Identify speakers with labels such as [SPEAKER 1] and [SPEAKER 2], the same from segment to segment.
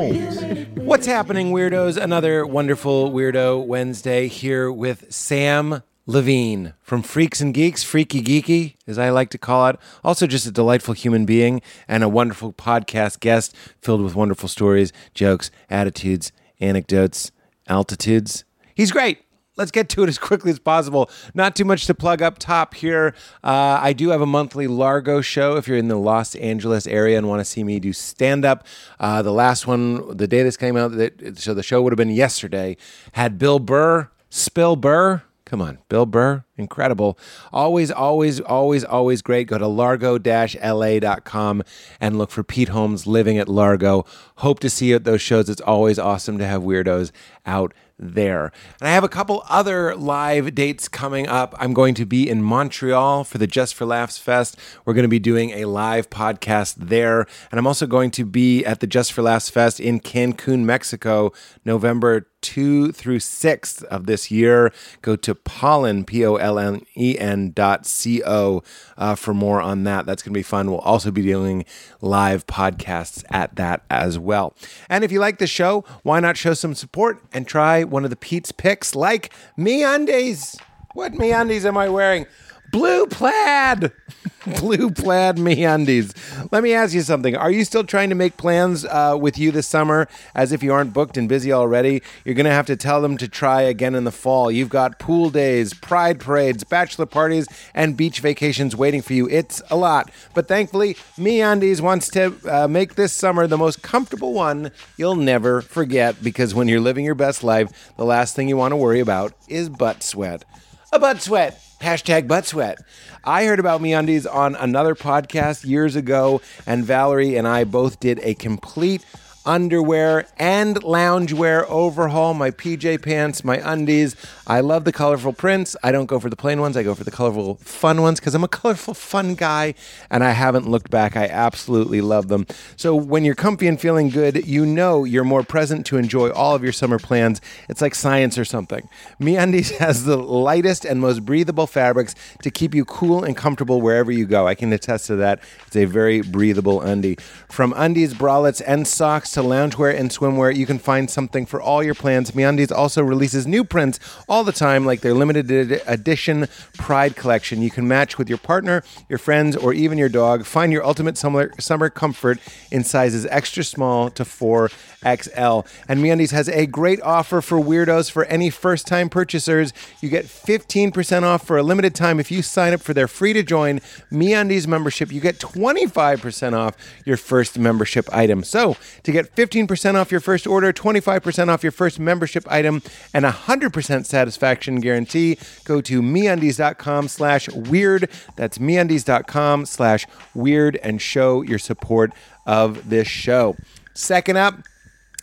[SPEAKER 1] What's happening, weirdos? Another wonderful Weirdo Wednesday here with Sam Levine from Freaks and Geeks, Freaky Geeky, as I like to call it. Also, just a delightful human being and a wonderful podcast guest filled with wonderful stories, jokes, attitudes, anecdotes, altitudes. He's great. Let's get to it as quickly as possible. Not too much to plug up top here. Uh, I do have a monthly Largo show if you're in the Los Angeles area and want to see me do stand up. Uh, the last one, the day this came out, that, so the show would have been yesterday, had Bill Burr, Spill Burr. Come on, Bill Burr, incredible. Always, always, always, always great. Go to largo-la.com and look for Pete Holmes living at Largo. Hope to see you at those shows. It's always awesome to have weirdos out there. And I have a couple other live dates coming up. I'm going to be in Montreal for the Just for Laughs Fest. We're going to be doing a live podcast there. And I'm also going to be at the Just for Laughs Fest in Cancun, Mexico, November 2 through 6th of this year. Go to pollen, P O L N E N dot C O uh, for more on that. That's going to be fun. We'll also be doing live podcasts at that as well. And if you like the show, why not show some support and try one of the Pete's picks like me undies? What me undies am I wearing? Blue plaid, blue plaid meundies. Let me ask you something. Are you still trying to make plans uh, with you this summer? As if you aren't booked and busy already, you're going to have to tell them to try again in the fall. You've got pool days, pride parades, bachelor parties, and beach vacations waiting for you. It's a lot, but thankfully, meundies wants to uh, make this summer the most comfortable one you'll never forget. Because when you're living your best life, the last thing you want to worry about is butt sweat. A butt sweat. Hashtag butt sweat. I heard about MeUndies on another podcast years ago, and Valerie and I both did a complete underwear and loungewear overhaul. My PJ pants, my undies. I love the colorful prints. I don't go for the plain ones. I go for the colorful, fun ones because I'm a colorful, fun guy, and I haven't looked back. I absolutely love them. So when you're comfy and feeling good, you know you're more present to enjoy all of your summer plans. It's like science or something. MeUndies has the lightest and most breathable fabrics to keep you cool and comfortable wherever you go. I can attest to that. It's a very breathable undie. From undies, bralettes, and socks to loungewear and swimwear, you can find something for all your plans. MeUndies also releases new prints all the time, like their limited ed- edition Pride collection. You can match with your partner, your friends, or even your dog. Find your ultimate summer, summer comfort in sizes extra small to 4XL. And MeUndies has a great offer for weirdos for any first-time purchasers. You get 15% off for a limited time if you sign up for their free-to-join MeUndies membership. You get 25% off your first membership item. So to get 15% off your first order, 25% off your first membership item, and 100% satisfaction guarantee, go to MeUndies.com slash weird. That's MeUndies.com slash weird and show your support of this show. Second up,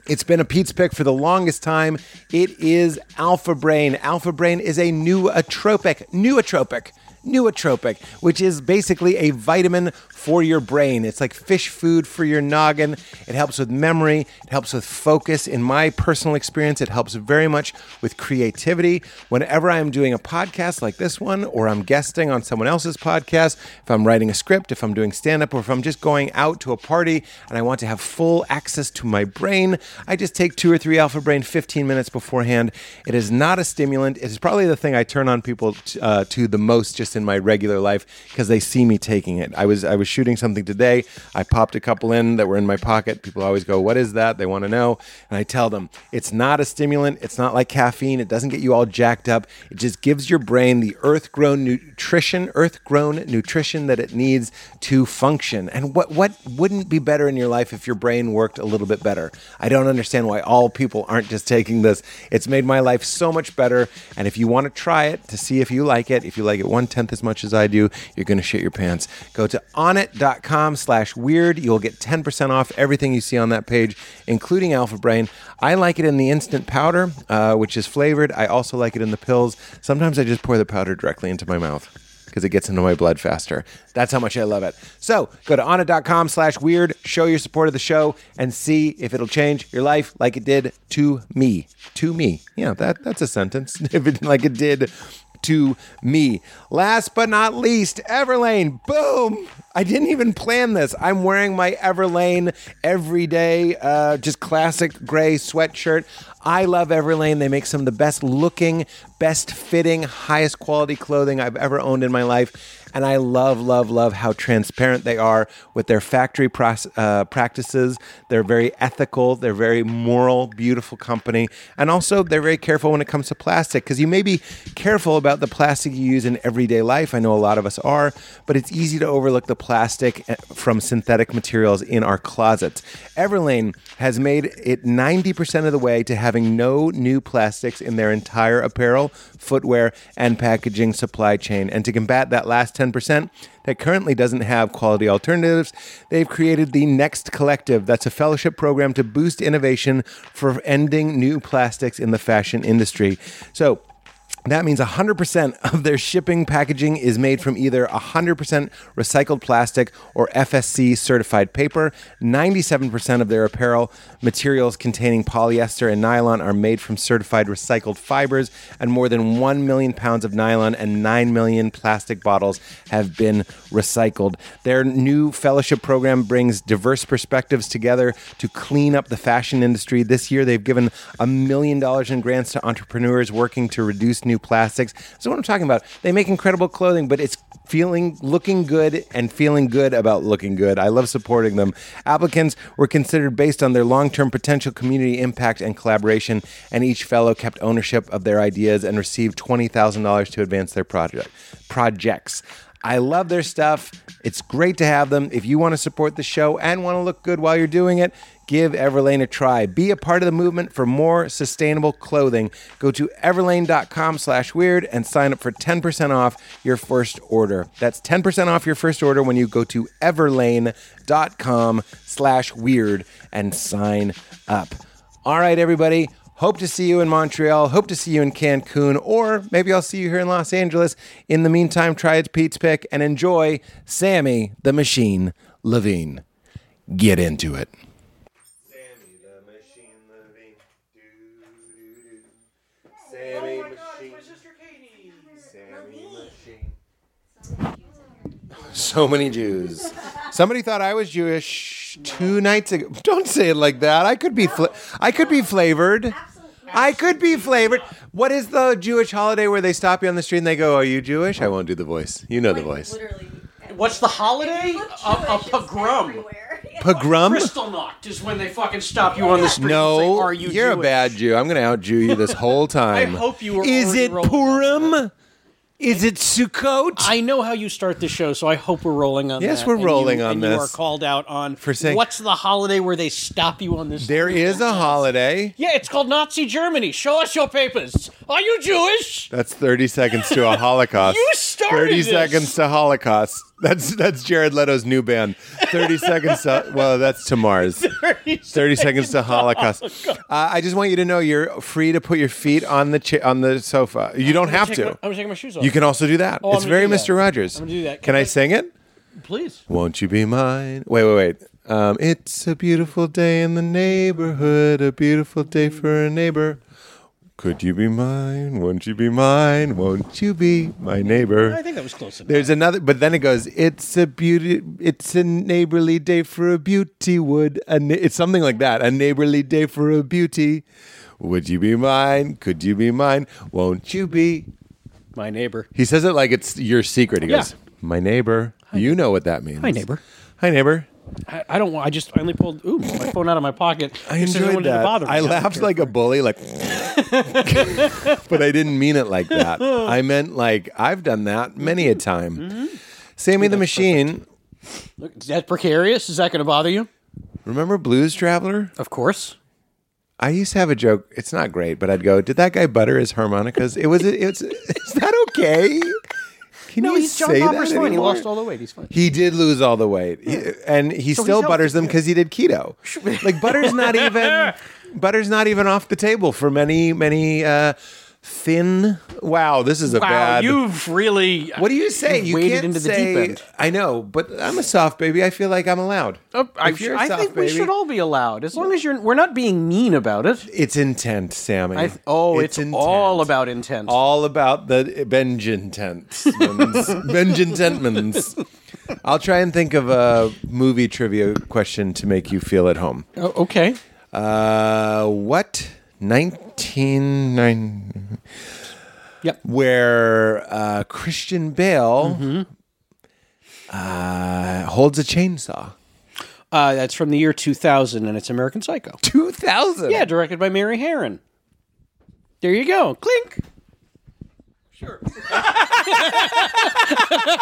[SPEAKER 1] it's been a Pete's pick for the longest time. It is Alpha Brain. Alpha Brain is a nootropic, nootropic, nootropic, which is basically a vitamin for your brain. It's like fish food for your noggin. It helps with memory, it helps with focus. In my personal experience, it helps very much with creativity. Whenever I am doing a podcast like this one, or I'm guesting on someone else's podcast, if I'm writing a script, if I'm doing stand up, or if I'm just going out to a party and I want to have full access to my brain, I just take two or three Alpha Brain 15 minutes beforehand. It is not a stimulant. It is probably the thing I turn on people uh, to the most just in my regular life because they see me taking it. I was I was shooting something today. I popped a couple in that were in my pocket. People always go, "What is that?" They want to know, and I tell them it's not a stimulant. It's not like caffeine. It doesn't get you all jacked up. It just gives your brain the earth-grown nutrition, earth-grown nutrition that it needs to function. And what what wouldn't be better in your life if your brain worked a little bit better? I don't understand why all people aren't just taking this. It's made my life so much better. And if you want to try it to see if you like it, if you like it one tenth as much as I do, you're gonna shit your pants. Go to onit.com slash weird. You'll get 10% off everything you see on that page, including Alpha Brain. I like it in the instant powder, uh, which is flavored. I also like it in the pills. Sometimes I just pour the powder directly into my mouth because it gets into my blood faster. That's how much I love it. So go to onit.com slash weird, show your support of the show, and see if it'll change your life like it did to me. To me. Yeah, that, that's a sentence. if it, like it did to me. Last but not least, Everlane. Boom! I didn't even plan this. I'm wearing my Everlane everyday, uh, just classic gray sweatshirt. I love Everlane. They make some of the best looking, best fitting, highest quality clothing I've ever owned in my life. And I love, love, love how transparent they are with their factory proce- uh, practices. They're very ethical, they're very moral, beautiful company. And also, they're very careful when it comes to plastic because you may be careful about the plastic you use in everyday life. I know a lot of us are, but it's easy to overlook the plastic eh, from synthetic materials in our closets. Everlane has made it 90% of the way to having no new plastics in their entire apparel, footwear, and packaging supply chain. And to combat that last 10%, that currently doesn't have quality alternatives, they've created the Next Collective. That's a fellowship program to boost innovation for ending new plastics in the fashion industry. So, that means 100% of their shipping packaging is made from either 100% recycled plastic or FSC certified paper. 97% of their apparel materials containing polyester and nylon are made from certified recycled fibers, and more than 1 million pounds of nylon and 9 million plastic bottles have been recycled. Their new fellowship program brings diverse perspectives together to clean up the fashion industry. This year, they've given a million dollars in grants to entrepreneurs working to reduce new plastics. So what I'm talking about, they make incredible clothing, but it's feeling looking good and feeling good about looking good. I love supporting them. Applicants were considered based on their long-term potential, community impact, and collaboration, and each fellow kept ownership of their ideas and received twenty thousand dollars to advance their project projects. I love their stuff. It's great to have them. If you want to support the show and want to look good while you're doing it, give Everlane a try. Be a part of the movement for more sustainable clothing. Go to everlane.com slash weird and sign up for 10% off your first order. That's 10% off your first order when you go to everlane.com slash weird and sign up. All right, everybody. Hope to see you in Montreal. Hope to see you in Cancun, or maybe I'll see you here in Los Angeles. In the meantime, try its Pete's Pick and enjoy Sammy the Machine Levine. Get into it. Sammy the Machine Levine. Sammy Machine. Sammy Machine. So many Jews. Somebody thought I was Jewish two nights ago. Don't say it like that. I could be fla- I could be flavored. I could be flavored. What is the Jewish holiday where they stop you on the street and they go, "Are you Jewish?" I won't do the voice. You know the voice.
[SPEAKER 2] Literally.
[SPEAKER 3] What's the holiday? A, a pogrom.
[SPEAKER 1] Pogrom.
[SPEAKER 3] Kristallnacht is when they fucking stop you on the street.
[SPEAKER 1] No,
[SPEAKER 3] and say, are you?
[SPEAKER 1] are a
[SPEAKER 3] Jewish?"
[SPEAKER 1] bad Jew. I'm going to out Jew you this whole
[SPEAKER 3] I
[SPEAKER 1] time.
[SPEAKER 3] hope you were.
[SPEAKER 1] Is
[SPEAKER 3] already
[SPEAKER 1] it
[SPEAKER 3] rolling on that.
[SPEAKER 1] Purim? Is it Sukkot?
[SPEAKER 3] I know how you start the show, so I hope we're rolling on.
[SPEAKER 1] Yes,
[SPEAKER 3] that.
[SPEAKER 1] we're
[SPEAKER 3] And you-
[SPEAKER 1] rolling on
[SPEAKER 3] and You are
[SPEAKER 1] this.
[SPEAKER 3] called out on
[SPEAKER 1] For saying-
[SPEAKER 3] what's the holiday where they stop you on this?
[SPEAKER 1] there is a holiday.
[SPEAKER 3] yeah, it's called Nazi Germany. Show us your papers. Are you Jewish?
[SPEAKER 1] That's 30 seconds to a Holocaust.
[SPEAKER 3] You started
[SPEAKER 1] 30
[SPEAKER 3] this.
[SPEAKER 1] seconds to Holocaust. That's that's Jared Leto's new band. 30 seconds to well, that's to Mars. 30 seconds to Holocaust. Uh, I just want you to know you're free to put your feet on the cha- on the sofa. You don't have
[SPEAKER 3] Take my-
[SPEAKER 1] to.
[SPEAKER 3] I'm gonna take my shoes off.
[SPEAKER 1] You can also do that.
[SPEAKER 3] Oh, I'm
[SPEAKER 1] it's
[SPEAKER 3] gonna
[SPEAKER 1] very
[SPEAKER 3] do that.
[SPEAKER 1] Mr. Rogers.
[SPEAKER 3] I'm gonna do that.
[SPEAKER 1] Can I sing it?
[SPEAKER 3] please.
[SPEAKER 1] Won't you be mine? Wait, wait, wait. Um, it's a beautiful day in the neighborhood, a beautiful day for a neighbor. Could you be mine? Won't you be mine? Won't you be my
[SPEAKER 3] I
[SPEAKER 1] neighbor?
[SPEAKER 3] think that was close enough.
[SPEAKER 1] There's another, but then it goes. It's a beauty. It's a neighborly day for a beauty wood. A na- it's something like that. A neighborly day for a beauty. Would you be mine? Could you be mine? Won't you be?
[SPEAKER 3] my neighbor.
[SPEAKER 1] He says it like it's your secret. He
[SPEAKER 3] Yeah.
[SPEAKER 1] goes, "My neighbor." You know what that means.
[SPEAKER 3] Hi, neighbor.
[SPEAKER 1] Hi, neighbor.
[SPEAKER 3] I, I don't. want. I just. I only pulled. Ooh, my phone out of my pocket.
[SPEAKER 1] I
[SPEAKER 3] Just 'cause
[SPEAKER 1] enjoyed
[SPEAKER 3] wanted to
[SPEAKER 1] that.
[SPEAKER 3] bother me.
[SPEAKER 1] I laughed like a bully, like, but I didn't mean it like that. I meant like I've done that many a time. Sammy the Machine.
[SPEAKER 3] Look, Is that precarious? Is that going to bother you?
[SPEAKER 1] Remember Blues Traveler?
[SPEAKER 3] Of course.
[SPEAKER 1] I used to have a joke. It's not great, but I'd go, "Did that guy butter his harmonicas?" It was. It's. Is that okay? Can
[SPEAKER 3] No,
[SPEAKER 1] you
[SPEAKER 3] he's John
[SPEAKER 1] say
[SPEAKER 3] Popper's
[SPEAKER 1] that
[SPEAKER 3] fine. He
[SPEAKER 1] anymore?
[SPEAKER 3] lost all the weight. He's fine.
[SPEAKER 1] He did lose all the weight, He- and he still
[SPEAKER 3] healthy,
[SPEAKER 1] butters them because he did keto. Like butter's not even butter's not even off the table for many many uh, Thin. Wow, this is a
[SPEAKER 3] Wow,
[SPEAKER 1] bad.
[SPEAKER 3] you've really.
[SPEAKER 1] what do you say? You
[SPEAKER 2] waded
[SPEAKER 1] can't
[SPEAKER 2] into the deep
[SPEAKER 1] say.
[SPEAKER 2] end.
[SPEAKER 1] I know, but I'm a soft baby. I feel like I'm allowed.
[SPEAKER 2] Oh, I,
[SPEAKER 1] If you're a
[SPEAKER 2] I
[SPEAKER 1] soft
[SPEAKER 2] think we
[SPEAKER 1] baby-
[SPEAKER 2] should all be allowed, as long as you're. We're not being mean about it.
[SPEAKER 1] It's intent, Sammy.
[SPEAKER 2] I th- oh, it's,
[SPEAKER 1] intent.
[SPEAKER 2] all about intent.
[SPEAKER 1] all about the Benjin tents, Benjin tentmans. I'll try and think of a movie trivia question to make you feel at home.
[SPEAKER 2] Oh, okay.
[SPEAKER 1] Uh, what nineteen nine?
[SPEAKER 2] Yep.
[SPEAKER 1] Where uh, Christian Bale
[SPEAKER 3] Mm-hmm.
[SPEAKER 1] uh, holds a chainsaw.
[SPEAKER 2] Uh, that's from the year 2000, and it's American Psycho.
[SPEAKER 1] Two thousand.
[SPEAKER 2] Yeah, directed by Mary Herron. There you go. Clink.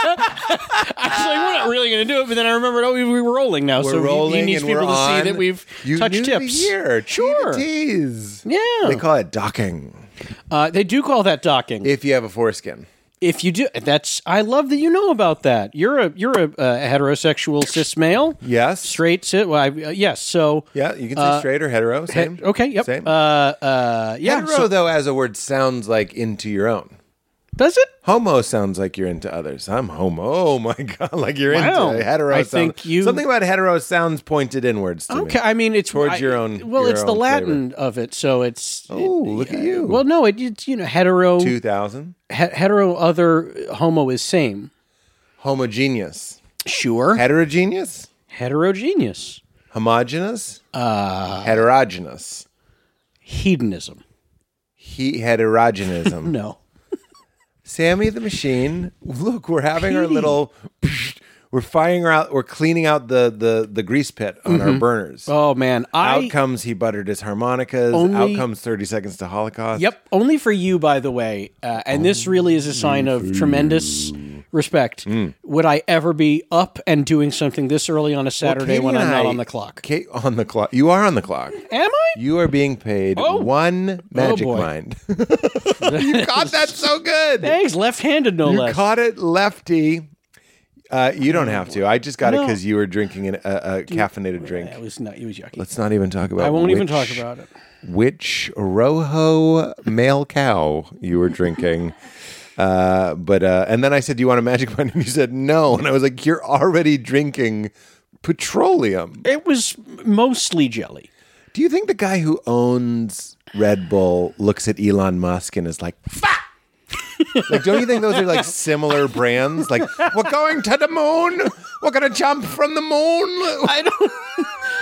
[SPEAKER 3] Actually, we're not really going to do it, but then I remembered, oh, we we were rolling now. so
[SPEAKER 1] We're rolling
[SPEAKER 3] he, he needs
[SPEAKER 1] and
[SPEAKER 3] people
[SPEAKER 1] we're
[SPEAKER 3] to
[SPEAKER 1] on.
[SPEAKER 3] see that we've
[SPEAKER 1] you
[SPEAKER 3] touched
[SPEAKER 1] knew
[SPEAKER 3] tips.
[SPEAKER 1] The year.
[SPEAKER 2] Sure.
[SPEAKER 1] Tease. They
[SPEAKER 2] Yeah.
[SPEAKER 1] call it docking.
[SPEAKER 2] Uh, they do call that docking.
[SPEAKER 1] If you have a foreskin.
[SPEAKER 2] If you do, that's. I love that you know about that. You're a you're a, uh heterosexual cis male.
[SPEAKER 1] Yes.
[SPEAKER 2] Straight cis. Well, I, uh, yes. So.
[SPEAKER 1] Yeah, you can say straight or hetero. Same.
[SPEAKER 2] Uh, Okay. Yep.
[SPEAKER 1] Same.
[SPEAKER 2] Uh. Uh. Yeah.
[SPEAKER 1] hetero,
[SPEAKER 2] so-
[SPEAKER 1] though, as a word, sounds like into your own.
[SPEAKER 2] does it?
[SPEAKER 1] Homo sounds like you're into others. I'm homo. Oh my god, like you're
[SPEAKER 2] Wow.
[SPEAKER 1] into hetero.
[SPEAKER 2] I
[SPEAKER 1] sound-
[SPEAKER 2] think you-
[SPEAKER 1] something about hetero sounds pointed inwards to
[SPEAKER 2] Okay,
[SPEAKER 1] me.
[SPEAKER 2] I mean it's
[SPEAKER 1] Towards
[SPEAKER 2] I-
[SPEAKER 1] your own-
[SPEAKER 2] Well,
[SPEAKER 1] your
[SPEAKER 2] it's the
[SPEAKER 1] own
[SPEAKER 2] Latin of it, so it's.
[SPEAKER 1] Oh, look at you.
[SPEAKER 2] well, no, it, it's you know hetero
[SPEAKER 1] Two thousand
[SPEAKER 2] he- hetero other uh, homo is same.
[SPEAKER 1] homogeneous,
[SPEAKER 2] Sure.
[SPEAKER 1] heterogeneous,
[SPEAKER 2] Heterogeneous
[SPEAKER 1] homogeneous,
[SPEAKER 2] Uh,
[SPEAKER 1] heterogeneous,
[SPEAKER 2] hedonism.
[SPEAKER 1] he heterogenism.
[SPEAKER 2] No.
[SPEAKER 1] Sammy the machine. Look, we're having our little. We're firing out. We're cleaning out the the the grease pit on our burners.
[SPEAKER 2] Oh man, I
[SPEAKER 1] out comes he buttered his harmonicas.
[SPEAKER 2] Only-
[SPEAKER 1] out comes Thirty Seconds to Holocaust.
[SPEAKER 2] Yep, only for you, by the way. Uh, and this really is a sign of tremendous respect.
[SPEAKER 1] Hmm.
[SPEAKER 2] Would I ever be up and doing something this early on a Saturday
[SPEAKER 1] Katie
[SPEAKER 2] when I'm
[SPEAKER 1] and
[SPEAKER 2] not
[SPEAKER 1] I-
[SPEAKER 2] on the clock?
[SPEAKER 1] Kate, on the clock. You are on the clock.
[SPEAKER 2] Am I?
[SPEAKER 1] You are being paid
[SPEAKER 2] Oh.
[SPEAKER 1] one magic
[SPEAKER 2] boy.
[SPEAKER 1] mind. you caught that so good.
[SPEAKER 2] Thanks, left-handed no
[SPEAKER 1] you
[SPEAKER 2] less.
[SPEAKER 1] caught it, lefty. Uh, you don't have to. I just got it
[SPEAKER 2] Oh, No.
[SPEAKER 1] because you were drinking an, a, a caffeinated drink.
[SPEAKER 2] That was not. It was yucky.
[SPEAKER 1] Let's not even talk about.
[SPEAKER 2] I won't even
[SPEAKER 1] which-
[SPEAKER 2] talk about it.
[SPEAKER 1] which Rojo male cow you were drinking. Uh, but uh, and then I said, "Do you want a magic wand?" And you said, "No." And I was like, "You're already drinking petroleum."
[SPEAKER 2] It was mostly jelly.
[SPEAKER 1] Do you think the guy who owns Red Bull looks at Elon Musk and is like, "Fuck"? like, don't you think those are like similar brands? Like, we're going to the moon. We're gonna jump from the moon.
[SPEAKER 2] I don't.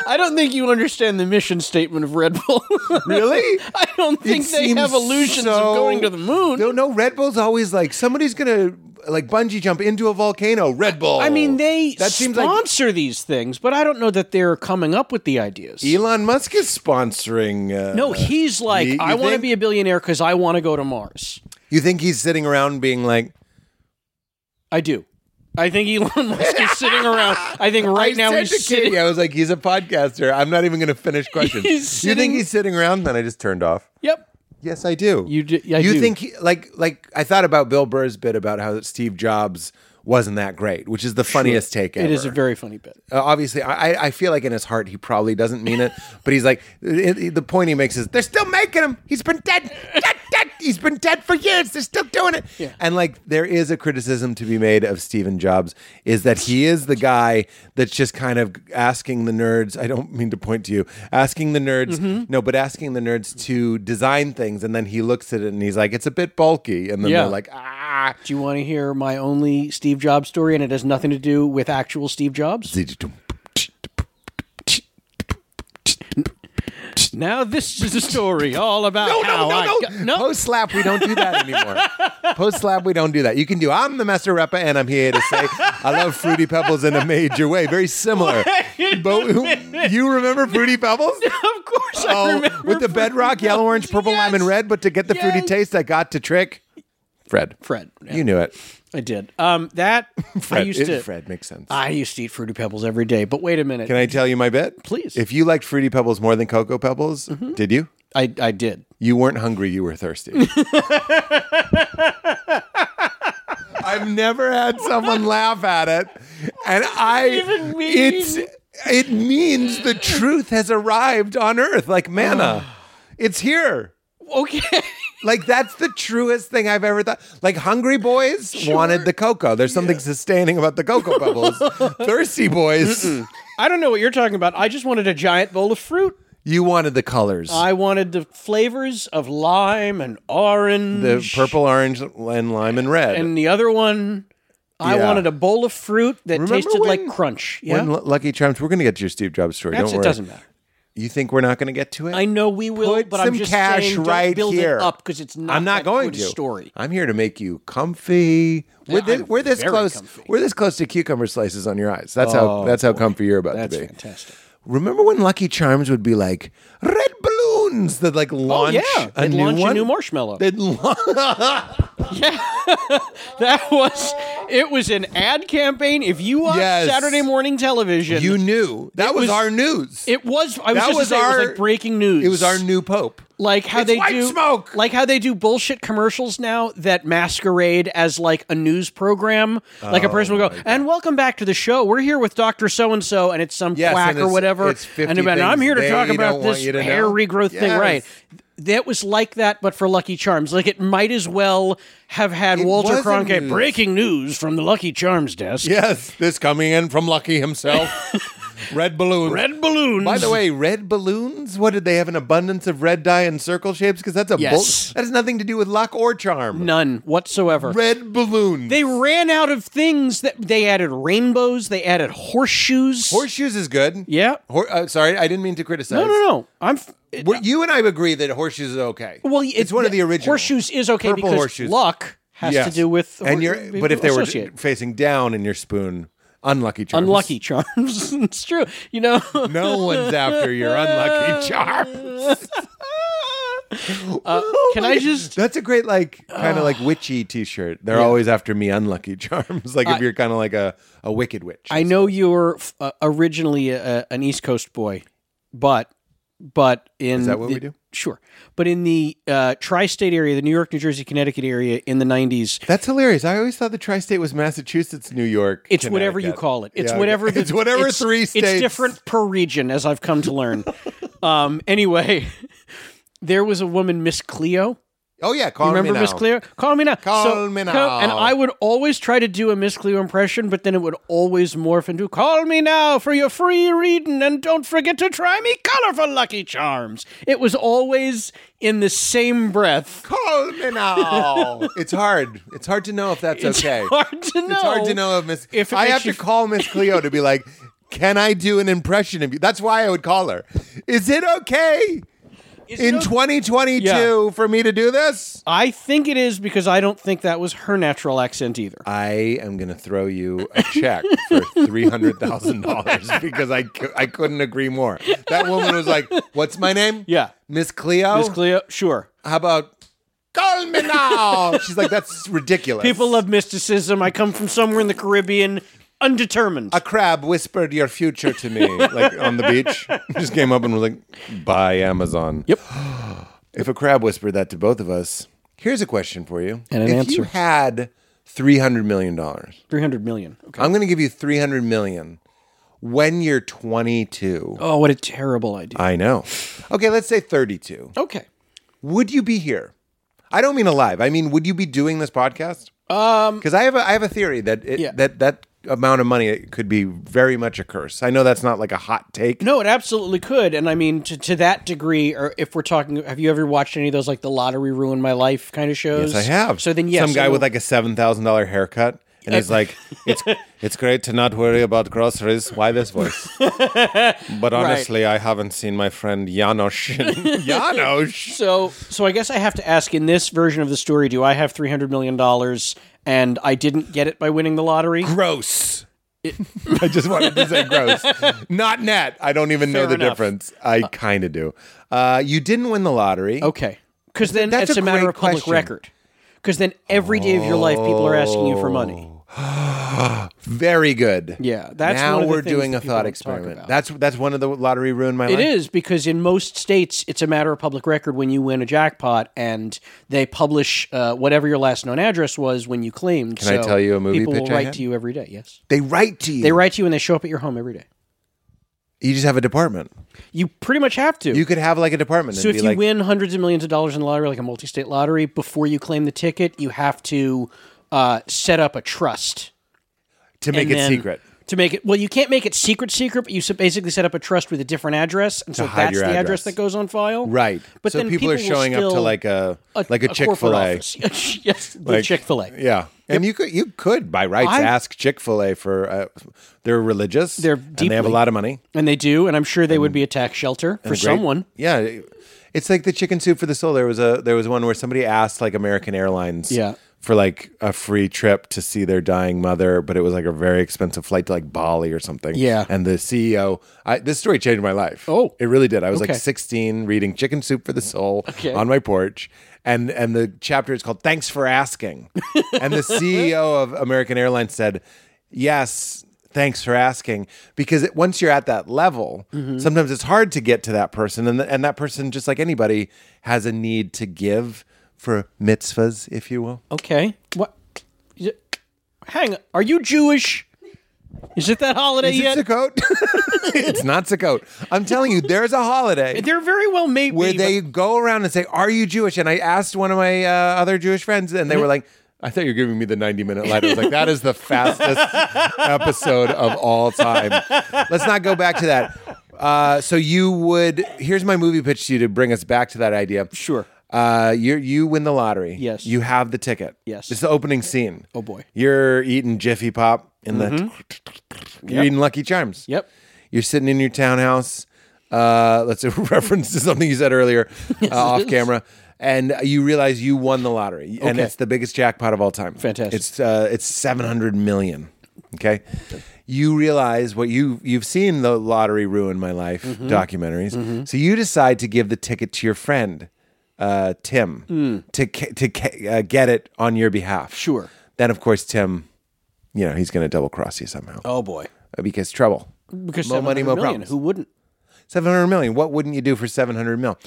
[SPEAKER 2] I don't think you understand the mission statement of Red Bull.
[SPEAKER 1] Really?
[SPEAKER 2] I don't think
[SPEAKER 1] It
[SPEAKER 2] they
[SPEAKER 1] seems
[SPEAKER 2] have illusions
[SPEAKER 1] so-
[SPEAKER 2] of going to the moon.
[SPEAKER 1] No, no. Red Bull's always like somebody's gonna like bungee jump into a volcano. Red Bull.
[SPEAKER 2] I mean, they
[SPEAKER 1] that seems like
[SPEAKER 2] sponsor these things, but I don't know that they're coming up with the ideas.
[SPEAKER 1] Elon Musk is sponsoring. Uh,
[SPEAKER 2] No, he's like,
[SPEAKER 1] you- you
[SPEAKER 2] I want to
[SPEAKER 1] think-
[SPEAKER 2] be a billionaire because I want to go to Mars.
[SPEAKER 1] you think he's sitting around being like,
[SPEAKER 2] I do. I think Elon Musk is sitting around. I think right
[SPEAKER 1] I
[SPEAKER 2] now
[SPEAKER 1] said
[SPEAKER 2] he's
[SPEAKER 1] to
[SPEAKER 2] sitting.
[SPEAKER 1] Katie, I was like, he's a podcaster. I'm not even gonna finish questions.
[SPEAKER 2] He's
[SPEAKER 1] You
[SPEAKER 2] sitting-
[SPEAKER 1] think he's sitting around? Then I just turned off.
[SPEAKER 2] Yep.
[SPEAKER 1] Yes, I do.
[SPEAKER 2] You do- I
[SPEAKER 1] you
[SPEAKER 2] do.
[SPEAKER 1] think he, like like I thought about Bill Burr's bit about how Steve Jobs wasn't that great, which is the funniest take ever.
[SPEAKER 2] It is a very funny bit.
[SPEAKER 1] Uh, obviously, I, I- I feel like in his heart he probably doesn't mean it, but he's like it, it- the point he makes is they're still making him. He's been dead, dead, dead. He's been dead for years. They're still doing it. And like there is a criticism to be made of Stephen Jobs is that he is the guy that's just kind of asking the nerds. I don't mean to point to you, asking the nerds. No, but asking the nerds to design things, and then he looks at it and he's like, it's a bit bulky, and then
[SPEAKER 2] Yeah.
[SPEAKER 1] they're like, ah.
[SPEAKER 2] Do you want to hear my only Steve Jobs story? And it has nothing to do with actual Steve Jobs. Now this is a story all about
[SPEAKER 1] No,
[SPEAKER 2] how
[SPEAKER 1] no, no,
[SPEAKER 2] I
[SPEAKER 1] no.
[SPEAKER 2] got-
[SPEAKER 1] Post slap, we don't do that anymore. Post slap, we don't do that. You can do. I'm the master rapper, and I'm here to say I love fruity pebbles in a major way. Very similar. But you remember fruity pebbles?
[SPEAKER 2] Of course, I
[SPEAKER 1] Oh,
[SPEAKER 2] remember
[SPEAKER 1] with the
[SPEAKER 2] Fred-
[SPEAKER 1] bedrock, yellow, orange, purple,
[SPEAKER 2] Yes.
[SPEAKER 1] lime, and red. But to get the fruity
[SPEAKER 2] Yes.
[SPEAKER 1] taste, I got to trick Fred.
[SPEAKER 2] Fred. Yeah,
[SPEAKER 1] You knew it.
[SPEAKER 2] I did. Um, that
[SPEAKER 1] Fred.
[SPEAKER 2] I used
[SPEAKER 1] It-
[SPEAKER 2] to.
[SPEAKER 1] Fred makes sense.
[SPEAKER 2] I used to eat fruity pebbles every day. But wait a minute.
[SPEAKER 1] can I tell you my bit?
[SPEAKER 2] Please. Mm-hmm.
[SPEAKER 1] If you liked fruity pebbles more than cocoa pebbles, did you?
[SPEAKER 2] I I did.
[SPEAKER 1] You weren't hungry, you were thirsty. I've never had someone laugh at it. And I
[SPEAKER 3] even mean?
[SPEAKER 1] it's it means the truth has arrived on earth like manna. it's here.
[SPEAKER 2] Okay.
[SPEAKER 1] Like that's the truest thing I've ever thought. Like Hungry Boys wanted the cocoa. There's something sustaining about the cocoa pebbles. Thirsty Boys,
[SPEAKER 2] I don't know what you're talking about. I just wanted a giant bowl of fruit.
[SPEAKER 1] you wanted the colors.
[SPEAKER 2] I wanted the flavors of lime and orange.
[SPEAKER 1] the purple, orange, and lime and red.
[SPEAKER 2] and the other one, I
[SPEAKER 1] Yeah.
[SPEAKER 2] wanted a bowl of fruit that
[SPEAKER 1] Remember
[SPEAKER 2] tasted like
[SPEAKER 1] when-
[SPEAKER 2] crunch. Yeah,
[SPEAKER 1] when Lu- Lucky Charms, we're going to get to your Steve Jobs story.
[SPEAKER 2] That's-
[SPEAKER 1] don't worry.
[SPEAKER 2] it doesn't matter.
[SPEAKER 1] You think we're not going to get to it?
[SPEAKER 2] I know we will,
[SPEAKER 1] Put
[SPEAKER 2] but
[SPEAKER 1] some
[SPEAKER 2] I'm just
[SPEAKER 1] cash
[SPEAKER 2] saying, don't
[SPEAKER 1] right
[SPEAKER 2] build
[SPEAKER 1] here.
[SPEAKER 2] it up because it's not.
[SPEAKER 1] I'm not
[SPEAKER 2] that
[SPEAKER 1] going
[SPEAKER 2] good
[SPEAKER 1] to.
[SPEAKER 2] story.
[SPEAKER 1] I'm here to make you comfy. We're
[SPEAKER 2] Yeah,
[SPEAKER 1] this,
[SPEAKER 2] I'm
[SPEAKER 1] we're this
[SPEAKER 2] very
[SPEAKER 1] close.
[SPEAKER 2] comfy. Oh,
[SPEAKER 1] We're this close to cucumber slices on your eyes. That's how. That's how comfy you're about
[SPEAKER 2] That's
[SPEAKER 1] to be.
[SPEAKER 2] fantastic.
[SPEAKER 1] Remember when Lucky Charms would be like red balloons that like launch
[SPEAKER 2] Oh, yeah.
[SPEAKER 1] a
[SPEAKER 2] They'd
[SPEAKER 1] new
[SPEAKER 2] launch a
[SPEAKER 1] one?
[SPEAKER 2] new marshmallow.
[SPEAKER 1] They'd launch.
[SPEAKER 2] That was it. Was an ad campaign. If you watch
[SPEAKER 1] Yes.
[SPEAKER 2] Saturday morning television,
[SPEAKER 1] you knew that was,
[SPEAKER 2] was-
[SPEAKER 1] our news.
[SPEAKER 2] it was.
[SPEAKER 1] That
[SPEAKER 2] I was just
[SPEAKER 1] was
[SPEAKER 2] was, say, it
[SPEAKER 1] our-
[SPEAKER 2] was like breaking news.
[SPEAKER 1] It was our new pope.
[SPEAKER 2] like how
[SPEAKER 1] It's
[SPEAKER 2] they
[SPEAKER 1] white
[SPEAKER 2] do
[SPEAKER 1] smoke.
[SPEAKER 2] like how they do bullshit commercials now that masquerade as like a news program.
[SPEAKER 1] Oh
[SPEAKER 2] Like a person will go, and welcome back to the show. We're here with Doctor So and So, and it's some
[SPEAKER 1] Yes,
[SPEAKER 2] quack
[SPEAKER 1] and
[SPEAKER 2] or
[SPEAKER 1] it's-
[SPEAKER 2] whatever.
[SPEAKER 1] it's 50
[SPEAKER 2] and about, I'm
[SPEAKER 1] things
[SPEAKER 2] here to
[SPEAKER 1] they
[SPEAKER 2] talk about
[SPEAKER 1] don't want
[SPEAKER 2] this
[SPEAKER 1] you to
[SPEAKER 2] hair
[SPEAKER 1] know."
[SPEAKER 2] regrowth thing,
[SPEAKER 1] Yes.
[SPEAKER 2] right? That was like that, but for Lucky Charms. Like it might as well have had Walter
[SPEAKER 1] wasn't
[SPEAKER 2] Cronkite
[SPEAKER 1] news.
[SPEAKER 2] breaking news from the Lucky Charms desk.
[SPEAKER 1] Yes, this coming in from Lucky himself. red balloons.
[SPEAKER 2] Red balloons.
[SPEAKER 1] By the way, red balloons. What did they have an abundance of red dye and circle shapes? Because that's a bull-
[SPEAKER 2] Yes.
[SPEAKER 1] that has nothing to do with luck or charm.
[SPEAKER 2] none whatsoever.
[SPEAKER 1] Red balloons.
[SPEAKER 2] They ran out of things that they added rainbows, they added horseshoes.
[SPEAKER 1] horseshoes is good.
[SPEAKER 2] Yeah.
[SPEAKER 1] Hor- uh, sorry, I didn't mean to criticize.
[SPEAKER 2] No, no, no. I'm f-
[SPEAKER 1] Well, you and I agree that horseshoes is okay.
[SPEAKER 2] well. It,
[SPEAKER 1] uh, it's one of the original
[SPEAKER 2] Horseshoes is okay
[SPEAKER 1] Purple
[SPEAKER 2] because
[SPEAKER 1] horseshoes.
[SPEAKER 2] luck has
[SPEAKER 1] Yes.
[SPEAKER 2] to do with
[SPEAKER 1] and you're
[SPEAKER 2] hor-
[SPEAKER 1] but if they were
[SPEAKER 2] associate.
[SPEAKER 1] facing down in your spoon, unlucky charms.
[SPEAKER 2] unlucky charms. it's true, you know.
[SPEAKER 1] No one's after your unlucky charms. Oh
[SPEAKER 2] Uh, can
[SPEAKER 1] my
[SPEAKER 2] I
[SPEAKER 1] God.
[SPEAKER 2] just-
[SPEAKER 1] That's a great like kind of like witchy T-shirt. They're always after me, unlucky charms. Like if you're kind of like a a wicked witch.
[SPEAKER 2] I know you're f- uh, originally a, an East Coast boy, but but in
[SPEAKER 1] Is that what
[SPEAKER 2] the-
[SPEAKER 1] we do?
[SPEAKER 2] Sure, but in the uh, tri-state area, the New York, New Jersey, Connecticut area in the '90s,
[SPEAKER 1] That's hilarious. I always thought the tri-state was Massachusetts, New York.
[SPEAKER 2] It's whatever you
[SPEAKER 1] Connecticut.
[SPEAKER 2] call it. It's
[SPEAKER 1] Yeah,
[SPEAKER 2] whatever.
[SPEAKER 1] okay.
[SPEAKER 2] The,
[SPEAKER 1] it's whatever three states.
[SPEAKER 2] It's different per region, as I've come to learn. um, anyway, there was a woman, Miss Cleo.
[SPEAKER 1] Oh yeah, call
[SPEAKER 2] Remember
[SPEAKER 1] me
[SPEAKER 2] Miss
[SPEAKER 1] now.
[SPEAKER 2] Cleo? Call me now.
[SPEAKER 1] Call me now.
[SPEAKER 2] And I would always try to do a Miss Cleo impression, but then it would always morph into "Call me now for your free reading, and don't forget to try me colorful Lucky Charms." It was always in the same breath.
[SPEAKER 1] Call me now. it's hard. It's hard to know if that's
[SPEAKER 2] It's
[SPEAKER 1] okay.
[SPEAKER 2] hard to know.
[SPEAKER 1] It's hard to know if Miss.
[SPEAKER 2] If it
[SPEAKER 1] I
[SPEAKER 2] makes
[SPEAKER 1] have
[SPEAKER 2] you
[SPEAKER 1] to call Miss Cleo to be like, can I do an impression of you? That's why I would call her. Is it okay
[SPEAKER 2] Is it
[SPEAKER 1] in
[SPEAKER 2] okay?
[SPEAKER 1] 2022
[SPEAKER 2] Yeah.
[SPEAKER 1] for me to do this?
[SPEAKER 2] I think it is because I don't think that was her natural accent either.
[SPEAKER 1] I am gonna throw you a check for three hundred thousand dollars because I, cou- I couldn't agree more. That woman was like, "What's my name?"
[SPEAKER 2] Yeah.
[SPEAKER 1] Miss Cleo.
[SPEAKER 2] Miss Cleo, sure.
[SPEAKER 1] How about call me now? She's like, "That's ridiculous."
[SPEAKER 2] People love mysticism. I come from somewhere in the Caribbean, undetermined.
[SPEAKER 1] a crab whispered your future to me, like on the beach. Just came up and was like, buy Amazon.
[SPEAKER 2] Yep.
[SPEAKER 1] If a crab whispered that to both of us, here's a question for you.
[SPEAKER 2] And an
[SPEAKER 1] if you
[SPEAKER 2] answer.
[SPEAKER 1] had $300 million, I'm
[SPEAKER 2] 300 million. Okay.
[SPEAKER 1] going to give you $300 million when you're 22.
[SPEAKER 2] Oh, what a terrible idea.
[SPEAKER 1] I know. Okay, let's say 32.
[SPEAKER 2] Uh, Okay.
[SPEAKER 1] Would you be here? I don't mean alive. I mean, would you be doing this podcast? Um, because I have a I have a theory that it,
[SPEAKER 2] Yeah.
[SPEAKER 1] that that amount of money could be very much a curse. I know that's not like a hot take.
[SPEAKER 2] No, it absolutely could. And I mean, to, to that degree, or if we're talking, have you ever watched any of those, like the lottery ruined my life kind of shows?
[SPEAKER 1] Yes, I have.
[SPEAKER 2] So then, yes.
[SPEAKER 1] some guy
[SPEAKER 2] I
[SPEAKER 1] with
[SPEAKER 2] will-
[SPEAKER 1] like a seven thousand dollar haircut, and he's like, "It's it's great to not worry about groceries." Why this voice? but honestly, I haven't seen my friend Janosch. in- Janosch.
[SPEAKER 2] So, so I guess I have to ask in this version of the story, do I have $300 million and I didn't get it by winning the lottery?
[SPEAKER 1] Gross. I just wanted to say gross, not net. I don't even know
[SPEAKER 2] Fair
[SPEAKER 1] the
[SPEAKER 2] enough.
[SPEAKER 1] difference. I kind of do. Uh, you didn't win the lottery.
[SPEAKER 2] Okay. Because then
[SPEAKER 1] that's
[SPEAKER 2] it's
[SPEAKER 1] a
[SPEAKER 2] a,
[SPEAKER 1] great
[SPEAKER 2] matter of public
[SPEAKER 1] question.
[SPEAKER 2] record. Because then every day of your life, people are asking you for money.
[SPEAKER 1] Very good.
[SPEAKER 2] Yeah, that's
[SPEAKER 1] now
[SPEAKER 2] one of the
[SPEAKER 1] we're
[SPEAKER 2] things
[SPEAKER 1] doing
[SPEAKER 2] that
[SPEAKER 1] a
[SPEAKER 2] people
[SPEAKER 1] thought
[SPEAKER 2] don't talk
[SPEAKER 1] experiment.
[SPEAKER 2] about.
[SPEAKER 1] That's that's one of the lottery ruined my
[SPEAKER 2] It
[SPEAKER 1] life.
[SPEAKER 2] is because in most states, it's a matter of public record when you win a jackpot, and they publish uh, whatever your last known address was when you claimed. Can
[SPEAKER 1] I tell you a movie
[SPEAKER 2] People
[SPEAKER 1] pitch I
[SPEAKER 2] will write
[SPEAKER 1] had? Hmm.
[SPEAKER 2] to you every day. Yes,
[SPEAKER 1] They write to you.
[SPEAKER 2] they write to you and they show up at your home every day.
[SPEAKER 1] You just have a department.
[SPEAKER 2] You pretty much have to.
[SPEAKER 1] You could have like a department.
[SPEAKER 2] so
[SPEAKER 1] and be
[SPEAKER 2] if you
[SPEAKER 1] like,
[SPEAKER 2] win hundreds of millions of dollars in the lottery, like a multi-state lottery, before you claim the ticket, you have to uh, set up a trust.
[SPEAKER 1] to make
[SPEAKER 2] and
[SPEAKER 1] it
[SPEAKER 2] then-
[SPEAKER 1] secret.
[SPEAKER 2] To make it well, you can't make it secret secret, but you s- basically set up a trust with a different address, and so
[SPEAKER 1] hide
[SPEAKER 2] that's
[SPEAKER 1] your
[SPEAKER 2] the address.
[SPEAKER 1] address.
[SPEAKER 2] that goes on file.
[SPEAKER 1] Right.
[SPEAKER 2] But
[SPEAKER 1] so
[SPEAKER 2] then
[SPEAKER 1] people, are
[SPEAKER 2] people will
[SPEAKER 1] showing up to
[SPEAKER 2] still-
[SPEAKER 1] like a, like a,
[SPEAKER 2] corporate
[SPEAKER 1] Chick Fil A.
[SPEAKER 2] office. yes, the
[SPEAKER 1] Like-
[SPEAKER 2] Chick Fil A.
[SPEAKER 1] Yeah, and you could you could by rights
[SPEAKER 2] I-
[SPEAKER 1] ask Chick Fil A for uh, they're religious.
[SPEAKER 2] They're
[SPEAKER 1] and they have a
[SPEAKER 2] deeply-
[SPEAKER 1] lot of money.
[SPEAKER 2] And they do, and I'm sure they would be a tax shelter for
[SPEAKER 1] Great-
[SPEAKER 2] someone.
[SPEAKER 1] Yeah, it's like the chicken soup for the soul. There was a there was one where somebody asked like American Airlines.
[SPEAKER 2] Yeah.
[SPEAKER 1] For like a free trip to see their dying mother, but it was like a very expensive flight to like Bali or something.
[SPEAKER 2] Yeah.
[SPEAKER 1] And the CEO, I, this story changed my life.
[SPEAKER 2] Oh.
[SPEAKER 1] it really did. I was
[SPEAKER 2] Okay.
[SPEAKER 1] like 16, reading Chicken Soup for the Soul on my porch, and and the chapter is called "Thanks for Asking," and the CEO of American Airlines said, "Yes." Thanks for asking. Because it, once you're at that level, sometimes it's hard to get to that person, and th- and that person, just like anybody, has a need to give for mitzvahs, if you will.
[SPEAKER 2] Okay. What? y- Hang. on. Are you Jewish? Is it that holiday
[SPEAKER 1] Is
[SPEAKER 2] yet?
[SPEAKER 1] it Sukkot? it's not Sukkot. I'm telling you, there's a holiday.
[SPEAKER 2] They're very well made.
[SPEAKER 1] where they go around and say, "Are you Jewish?" And I asked one of my uh, other Jewish friends, and
[SPEAKER 2] Mm-hmm.
[SPEAKER 1] they were like, "I thought you were giving me the ninety-minute line." I was like, "That is the fastest episode of all time." Let's not go back to that. Uh, so you would here's my movie pitch to you to bring us back to that idea.
[SPEAKER 2] Sure.
[SPEAKER 1] Uh, you you win the lottery.
[SPEAKER 2] Yes.
[SPEAKER 1] You have the ticket.
[SPEAKER 2] Yes.
[SPEAKER 1] It's the opening scene. Oh
[SPEAKER 2] boy.
[SPEAKER 1] You're eating Jiffy Pop in the. You're eating Lucky Charms.
[SPEAKER 2] Mm-hmm. Yep.
[SPEAKER 1] You're sitting in your townhouse. Uh, let's reference to something you said earlier uh, off camera, and you realize you won the lottery, and
[SPEAKER 2] Okay.
[SPEAKER 1] it's the biggest jackpot of all time.
[SPEAKER 2] Fantastic.
[SPEAKER 1] It's uh, it's seven hundred million. Okay, you realize what you you've seen the lottery ruin my life
[SPEAKER 2] Mm-hmm.
[SPEAKER 1] documentaries, so you decide to give the ticket to your friend uh, Tim to ca- to ca- uh, get it on your behalf.
[SPEAKER 2] Mm. Sure.
[SPEAKER 1] Then of course Tim, you know he's going to double cross you somehow
[SPEAKER 2] Oh boy.
[SPEAKER 1] because trouble.
[SPEAKER 2] Because
[SPEAKER 1] Mo money,
[SPEAKER 2] 700
[SPEAKER 1] mo
[SPEAKER 2] million,
[SPEAKER 1] problems. Mm.
[SPEAKER 2] Who wouldn't?
[SPEAKER 1] Seven hundred million. What wouldn't you do for seven hundred mil?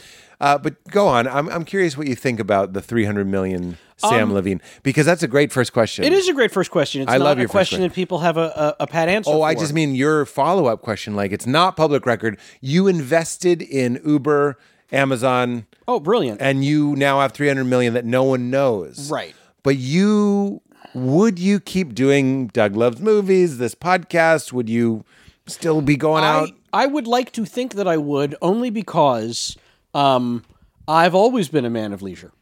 [SPEAKER 1] Uh, but go on. I'm, I'm curious what you think about the three hundred million Sam Levine because that's a great first question.
[SPEAKER 2] Um, It is a great first question. It's
[SPEAKER 1] I
[SPEAKER 2] not
[SPEAKER 1] love
[SPEAKER 2] a
[SPEAKER 1] your first
[SPEAKER 2] question
[SPEAKER 1] one.
[SPEAKER 2] that people have a, a, a pat answer.
[SPEAKER 1] Oh, I
[SPEAKER 2] for.
[SPEAKER 1] just mean your follow up question. Like it's not public record. You invested in Uber, Amazon,
[SPEAKER 2] Oh, brilliant.
[SPEAKER 1] and you now have three hundred million that no one knows.
[SPEAKER 2] Right.
[SPEAKER 1] But you would you keep doing Doug Loves Movies? This podcast? Would you still be going out?
[SPEAKER 2] I, I would like to think that I would only because um, I've always been a man of leisure.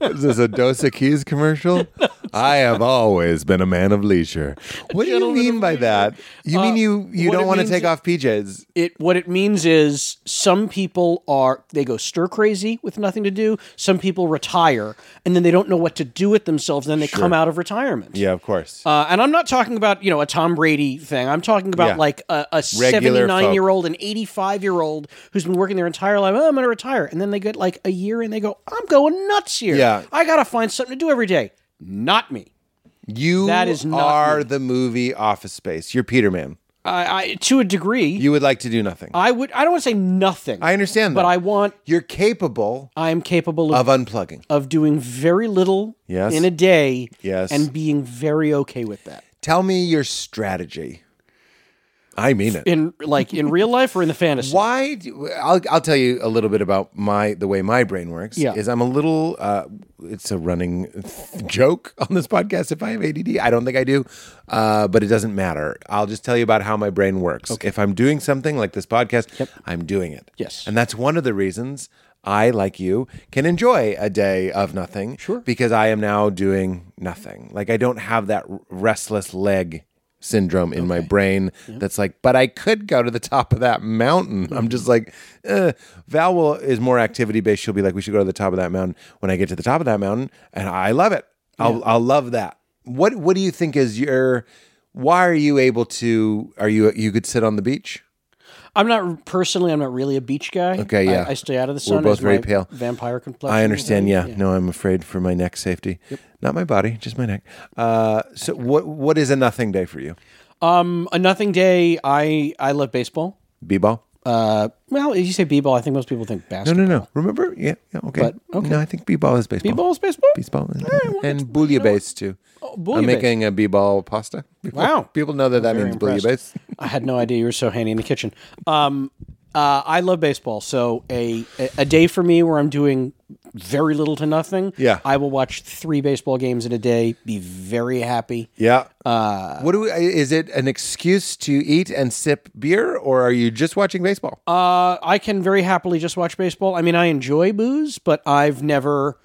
[SPEAKER 1] Is this a Dosa Keys commercial? I have always been a man of leisure. What do you
[SPEAKER 2] gentleman
[SPEAKER 1] mean
[SPEAKER 2] of Uh,
[SPEAKER 1] by that? You mean you you
[SPEAKER 2] what
[SPEAKER 1] don't
[SPEAKER 2] it
[SPEAKER 1] want to
[SPEAKER 2] means
[SPEAKER 1] take
[SPEAKER 2] is-
[SPEAKER 1] off PJs?
[SPEAKER 2] It what it means is some people are they go stir crazy with nothing to do. Some people retire and then they don't know what to do with themselves. Then they come out of retirement.
[SPEAKER 1] Yeah, of course.
[SPEAKER 2] Uh, and I'm not talking about you know a Tom Brady thing. I'm talking about
[SPEAKER 1] Yeah.
[SPEAKER 2] like a, a
[SPEAKER 1] Regular
[SPEAKER 2] 79 year old, an 85 year old who's been working their entire life. Oh, I'm going to retire, and then they get like a year and they go, I'm going nuts here.
[SPEAKER 1] Yeah.
[SPEAKER 2] I got to find something to do every day. Not me.
[SPEAKER 1] you
[SPEAKER 2] that is not
[SPEAKER 1] are the movie Office Space. You're Peterman.
[SPEAKER 2] I, I to a degree,
[SPEAKER 1] You would like to do nothing. I,
[SPEAKER 2] I would. I don't want to say nothing.
[SPEAKER 1] understand that.
[SPEAKER 2] but I want.
[SPEAKER 1] You're capable
[SPEAKER 2] I am capable
[SPEAKER 1] of
[SPEAKER 2] of, of
[SPEAKER 1] unplugging.
[SPEAKER 2] doing very little
[SPEAKER 1] Yes.
[SPEAKER 2] in a day.
[SPEAKER 1] Yes.
[SPEAKER 2] and being very okay with that.
[SPEAKER 1] Tell me your strategy. I mean it.
[SPEAKER 2] In like in real life or in the fantasy.
[SPEAKER 1] Why? Do, I'll I'll tell you a little bit about my the way my brain works.
[SPEAKER 2] Yeah.
[SPEAKER 1] is I'm a little. Uh, it's a running joke on this podcast. If I have ADD, I don't think I do, uh, but it doesn't matter. I'll just tell you about how my brain works. If I'm doing something like this podcast, I'm doing it.
[SPEAKER 2] Yes.
[SPEAKER 1] and that's one of the reasons. I, like you, can enjoy a day of nothing. Sure. Because I am now doing nothing. Like, I don't have that r- restless leg syndrome in my brain that's like, but I could go to the top of that mountain. I'm just like, eh. Val will, is more activity based. She'll be like, we should go to the top of that mountain. When I get to the top of that mountain, and I love it. I'll, I'll love that. What What do you think is your? Why are you able to? Are you you could sit on the beach?
[SPEAKER 2] I'm not personally. I'm not really a beach guy.
[SPEAKER 1] Okay,
[SPEAKER 2] I-
[SPEAKER 1] yeah.
[SPEAKER 2] I, stay out of the sun.
[SPEAKER 1] both
[SPEAKER 2] as
[SPEAKER 1] very
[SPEAKER 2] my
[SPEAKER 1] pale.
[SPEAKER 2] Vampire complexion.
[SPEAKER 1] I understand. Yeah. No, I'm afraid for my neck safety. Not my body, just my neck. Uh, so what what is a nothing day for you?
[SPEAKER 2] Uh, Um, a nothing day. I I love baseball.
[SPEAKER 1] B ball.
[SPEAKER 2] Uh, well, you say b-ball. I think most people think basketball.
[SPEAKER 1] No, no, no. Remember? Yeah, yeah okay.
[SPEAKER 2] But- okay.
[SPEAKER 1] No, I think b-ball is baseball.
[SPEAKER 2] B-ball is baseball.
[SPEAKER 1] Baseball and,
[SPEAKER 2] right, well, that's-
[SPEAKER 1] and bouillabaisse too. I'm
[SPEAKER 2] Oh, bouillabaisse.
[SPEAKER 1] making a b-ball pasta. People,
[SPEAKER 2] Wow.
[SPEAKER 1] People know that that
[SPEAKER 2] Very
[SPEAKER 1] means
[SPEAKER 2] impressed.
[SPEAKER 1] bouillabaisse.
[SPEAKER 2] I had no idea you were so handy in the kitchen. Um, uh, I love baseball, so a a day for me where I'm doing very little to nothing.
[SPEAKER 1] Yeah.
[SPEAKER 2] I will watch three baseball games in a day. Be very happy.
[SPEAKER 1] Yeah. Uh, what do we? Is it an excuse to eat and sip beer, or are you just watching baseball?
[SPEAKER 2] Uh, I can very happily just watch baseball. I mean, I enjoy booze, but I've never.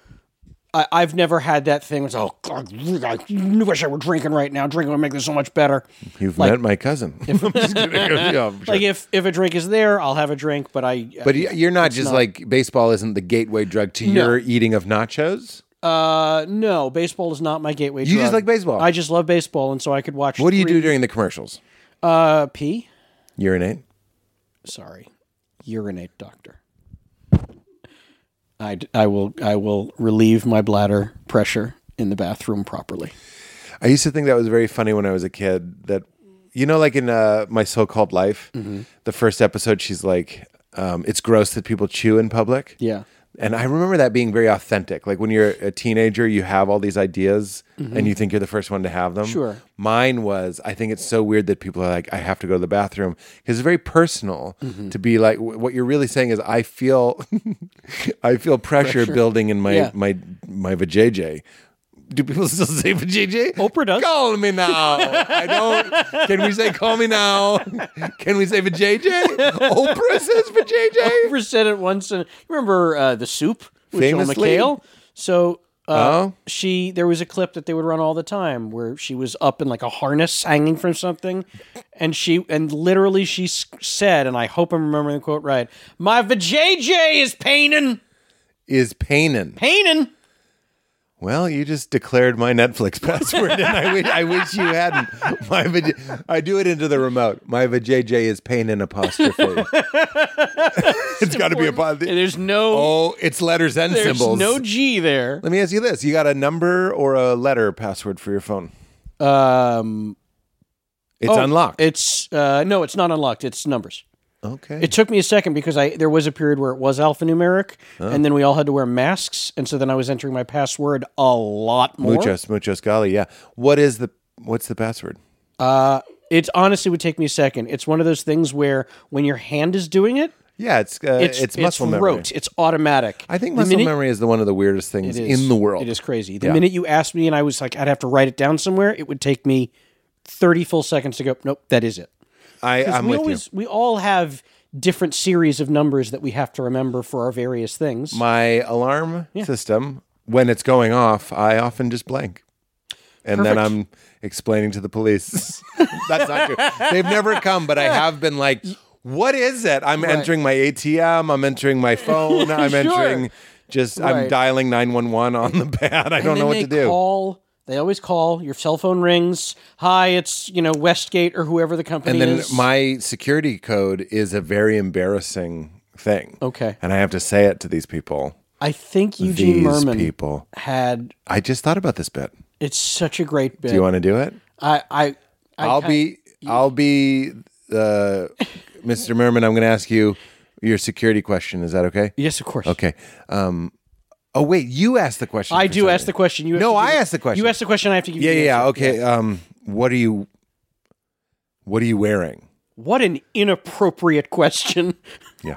[SPEAKER 2] I- I've never had that thing. It's oh, God, I wish I were drinking right now. Drinking would make this so much better.
[SPEAKER 1] You've
[SPEAKER 2] like-
[SPEAKER 1] met my cousin. I'm just kidding. Yeah, sure.
[SPEAKER 2] Like if if a drink is there, I'll have a drink. But I
[SPEAKER 1] but y- you're not just like baseball isn't the gateway drug to your eating of nachos.
[SPEAKER 2] Uh, no, baseball is not my gateway.
[SPEAKER 1] You just
[SPEAKER 2] drug.
[SPEAKER 1] like baseball?
[SPEAKER 2] I just love baseball, and so I could watch.
[SPEAKER 1] What do you do during the commercials?
[SPEAKER 2] Uh, pee.
[SPEAKER 1] Urinate.
[SPEAKER 2] Sorry, urinate, doctor. I, d- I will I will relieve my bladder pressure in the bathroom properly.
[SPEAKER 1] I used to think that was very funny when I was a kid. That you know, like in uh, my so-called life, the first episode, she's like, um, "It's gross that people chew in public."
[SPEAKER 2] Yeah.
[SPEAKER 1] And I remember that being very authentic. Like when you're a teenager, you have all these ideas and you think you're the first one to have them.
[SPEAKER 2] Mm-hmm. Sure.
[SPEAKER 1] Mine was, I think it's so weird that people are like, I have to go to the bathroom. Because it's very personal
[SPEAKER 2] Mm-hmm.
[SPEAKER 1] to be like, w- what you're really saying is, I feel, I feel pressure, building in my,
[SPEAKER 2] Yeah.
[SPEAKER 1] my, my vajayjay. Do people still say vajayjay?
[SPEAKER 2] Oprah does.
[SPEAKER 1] Call me now. I don't. Can we say call me now? Can we say vajayjay? Oprah says vajayjay.
[SPEAKER 2] Oprah said it once, and remember uh, the soup with
[SPEAKER 1] Famously.
[SPEAKER 2] Joel McHale. So. Uh,
[SPEAKER 1] Oh.
[SPEAKER 2] she there was a clip that they would run all the time where she was up in like a harness hanging from something, and she and literally she s- said, and I hope I'm remembering the quote right. My vajayjay is painin',
[SPEAKER 1] Is Painan.
[SPEAKER 2] painin'.
[SPEAKER 1] Well, you just declared my Netflix password, and I wish, I wish you hadn't. My vij- I do it into the remote. My vajayjay is pain in apostrophe. it's got to be
[SPEAKER 2] And
[SPEAKER 1] apostrophe.
[SPEAKER 2] there's no
[SPEAKER 1] Oh, it's letters and
[SPEAKER 2] there's
[SPEAKER 1] symbols.
[SPEAKER 2] no G there.
[SPEAKER 1] Let me ask you this: You got a number or a letter password for your phone?
[SPEAKER 2] Um,
[SPEAKER 1] It's
[SPEAKER 2] oh,
[SPEAKER 1] unlocked.
[SPEAKER 2] It's uh, no, it's not unlocked. It's numbers.
[SPEAKER 1] okay.
[SPEAKER 2] It took me a second because I there was a period where it was alphanumeric, and then we all had to wear masks, and so then I was entering my password a lot more.
[SPEAKER 1] muchos, muchos golly. Yeah. What is the what's the password?
[SPEAKER 2] Uh, it honestly would take me a second. It's one of those things where when your hand is doing it,
[SPEAKER 1] Yeah, it's uh,
[SPEAKER 2] it's
[SPEAKER 1] it's, muscle memory.
[SPEAKER 2] rote, it's automatic.
[SPEAKER 1] I think
[SPEAKER 2] The
[SPEAKER 1] muscle
[SPEAKER 2] minute-
[SPEAKER 1] memory is the one of the weirdest things
[SPEAKER 2] it is.
[SPEAKER 1] in the world.
[SPEAKER 2] It is crazy. The minute you asked me, and I was like, I'd have to write it down somewhere. It would take me thirty full seconds to go. Nope, that is it.
[SPEAKER 1] I, I'm
[SPEAKER 2] we
[SPEAKER 1] with you.
[SPEAKER 2] always we all have different series of numbers that we have to remember for our various things.
[SPEAKER 1] my alarm system when it's going off i often just blank and then
[SPEAKER 2] Perfect.
[SPEAKER 1] i'm explaining to the police that's not true they've never come but i have been like what is it i'm entering my atm i'm entering my phone i'm entering just i'm
[SPEAKER 2] Right.
[SPEAKER 1] dialing 911 on the pad i don't know what to do
[SPEAKER 2] Call, they always call. Your cell phone rings. Hi, it's you know Westgate or whoever the company
[SPEAKER 1] and then
[SPEAKER 2] is.
[SPEAKER 1] my security code is a very embarrassing thing
[SPEAKER 2] Okay.
[SPEAKER 1] and i have to say it to these people
[SPEAKER 2] I think Eugene
[SPEAKER 1] these
[SPEAKER 2] Merman
[SPEAKER 1] people
[SPEAKER 2] had.
[SPEAKER 1] i just thought about this bit
[SPEAKER 2] It's such a great bit.
[SPEAKER 1] do you want to do it
[SPEAKER 2] I I. I
[SPEAKER 1] I'll
[SPEAKER 2] kinda-
[SPEAKER 1] be I'll be uh, Mr. Merman. I'm going to ask you your security question. Is that okay?
[SPEAKER 2] Yes, of course.
[SPEAKER 1] Okay. Um, oh wait, you asked the question.
[SPEAKER 2] I
[SPEAKER 1] for
[SPEAKER 2] do
[SPEAKER 1] some
[SPEAKER 2] ask the
[SPEAKER 1] reason.
[SPEAKER 2] question. You have
[SPEAKER 1] No,
[SPEAKER 2] to give-
[SPEAKER 1] I asked the question.
[SPEAKER 2] You asked the question. I have to give
[SPEAKER 1] Yeah,
[SPEAKER 2] you. the
[SPEAKER 1] yeah, yeah.
[SPEAKER 2] answer.
[SPEAKER 1] Okay. Um, what are you? What are you wearing?
[SPEAKER 2] What an inappropriate question.
[SPEAKER 1] Yeah.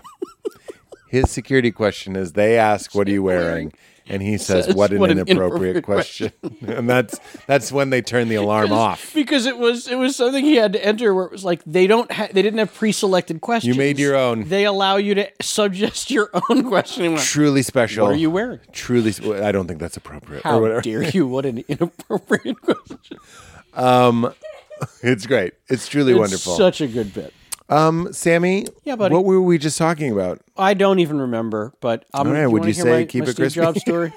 [SPEAKER 1] His security question is they ask, "What are you wearing?" And he says,
[SPEAKER 2] Says,
[SPEAKER 1] "What an
[SPEAKER 2] "What an
[SPEAKER 1] inappropriate
[SPEAKER 2] inappropriate
[SPEAKER 1] question." and that's that's when they turn the alarm off.
[SPEAKER 2] because it was it was something he had to enter where it was like they don't ha- they didn't have pre-selected questions.
[SPEAKER 1] made your own.
[SPEAKER 2] They allow you to suggest your own question. And went,
[SPEAKER 1] Truly special.
[SPEAKER 2] what are you wearing?
[SPEAKER 1] Truly, s- I don't think that's appropriate. or
[SPEAKER 2] How
[SPEAKER 1] whatever.
[SPEAKER 2] dare you? What an inappropriate question!
[SPEAKER 1] It's great. It's truly
[SPEAKER 2] It's
[SPEAKER 1] wonderful.
[SPEAKER 2] Such a good bit.
[SPEAKER 1] Um, Sammy.
[SPEAKER 2] Yeah, buddy.
[SPEAKER 1] What were we just talking about?
[SPEAKER 2] I don't even remember, but I'm.
[SPEAKER 1] All right,
[SPEAKER 2] you
[SPEAKER 1] would
[SPEAKER 2] wanna
[SPEAKER 1] you
[SPEAKER 2] hear
[SPEAKER 1] say
[SPEAKER 2] my,
[SPEAKER 1] keep
[SPEAKER 2] my
[SPEAKER 1] it
[SPEAKER 2] Steve
[SPEAKER 1] crispy?
[SPEAKER 2] Jobs story?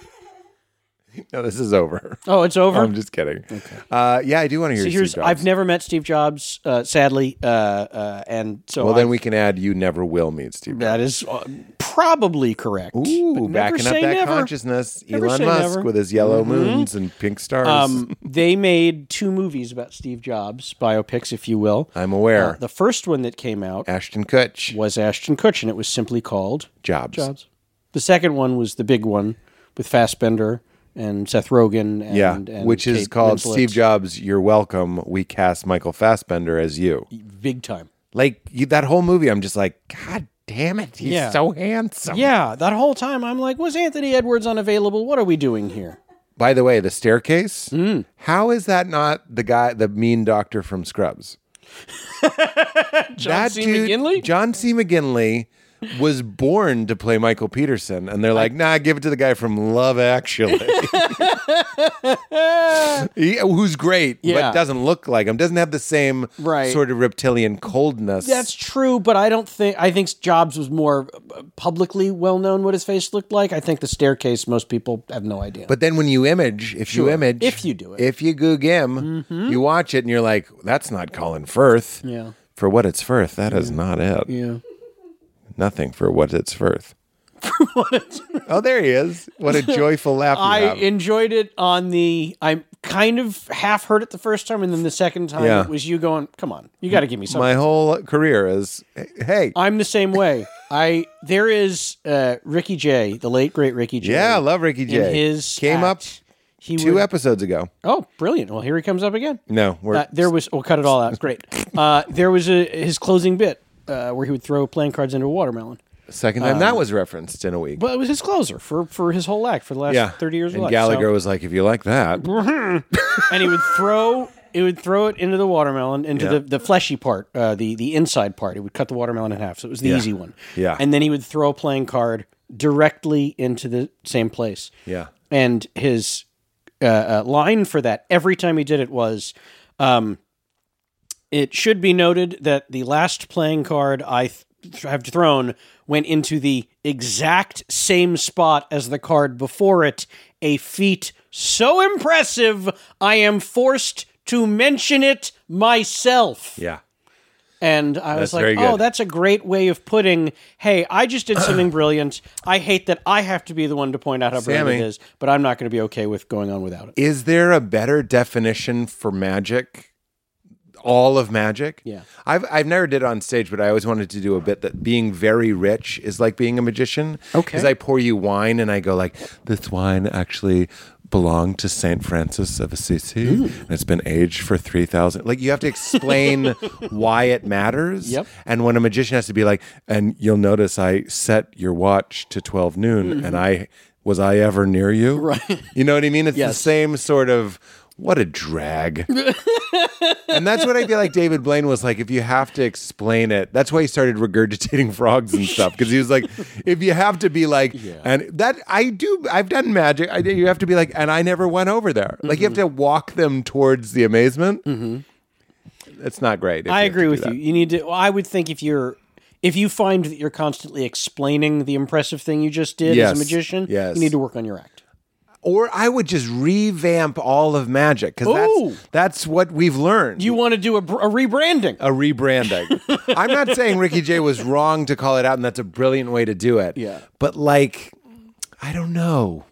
[SPEAKER 1] No, this is over.
[SPEAKER 2] Oh, it's over.
[SPEAKER 1] I'm just kidding. Uh, yeah, I do want to hear.
[SPEAKER 2] See,
[SPEAKER 1] Steve
[SPEAKER 2] here's
[SPEAKER 1] Jobs.
[SPEAKER 2] I've never met Steve Jobs, uh, sadly, uh, uh, and so
[SPEAKER 1] Well, then
[SPEAKER 2] I-
[SPEAKER 1] we can add. You never will meet Steve. Jobs.
[SPEAKER 2] that is uh, probably correct. But
[SPEAKER 1] Ooh,
[SPEAKER 2] never
[SPEAKER 1] backing up
[SPEAKER 2] say
[SPEAKER 1] that
[SPEAKER 2] never.
[SPEAKER 1] consciousness,
[SPEAKER 2] Never
[SPEAKER 1] Elon
[SPEAKER 2] say
[SPEAKER 1] Musk
[SPEAKER 2] never. Mm-hmm.
[SPEAKER 1] with his yellow moons and pink stars.
[SPEAKER 2] Um, they made two movies about Steve Jobs, biopics, if you will.
[SPEAKER 1] I'm aware.
[SPEAKER 2] Uh, the first one that came out
[SPEAKER 1] Ashton Kutch,
[SPEAKER 2] was Ashton Kutcher, and it was simply called
[SPEAKER 1] Jobs.
[SPEAKER 2] Jobs. The second one was the big one with Fassbender and Seth Rogen. And,
[SPEAKER 1] Yeah,
[SPEAKER 2] and
[SPEAKER 1] which is
[SPEAKER 2] Kate
[SPEAKER 1] called
[SPEAKER 2] Winslet.
[SPEAKER 1] Steve Jobs. You're welcome. We cast Michael Fassbender as you.
[SPEAKER 2] Big time.
[SPEAKER 1] Like you, that whole movie, I'm just like, God damn it, he's
[SPEAKER 2] Yeah.
[SPEAKER 1] so handsome.
[SPEAKER 2] Yeah, that whole time I'm like, was Anthony Edwards unavailable? What are we doing here?
[SPEAKER 1] By the way, the staircase.
[SPEAKER 2] Mm.
[SPEAKER 1] How is that not the guy, the mean doctor from Scrubs? John
[SPEAKER 2] C. McGinley?
[SPEAKER 1] John C. McGinley was born to play Michael Peterson, and they're like, "Nah, give it to the guy from Love Actually, He- who's great,
[SPEAKER 2] Yeah.
[SPEAKER 1] but doesn't look like him, doesn't have the same
[SPEAKER 2] Right.
[SPEAKER 1] sort of reptilian coldness."
[SPEAKER 2] That's true, but I don't think I think Jobs was more uh, publicly well known what his face looked like. I think the staircase most people have no idea.
[SPEAKER 1] But then when you image, if you image,
[SPEAKER 2] If you do it. Mm-hmm.
[SPEAKER 1] if you googim, you watch it and you're like, that's not Colin Firth.
[SPEAKER 2] Yeah.
[SPEAKER 1] For what it's worth, that is not it.
[SPEAKER 2] yeah.
[SPEAKER 1] Nothing for what it's worth. oh, there he is. What a joyful laugh you
[SPEAKER 2] I
[SPEAKER 1] have.
[SPEAKER 2] enjoyed it on the I kind of half heard it the first time and then the second time
[SPEAKER 1] Yeah.
[SPEAKER 2] it was you going, "Come on. You got to give me something."
[SPEAKER 1] My whole career is, hey,
[SPEAKER 2] I'm the same way. I there is uh, Ricky Jay, the late great Ricky Jay.
[SPEAKER 1] yeah, I love Ricky
[SPEAKER 2] in
[SPEAKER 1] J.
[SPEAKER 2] his
[SPEAKER 1] Came
[SPEAKER 2] act, He
[SPEAKER 1] up two
[SPEAKER 2] would-
[SPEAKER 1] episodes ago.
[SPEAKER 2] Oh, brilliant! Well, here he comes up again.
[SPEAKER 1] No, we're,
[SPEAKER 2] Uh, there was we'll cut it all out. Great. Uh, there was a his closing bit uh, where he would throw playing cards into a watermelon.
[SPEAKER 1] second time that was referenced in a week.
[SPEAKER 2] um, But it was his closer for, for his whole act for the last
[SPEAKER 1] yeah.
[SPEAKER 2] thirty years. of
[SPEAKER 1] And
[SPEAKER 2] life.
[SPEAKER 1] Gallagher
[SPEAKER 2] So-
[SPEAKER 1] was like, if you like that,
[SPEAKER 2] and he would throw it would throw it into the watermelon into
[SPEAKER 1] Yeah.
[SPEAKER 2] the, the fleshy part, uh, the the inside part. It would cut the watermelon in half, so it was the easy one.
[SPEAKER 1] Yeah.
[SPEAKER 2] and then he would throw a playing card directly into the same place.
[SPEAKER 1] Yeah.
[SPEAKER 2] and his uh, uh, line for that every time he did it was. Um, it should be noted that the last playing card I th- have thrown went into the exact same spot as the card before it, a feat so impressive I am forced to mention it myself.
[SPEAKER 1] yeah.
[SPEAKER 2] And I was
[SPEAKER 1] That's very
[SPEAKER 2] like,
[SPEAKER 1] good.
[SPEAKER 2] oh, that's a great way of putting, hey, I just did something brilliant. I hate that I have to be the one to point out how brilliant
[SPEAKER 1] Sammy.
[SPEAKER 2] it is, but I'm not going to be okay with going on without it.
[SPEAKER 1] is there a better definition for magic? All of magic?
[SPEAKER 2] Yeah.
[SPEAKER 1] I've I've never did it on stage, but I always wanted to do a bit that being very rich is like being a magician.
[SPEAKER 2] Okay.
[SPEAKER 1] Because I pour you wine and I go like, this wine actually belonged to Saint Francis of Assisi and it's been aged for three thousand. Like you have to explain why it matters.
[SPEAKER 2] Yep.
[SPEAKER 1] And when a magician has to be like, and you'll notice I set your watch to twelve noon and I was I ever near you? Right. You know what I mean? It's the
[SPEAKER 2] Mm-hmm. Yes.
[SPEAKER 1] same sort of what a drag. and that's what I feel like David Blaine was like. If you have to explain it, that's why he started regurgitating frogs and stuff because he was like, if you have to be like, and that I do, I've done magic. I, do- you have to be like, and I never went over there. Like you
[SPEAKER 2] Mm-hmm.
[SPEAKER 1] have to walk them towards the amazement. It's not great. if
[SPEAKER 2] I
[SPEAKER 1] have to
[SPEAKER 2] agree
[SPEAKER 1] do
[SPEAKER 2] with
[SPEAKER 1] that.
[SPEAKER 2] you. You need to. well, I would think if you're if you find that you're constantly explaining the impressive thing you just did
[SPEAKER 1] Yes.
[SPEAKER 2] as a magician,
[SPEAKER 1] Yes.
[SPEAKER 2] you need to work on your act.
[SPEAKER 1] Or I would just revamp all of magic because
[SPEAKER 2] Ooh.
[SPEAKER 1] that's that's what we've learned.
[SPEAKER 2] You want to do a, br- a rebranding.
[SPEAKER 1] a rebranding. I'm not saying Ricky Jay was wrong to call it out, and that's a brilliant way to do it.
[SPEAKER 2] Yeah.
[SPEAKER 1] But like, I don't know.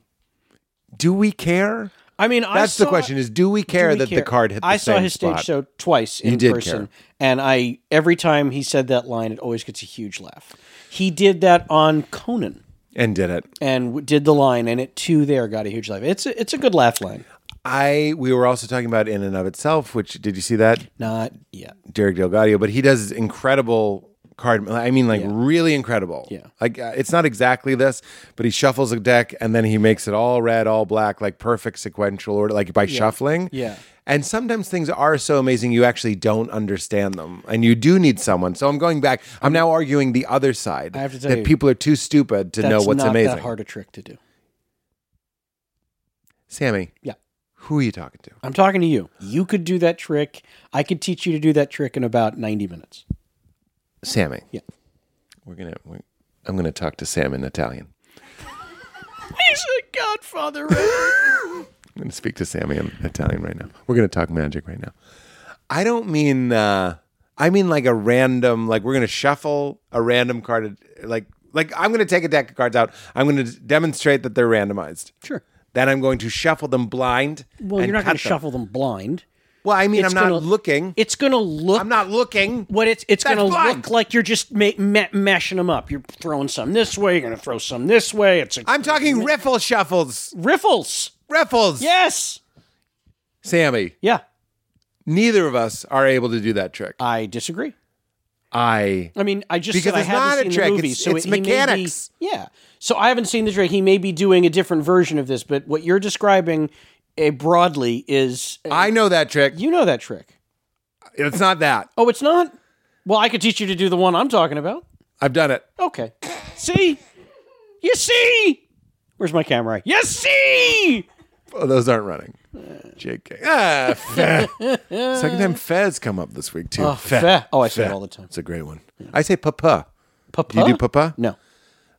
[SPEAKER 1] Do we care?
[SPEAKER 2] I mean, I
[SPEAKER 1] That's
[SPEAKER 2] saw-
[SPEAKER 1] the question: Is do we care
[SPEAKER 2] we
[SPEAKER 1] that the card hit? The
[SPEAKER 2] I saw
[SPEAKER 1] same
[SPEAKER 2] his
[SPEAKER 1] spot?
[SPEAKER 2] stage show twice in
[SPEAKER 1] did care.
[SPEAKER 2] person, and I every time he said that line, it always gets a huge laugh. He did that on Conan
[SPEAKER 1] and did it.
[SPEAKER 2] and w- did the line, and it too there got a huge laugh. It's a, it's a good laugh line.
[SPEAKER 1] I we were also talking about in and of itself, which did you see that
[SPEAKER 2] Not yet.
[SPEAKER 1] Derek Delgadio? But he does incredible card. I mean, like really incredible.
[SPEAKER 2] Yeah.
[SPEAKER 1] Like uh, it's not exactly this, but he shuffles a deck and then he makes it all red, all black, like perfect sequential order, like by shuffling.
[SPEAKER 2] Yeah.
[SPEAKER 1] And sometimes things are so amazing you actually don't understand them, and you do need someone. So I'm going back. I'm now arguing the other side. I
[SPEAKER 2] have to tell
[SPEAKER 1] that
[SPEAKER 2] you,
[SPEAKER 1] people are too stupid to
[SPEAKER 2] That's
[SPEAKER 1] know what's
[SPEAKER 2] not
[SPEAKER 1] amazing.
[SPEAKER 2] that hard a trick to do.
[SPEAKER 1] Sammy,
[SPEAKER 2] Yeah.
[SPEAKER 1] who are you talking to?
[SPEAKER 2] I'm talking to you. You could do that trick. I could teach you to do that trick in about 90 minutes.
[SPEAKER 1] Sammy.
[SPEAKER 2] Yeah.
[SPEAKER 1] We're gonna. We're, I'm gonna talk to Sam in Italian.
[SPEAKER 2] He's like, Godfather reference.
[SPEAKER 1] I'm going to speak to Sammy. I'm Italian right now. We're going to talk magic right now. I don't mean. uh I mean like a random. Like we're going to shuffle a random card. Like like I'm going to take a deck of cards out. I'm going to demonstrate that they're randomized.
[SPEAKER 2] Sure.
[SPEAKER 1] Then I'm going to shuffle them blind.
[SPEAKER 2] Well,
[SPEAKER 1] and
[SPEAKER 2] you're not
[SPEAKER 1] cut
[SPEAKER 2] going to
[SPEAKER 1] them.
[SPEAKER 2] shuffle them blind.
[SPEAKER 1] Well, I mean, I'm
[SPEAKER 2] It's
[SPEAKER 1] not
[SPEAKER 2] gonna-
[SPEAKER 1] looking.
[SPEAKER 2] It's going to look.
[SPEAKER 1] I'm not looking.
[SPEAKER 2] What it's it's
[SPEAKER 1] That's
[SPEAKER 2] going to
[SPEAKER 1] blind.
[SPEAKER 2] look like you're just ma- ma- mashing them up. You're throwing some this way. You're going to throw some this way. It's a
[SPEAKER 1] I'm talking riffle shuffles.
[SPEAKER 2] riffles.
[SPEAKER 1] Riffles.
[SPEAKER 2] Yes.
[SPEAKER 1] Sammy,
[SPEAKER 2] Yeah.
[SPEAKER 1] neither of us are able to do that trick.
[SPEAKER 2] I disagree.
[SPEAKER 1] I
[SPEAKER 2] I mean, I just
[SPEAKER 1] Because
[SPEAKER 2] said I
[SPEAKER 1] it's
[SPEAKER 2] haven't
[SPEAKER 1] not a
[SPEAKER 2] seen
[SPEAKER 1] trick,
[SPEAKER 2] the movie,
[SPEAKER 1] it's-
[SPEAKER 2] so
[SPEAKER 1] it's
[SPEAKER 2] he may be-
[SPEAKER 1] mechanics.
[SPEAKER 2] yeah, so I haven't seen the trick. He may be doing a different version of this, but what you're describing eh, broadly is
[SPEAKER 1] I know that trick.
[SPEAKER 2] you know that trick.
[SPEAKER 1] It's not that.
[SPEAKER 2] Oh, it's not. Well, I could teach you to do the one I'm talking about.
[SPEAKER 1] I've done it.
[SPEAKER 2] Okay. See, you see. Where's my camera? You see.
[SPEAKER 1] Oh, those aren't running. JK. Ah, feh. Second time Fez come up this week too. Feh.
[SPEAKER 2] Feh. Oh, I say it all the time.
[SPEAKER 1] It's a great one. I say papa.
[SPEAKER 2] Papa.
[SPEAKER 1] Do you do papa?
[SPEAKER 2] No.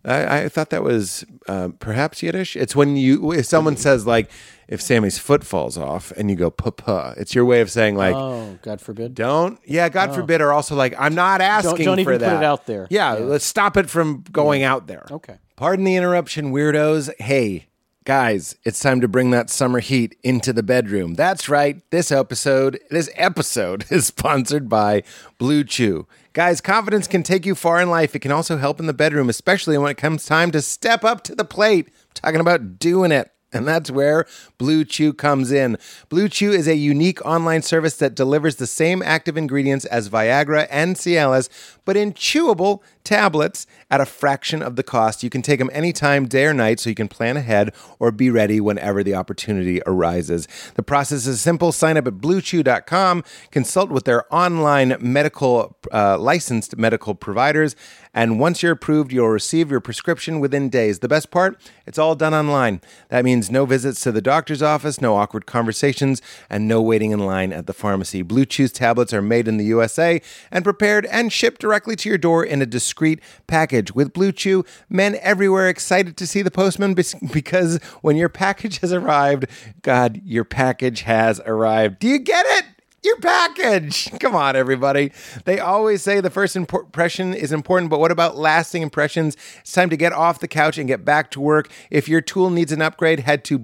[SPEAKER 1] I, I thought that was uh, perhaps Yiddish. It's when you if someone says like if Sammy's foot falls off and you go papa. It's your way of saying like
[SPEAKER 2] Oh, God forbid.
[SPEAKER 1] Don't. Yeah, God forbid, or also like I'm not asking
[SPEAKER 2] Oh. don't
[SPEAKER 1] for
[SPEAKER 2] even put
[SPEAKER 1] that.
[SPEAKER 2] it out there.
[SPEAKER 1] Yeah, let's stop it from going out there.
[SPEAKER 2] Okay.
[SPEAKER 1] Pardon the interruption, weirdos. Hey, guys, it's time to bring that summer heat into the bedroom. That's right. This episode, this episode is sponsored by Blue Chew. Guys, confidence can take you far in life. It can also help in the bedroom, especially when it comes time to step up to the plate. I'm talking about doing it. And that's where Blue Chew comes in. Blue Chew is a unique online service that delivers the same active ingredients as Viagra and Cialis, but in chewable tablets at a fraction of the cost. You can take them anytime, day or night, so you can plan ahead or be ready whenever the opportunity arises. The process is simple. Sign up at bluechew.com, consult with their online medical, uh, licensed medical providers, and once you're approved, you'll receive your prescription within days. The best part, it's all done online. That means no visits to the doctor's office, no awkward conversations, and no waiting in line at the pharmacy. Blue Chew tablets are made in the USA and prepared and shipped directly to your door in a discreet package. With Blue Chew, men everywhere excited to see the postman bes- because when your package has arrived, God, your package has arrived. Do you get it? your package. Come on, everybody. They always say the first impor- impression is important, but what about lasting impressions? It's time to get off the couch and get back to work. If your tool needs an upgrade, head to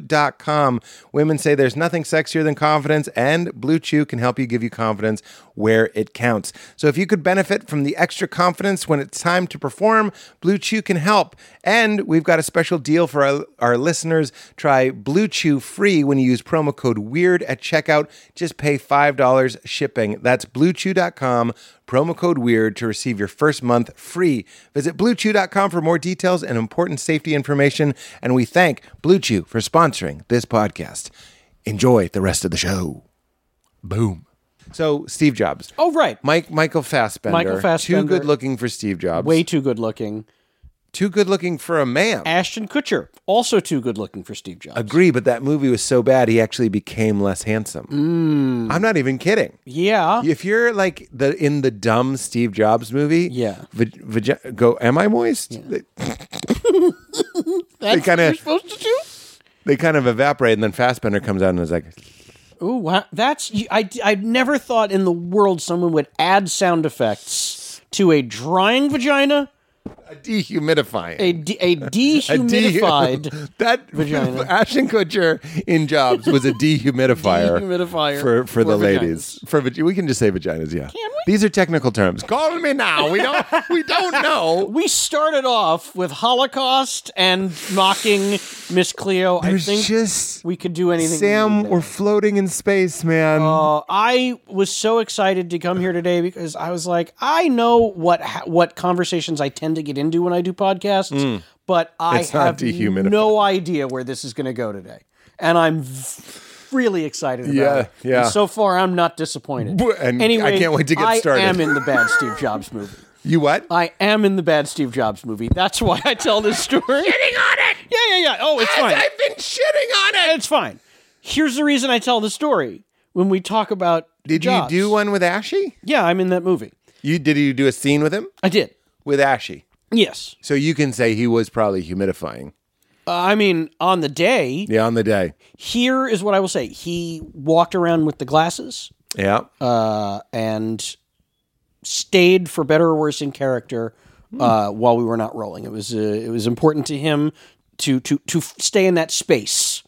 [SPEAKER 1] bluechew.com. Women say there's nothing sexier than confidence, and Blue Chew can help you give you confidence where it counts. So if you could benefit from the extra confidence when it's time to perform, Blue Chew can help. And we've got a special deal for our, our listeners. Try Blue Chew free when you use promo code WEIRD at checkout. Just pay $5 shipping. That's bluechew.com, promo code WEIRD to receive your first month free. Visit bluechew.com for more details and important safety information. And we thank Blue Chew for sponsoring this podcast. Enjoy the rest of the show. Boom. So, Steve Jobs.
[SPEAKER 2] Oh, right.
[SPEAKER 1] Mike Michael Fassbender.
[SPEAKER 2] Michael
[SPEAKER 1] Too
[SPEAKER 2] Fassbender.
[SPEAKER 1] good looking for Steve Jobs.
[SPEAKER 2] Way too good looking.
[SPEAKER 1] Too good looking for a man.
[SPEAKER 2] Ashton Kutcher, also too good looking for Steve Jobs.
[SPEAKER 1] Agree, but that movie was so bad he actually became less handsome.
[SPEAKER 2] Mm.
[SPEAKER 1] I'm not even kidding.
[SPEAKER 2] yeah.
[SPEAKER 1] If you're like the in the dumb Steve Jobs movie,
[SPEAKER 2] Yeah.
[SPEAKER 1] vag- vag- go. Am I moist? they kind of
[SPEAKER 2] supposed to do?
[SPEAKER 1] they kind of evaporate, and then Fassbender comes out and is like,
[SPEAKER 2] Ooh, wow. That's you- I I never thought in the world someone would add sound effects to a drying vagina,
[SPEAKER 1] a dehumidifying.
[SPEAKER 2] a de- a
[SPEAKER 1] A dehu-
[SPEAKER 2] dehumidified.
[SPEAKER 1] that
[SPEAKER 2] vagina.
[SPEAKER 1] Ashton Kutcher in Jobs was a dehumidifier.
[SPEAKER 2] Dehumidifier
[SPEAKER 1] for, for the
[SPEAKER 2] for
[SPEAKER 1] ladies. For vag- we can just say vaginas. Yeah. Can we? These are technical terms. Call me now. We don't. we don't know.
[SPEAKER 2] we started off with Holocaust and mocking Miss Cleo. I
[SPEAKER 1] There's
[SPEAKER 2] think
[SPEAKER 1] just
[SPEAKER 2] we could do anything.
[SPEAKER 1] Sam.
[SPEAKER 2] we
[SPEAKER 1] We're
[SPEAKER 2] need
[SPEAKER 1] floating in space, man.
[SPEAKER 2] there. Uh, I was so excited to come here today because I was like, I know what ha- what conversations I tend to get into when I do podcasts, but I
[SPEAKER 1] It's not
[SPEAKER 2] have
[SPEAKER 1] dehumidified.
[SPEAKER 2] no idea where this is going to go today, and I'm v- really excited about
[SPEAKER 1] Yeah,
[SPEAKER 2] it. And
[SPEAKER 1] yeah.
[SPEAKER 2] so far, I'm not disappointed.
[SPEAKER 1] Bu- and I can't wait to get started.
[SPEAKER 2] I am in the bad Steve Jobs movie.
[SPEAKER 1] you what?
[SPEAKER 2] I am in the bad Steve Jobs movie. That's why I tell this story. Shitting on it. Yeah, yeah, yeah. Oh, it's fine.
[SPEAKER 1] I've been shitting on it.
[SPEAKER 2] It's fine. Here's the reason I tell the story. When we talk about
[SPEAKER 1] Did
[SPEAKER 2] jobs.
[SPEAKER 1] you do one with Ashy?
[SPEAKER 2] Yeah, I'm in that movie.
[SPEAKER 1] You did you do a scene with him
[SPEAKER 2] I did.
[SPEAKER 1] with Ashy?
[SPEAKER 2] Yes.
[SPEAKER 1] So you can say he was probably humidifying.
[SPEAKER 2] Uh, I mean, on the day,
[SPEAKER 1] Yeah, on the day.
[SPEAKER 2] here is what I will say. He walked around with the glasses
[SPEAKER 1] Yeah.
[SPEAKER 2] uh, and stayed for better or worse in character
[SPEAKER 1] Hmm.
[SPEAKER 2] uh, while we were not rolling. It was uh, it was important to him to to to f- stay in that space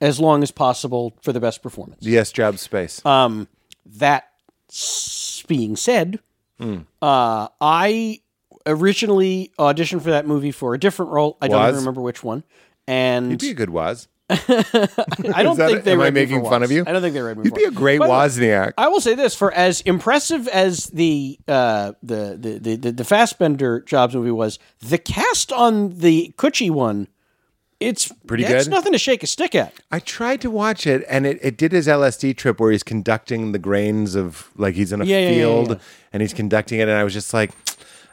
[SPEAKER 2] as long as possible for the best performance.
[SPEAKER 1] yes, job space.
[SPEAKER 2] uh, That s- being said,
[SPEAKER 1] Hmm.
[SPEAKER 2] uh, I originally auditioned for that movie for a different role. I don't
[SPEAKER 1] Was?
[SPEAKER 2] even remember which one. And
[SPEAKER 1] You'd be a good Woz.
[SPEAKER 2] I don't
[SPEAKER 1] Is that
[SPEAKER 2] think
[SPEAKER 1] it?
[SPEAKER 2] they
[SPEAKER 1] Am I
[SPEAKER 2] read me
[SPEAKER 1] making
[SPEAKER 2] for
[SPEAKER 1] fun of
[SPEAKER 2] Woz.
[SPEAKER 1] you?
[SPEAKER 2] I don't think they read me
[SPEAKER 1] You'd
[SPEAKER 2] for
[SPEAKER 1] be a
[SPEAKER 2] Woz.
[SPEAKER 1] great
[SPEAKER 2] By the way,
[SPEAKER 1] Wozniak.
[SPEAKER 2] I will say this: for as impressive as the uh, the the the the, the Fassbender Jobs movie was, the cast on the Coochie one, it's
[SPEAKER 1] Pretty
[SPEAKER 2] that's
[SPEAKER 1] good?
[SPEAKER 2] nothing to shake a stick at.
[SPEAKER 1] I tried to watch it, and it, it did his LSD trip where he's conducting the grains of like he's in a
[SPEAKER 2] Yeah, yeah, yeah,
[SPEAKER 1] field
[SPEAKER 2] yeah.
[SPEAKER 1] and he's conducting it, and I was just like,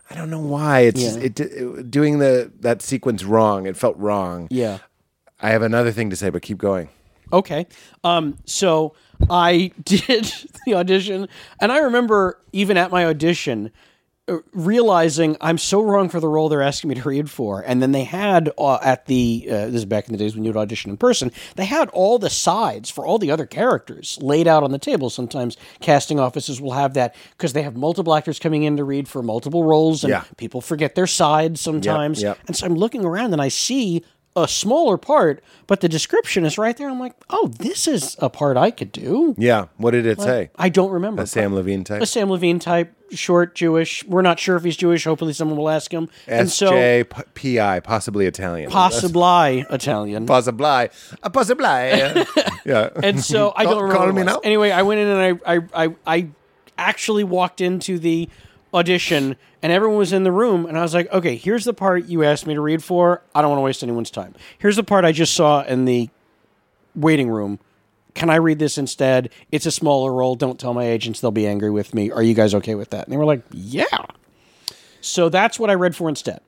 [SPEAKER 1] I don't know why it's just, it, it doing the that sequence wrong. It felt wrong.
[SPEAKER 2] Yeah.
[SPEAKER 1] I have another thing to say, but keep going.
[SPEAKER 2] Okay. Um. So I did the audition, and I remember even at my audition uh, realizing I'm so wrong for the role they're asking me to read for. And then they had uh, at the uh, this is back in the days when you would audition in person. They had all the sides for all the other characters laid out on the table. Sometimes casting offices will have that because they have multiple actors coming in to read for multiple roles, and
[SPEAKER 1] Yeah.
[SPEAKER 2] people forget their sides sometimes.
[SPEAKER 1] yep.
[SPEAKER 2] And so I'm looking around and I see a smaller part, but the description is right there. I'm like, oh, this is a part I could do.
[SPEAKER 1] Yeah, what did it say?
[SPEAKER 2] I don't remember.
[SPEAKER 1] Sam Levine type.
[SPEAKER 2] a Sam Levine type, short, Jewish. We're not sure if he's Jewish. Hopefully, someone will ask him. and so,
[SPEAKER 1] SJ p- PI, possibly Italian.
[SPEAKER 2] possibly Italian.
[SPEAKER 1] possibly. Uh, possibly. yeah.
[SPEAKER 2] and so I don't
[SPEAKER 1] Call-
[SPEAKER 2] remember.
[SPEAKER 1] call
[SPEAKER 2] what it
[SPEAKER 1] me
[SPEAKER 2] was.
[SPEAKER 1] now?
[SPEAKER 2] Anyway, I went in and I, I I I actually walked into the audition and everyone was in the room and I was like, okay, here's the part you asked me to read for. I don't want to waste anyone's time. Here's the part I just saw in the waiting room. Can I read this instead? It's a smaller role. Don't tell my agents; they'll be angry with me. Are you guys okay with that? And they were like, yeah. So that's what I read for instead.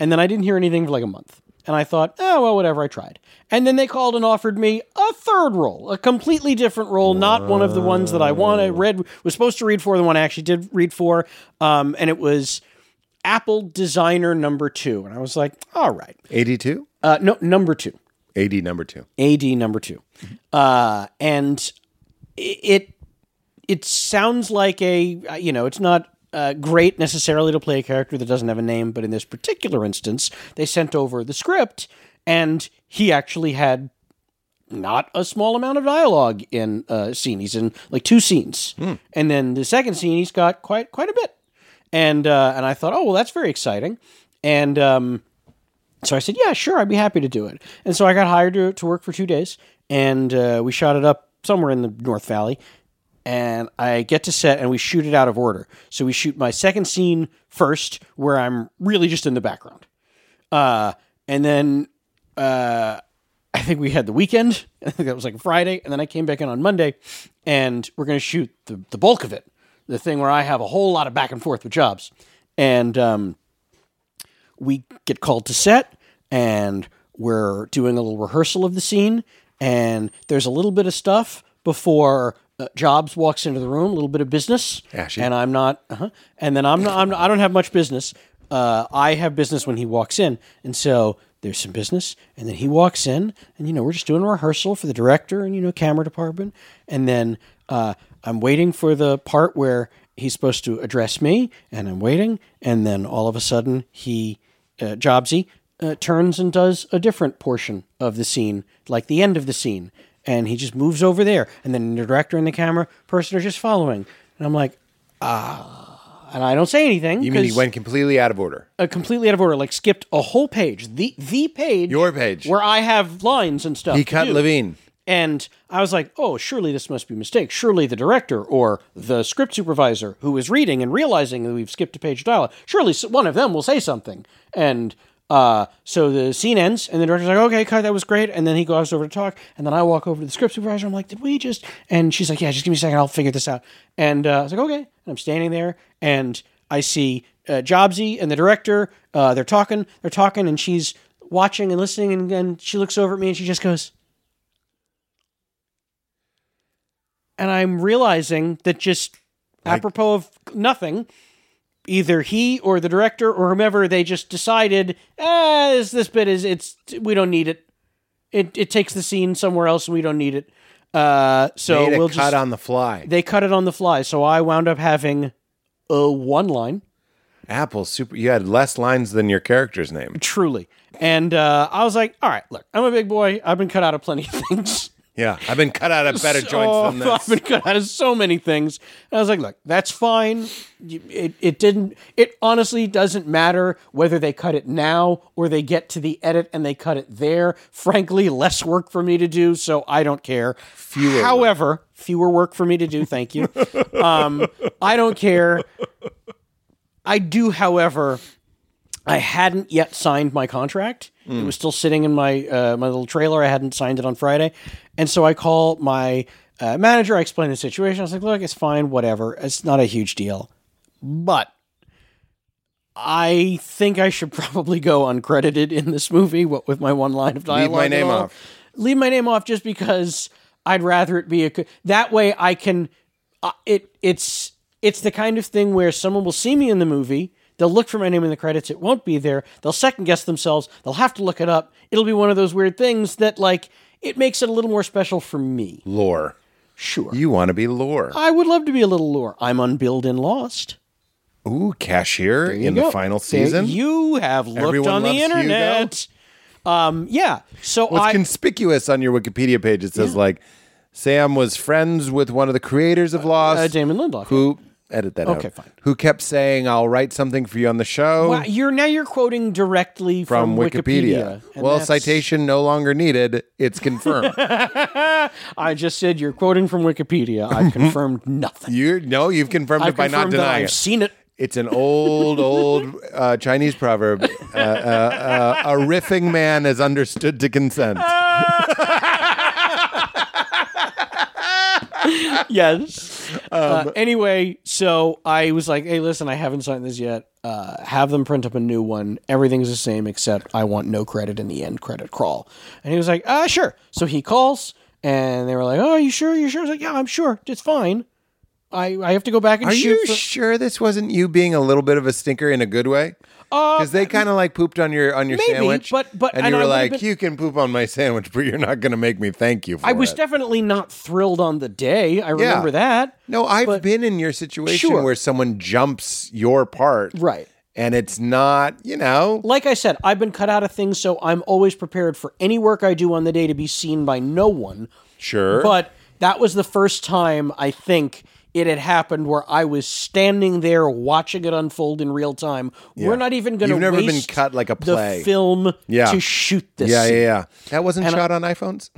[SPEAKER 2] And then I didn't hear anything for like a month. And I thought, oh, well, whatever, I tried. And then they called and offered me a third role, a completely different role, not one of the ones that I wanted. I read, was supposed to read for, the one I actually did read for. Um, and it was Apple Designer number two. And I was like, all right.
[SPEAKER 1] 82?
[SPEAKER 2] Uh, no, number two.
[SPEAKER 1] AD number two.
[SPEAKER 2] AD number two, uh, and i- it it sounds like a uh, you know it's not uh, great necessarily to play a character that doesn't have a name, but in this particular instance, they sent over the script, and he actually had not a small amount of dialogue in a scene. He's in like two scenes, and then the second scene he's got quite quite a bit, and uh, and I thought, oh well, that's very exciting, and. Um, so I said, yeah, sure, I'd be happy to do it. And so I got hired to, to work for two days, and uh, we shot it up somewhere in the North Valley. And I get to set, and we shoot it out of order. So we shoot my second scene first, where I'm really just in the background. Uh, and then uh, I think we had the weekend. I think that was like Friday. And then I came back in on Monday, and we're going to shoot the, the bulk of it the thing where I have a whole lot of back and forth with jobs. And um, we get called to set and we're doing a little rehearsal of the scene and there's a little bit of stuff before uh, Jobs walks into the room, a little bit of business,
[SPEAKER 1] Ashy.
[SPEAKER 2] and I'm not, uh and then I'm not, I'm not, I don't have much business. Uh, I have business when he walks in, and so there's some business, and then he walks in, and you know we're just doing a rehearsal for the director and you know camera department, and then uh, I'm waiting for the part where he's supposed to address me, and I'm waiting, and then all of a sudden he uh, Jobsy uh, turns and does a different portion of the scene, like the end of the scene, and he just moves over there, and then the director and the camera person are just following, and I'm like, ah, and I don't say anything.
[SPEAKER 1] You mean he
[SPEAKER 2] 'cause,
[SPEAKER 1] went completely out of order?
[SPEAKER 2] uh, completely out of order, like skipped a whole page, the the page,
[SPEAKER 1] Your page.
[SPEAKER 2] where I have lines and stuff.
[SPEAKER 1] He
[SPEAKER 2] to
[SPEAKER 1] cut
[SPEAKER 2] do.
[SPEAKER 1] Levine.
[SPEAKER 2] And I was like, oh, surely this must be a mistake. Surely the director or the script supervisor who is reading and realizing that we've skipped a page of dialogue, surely s- one of them will say something. And uh, so the scene ends, and the director's like, okay, cut, that was great. And then he goes over to talk, and then I walk over to the script supervisor. I'm like, did we just. And she's like, yeah, just give me a second, I'll figure this out. And uh, I was like, okay. And I'm standing there, and I see uh, Jobsy and the director. Uh, they're talking, they're talking, and she's watching and listening, and then she looks over at me and she just goes, and I'm realizing that just apropos of nothing, either he or the director or whomever they just decided, ah, this, this bit is it's we don't need it. It it takes the scene somewhere else and we don't need it. Uh, so
[SPEAKER 1] Made a
[SPEAKER 2] we'll
[SPEAKER 1] cut
[SPEAKER 2] just
[SPEAKER 1] on the fly.
[SPEAKER 2] they cut it on the fly. So I wound up having a one line.
[SPEAKER 1] Apple super. You had less lines than your character's name.
[SPEAKER 2] truly. And uh, I was like, all right, look, I'm a big boy. I've been cut out of plenty of things.
[SPEAKER 1] Yeah, I've been cut out of better joints than
[SPEAKER 2] Oh, I've
[SPEAKER 1] this.
[SPEAKER 2] been cut out of so many things. And I was like, look, that's fine. You- It, it didn't, it honestly doesn't matter whether they cut it now or they get to the edit and they cut it there. Frankly, less work for me to do, so I don't care. Fewer. However, fewer work for me to do. Thank you. um, I don't care. I do, however, I hadn't yet signed my contract. It was still sitting in my uh, my little trailer. I hadn't signed it on Friday, and so I call my uh, manager. I explain the situation. I was like, "Look, it's fine, whatever. It's not a huge deal, but I think I should probably go uncredited in this movie. What with my one line of dialogue,
[SPEAKER 1] my
[SPEAKER 2] and
[SPEAKER 1] name
[SPEAKER 2] all.
[SPEAKER 1] off.
[SPEAKER 2] Leave my name off just because I'd rather it be a co- that way. I can. Uh, it it's it's the kind of thing where someone will see me in the movie. They'll look for my name in the credits. It won't be there. They'll second guess themselves. They'll have to look it up. It'll be one of those weird things that like it makes it a little more special for me.
[SPEAKER 1] Lore.
[SPEAKER 2] Sure.
[SPEAKER 1] You want to be lore.
[SPEAKER 2] I would love to be a little lore. I'm unbilled and lost.
[SPEAKER 1] Ooh, cashier in the
[SPEAKER 2] Go.
[SPEAKER 1] final
[SPEAKER 2] There-
[SPEAKER 1] season.
[SPEAKER 2] You have looked
[SPEAKER 1] Everyone
[SPEAKER 2] on the
[SPEAKER 1] loves Hugo.
[SPEAKER 2] internet. Um, yeah. So
[SPEAKER 1] Well, it's
[SPEAKER 2] I
[SPEAKER 1] conspicuous on your Wikipedia page. It says like Sam was friends with one of the creators of Lost,
[SPEAKER 2] uh, Damon Lindelof.
[SPEAKER 1] who edit that out.
[SPEAKER 2] Okay, fine.
[SPEAKER 1] Who kept saying, "I'll write something for you on the show."
[SPEAKER 2] Wow, you're now you're quoting directly
[SPEAKER 1] From
[SPEAKER 2] from,
[SPEAKER 1] Wikipedia.
[SPEAKER 2] and
[SPEAKER 1] well,
[SPEAKER 2] that's-
[SPEAKER 1] citation no longer needed. It's confirmed.
[SPEAKER 2] I just said you're quoting from Wikipedia. I've confirmed nothing.
[SPEAKER 1] you no, you've confirmed
[SPEAKER 2] I've
[SPEAKER 1] it by not
[SPEAKER 2] confirmed that
[SPEAKER 1] denying
[SPEAKER 2] I've
[SPEAKER 1] it.
[SPEAKER 2] seen it.
[SPEAKER 1] It's an old, old uh, Chinese proverb. Uh, uh, uh, a riffing man is understood to consent.
[SPEAKER 2] Um, yes.
[SPEAKER 1] Um,
[SPEAKER 2] Uh, anyway, so I was like, hey, listen, I haven't signed this yet. Uh, have them print up a new one. Everything's the same except I want no credit in the end credit crawl. And he was like, ah, sure. So he calls and they were like, oh, you sure? You sure? I was like, yeah, I'm sure. It's fine. I, I have to go back and
[SPEAKER 1] Are
[SPEAKER 2] shoot.
[SPEAKER 1] you
[SPEAKER 2] for-
[SPEAKER 1] sure this wasn't you being a little bit of a stinker in a good way? Because they kind of like pooped on your on your
[SPEAKER 2] Um, maybe,
[SPEAKER 1] sandwich,
[SPEAKER 2] but- but-
[SPEAKER 1] and,
[SPEAKER 2] and
[SPEAKER 1] you
[SPEAKER 2] I
[SPEAKER 1] were
[SPEAKER 2] would've
[SPEAKER 1] like,
[SPEAKER 2] been-
[SPEAKER 1] "You can poop on my sandwich, but you're not going to make me thank you for
[SPEAKER 2] I was
[SPEAKER 1] it."
[SPEAKER 2] definitely not thrilled on the day. I remember that.
[SPEAKER 1] no, I've been in your situation
[SPEAKER 2] Sure.
[SPEAKER 1] where someone jumps your part,
[SPEAKER 2] Right.
[SPEAKER 1] And it's not, you know,
[SPEAKER 2] like I said, I've been cut out of things, so I'm always prepared for any work I do on the day to be seen by no one.
[SPEAKER 1] sure,
[SPEAKER 2] But that was the first time I think it had happened where I was standing there watching it unfold in real time. We're not even going to.
[SPEAKER 1] You've never been cut like a play.
[SPEAKER 2] The film
[SPEAKER 1] Yeah.
[SPEAKER 2] to shoot this.
[SPEAKER 1] yeah, yeah,
[SPEAKER 2] scene.
[SPEAKER 1] yeah. That wasn't shot on iPhones.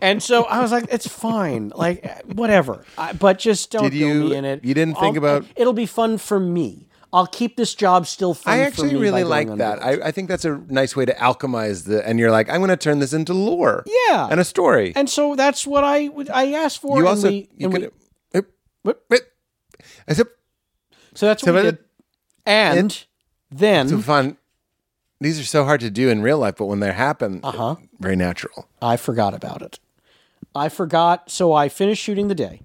[SPEAKER 2] And so I was like, it's fine, like whatever. I, but just don't
[SPEAKER 1] Did
[SPEAKER 2] bill
[SPEAKER 1] you-
[SPEAKER 2] me in it.
[SPEAKER 1] you didn't think about-
[SPEAKER 2] It'll be fun for me. I'll keep this job still fun.
[SPEAKER 1] I
[SPEAKER 2] for
[SPEAKER 1] actually
[SPEAKER 2] me by
[SPEAKER 1] really
[SPEAKER 2] going
[SPEAKER 1] like
[SPEAKER 2] under
[SPEAKER 1] that.
[SPEAKER 2] it.
[SPEAKER 1] I, I think that's a nice way to alchemize the. And you're like, I'm going to turn this into lore,
[SPEAKER 2] Yeah.
[SPEAKER 1] and a story.
[SPEAKER 2] and so that's what I would- I asked for.
[SPEAKER 1] you
[SPEAKER 2] and
[SPEAKER 1] also
[SPEAKER 2] we-
[SPEAKER 1] you
[SPEAKER 2] and we-
[SPEAKER 1] could. Oop, oop, oop. I said,
[SPEAKER 2] So that's what we
[SPEAKER 1] So
[SPEAKER 2] did. And
[SPEAKER 1] "It's
[SPEAKER 2] then
[SPEAKER 1] fun. These are so hard to do in real life, but when they happen,
[SPEAKER 2] Uh-huh.
[SPEAKER 1] very natural.
[SPEAKER 2] I forgot about it. I forgot. So I finished shooting the day.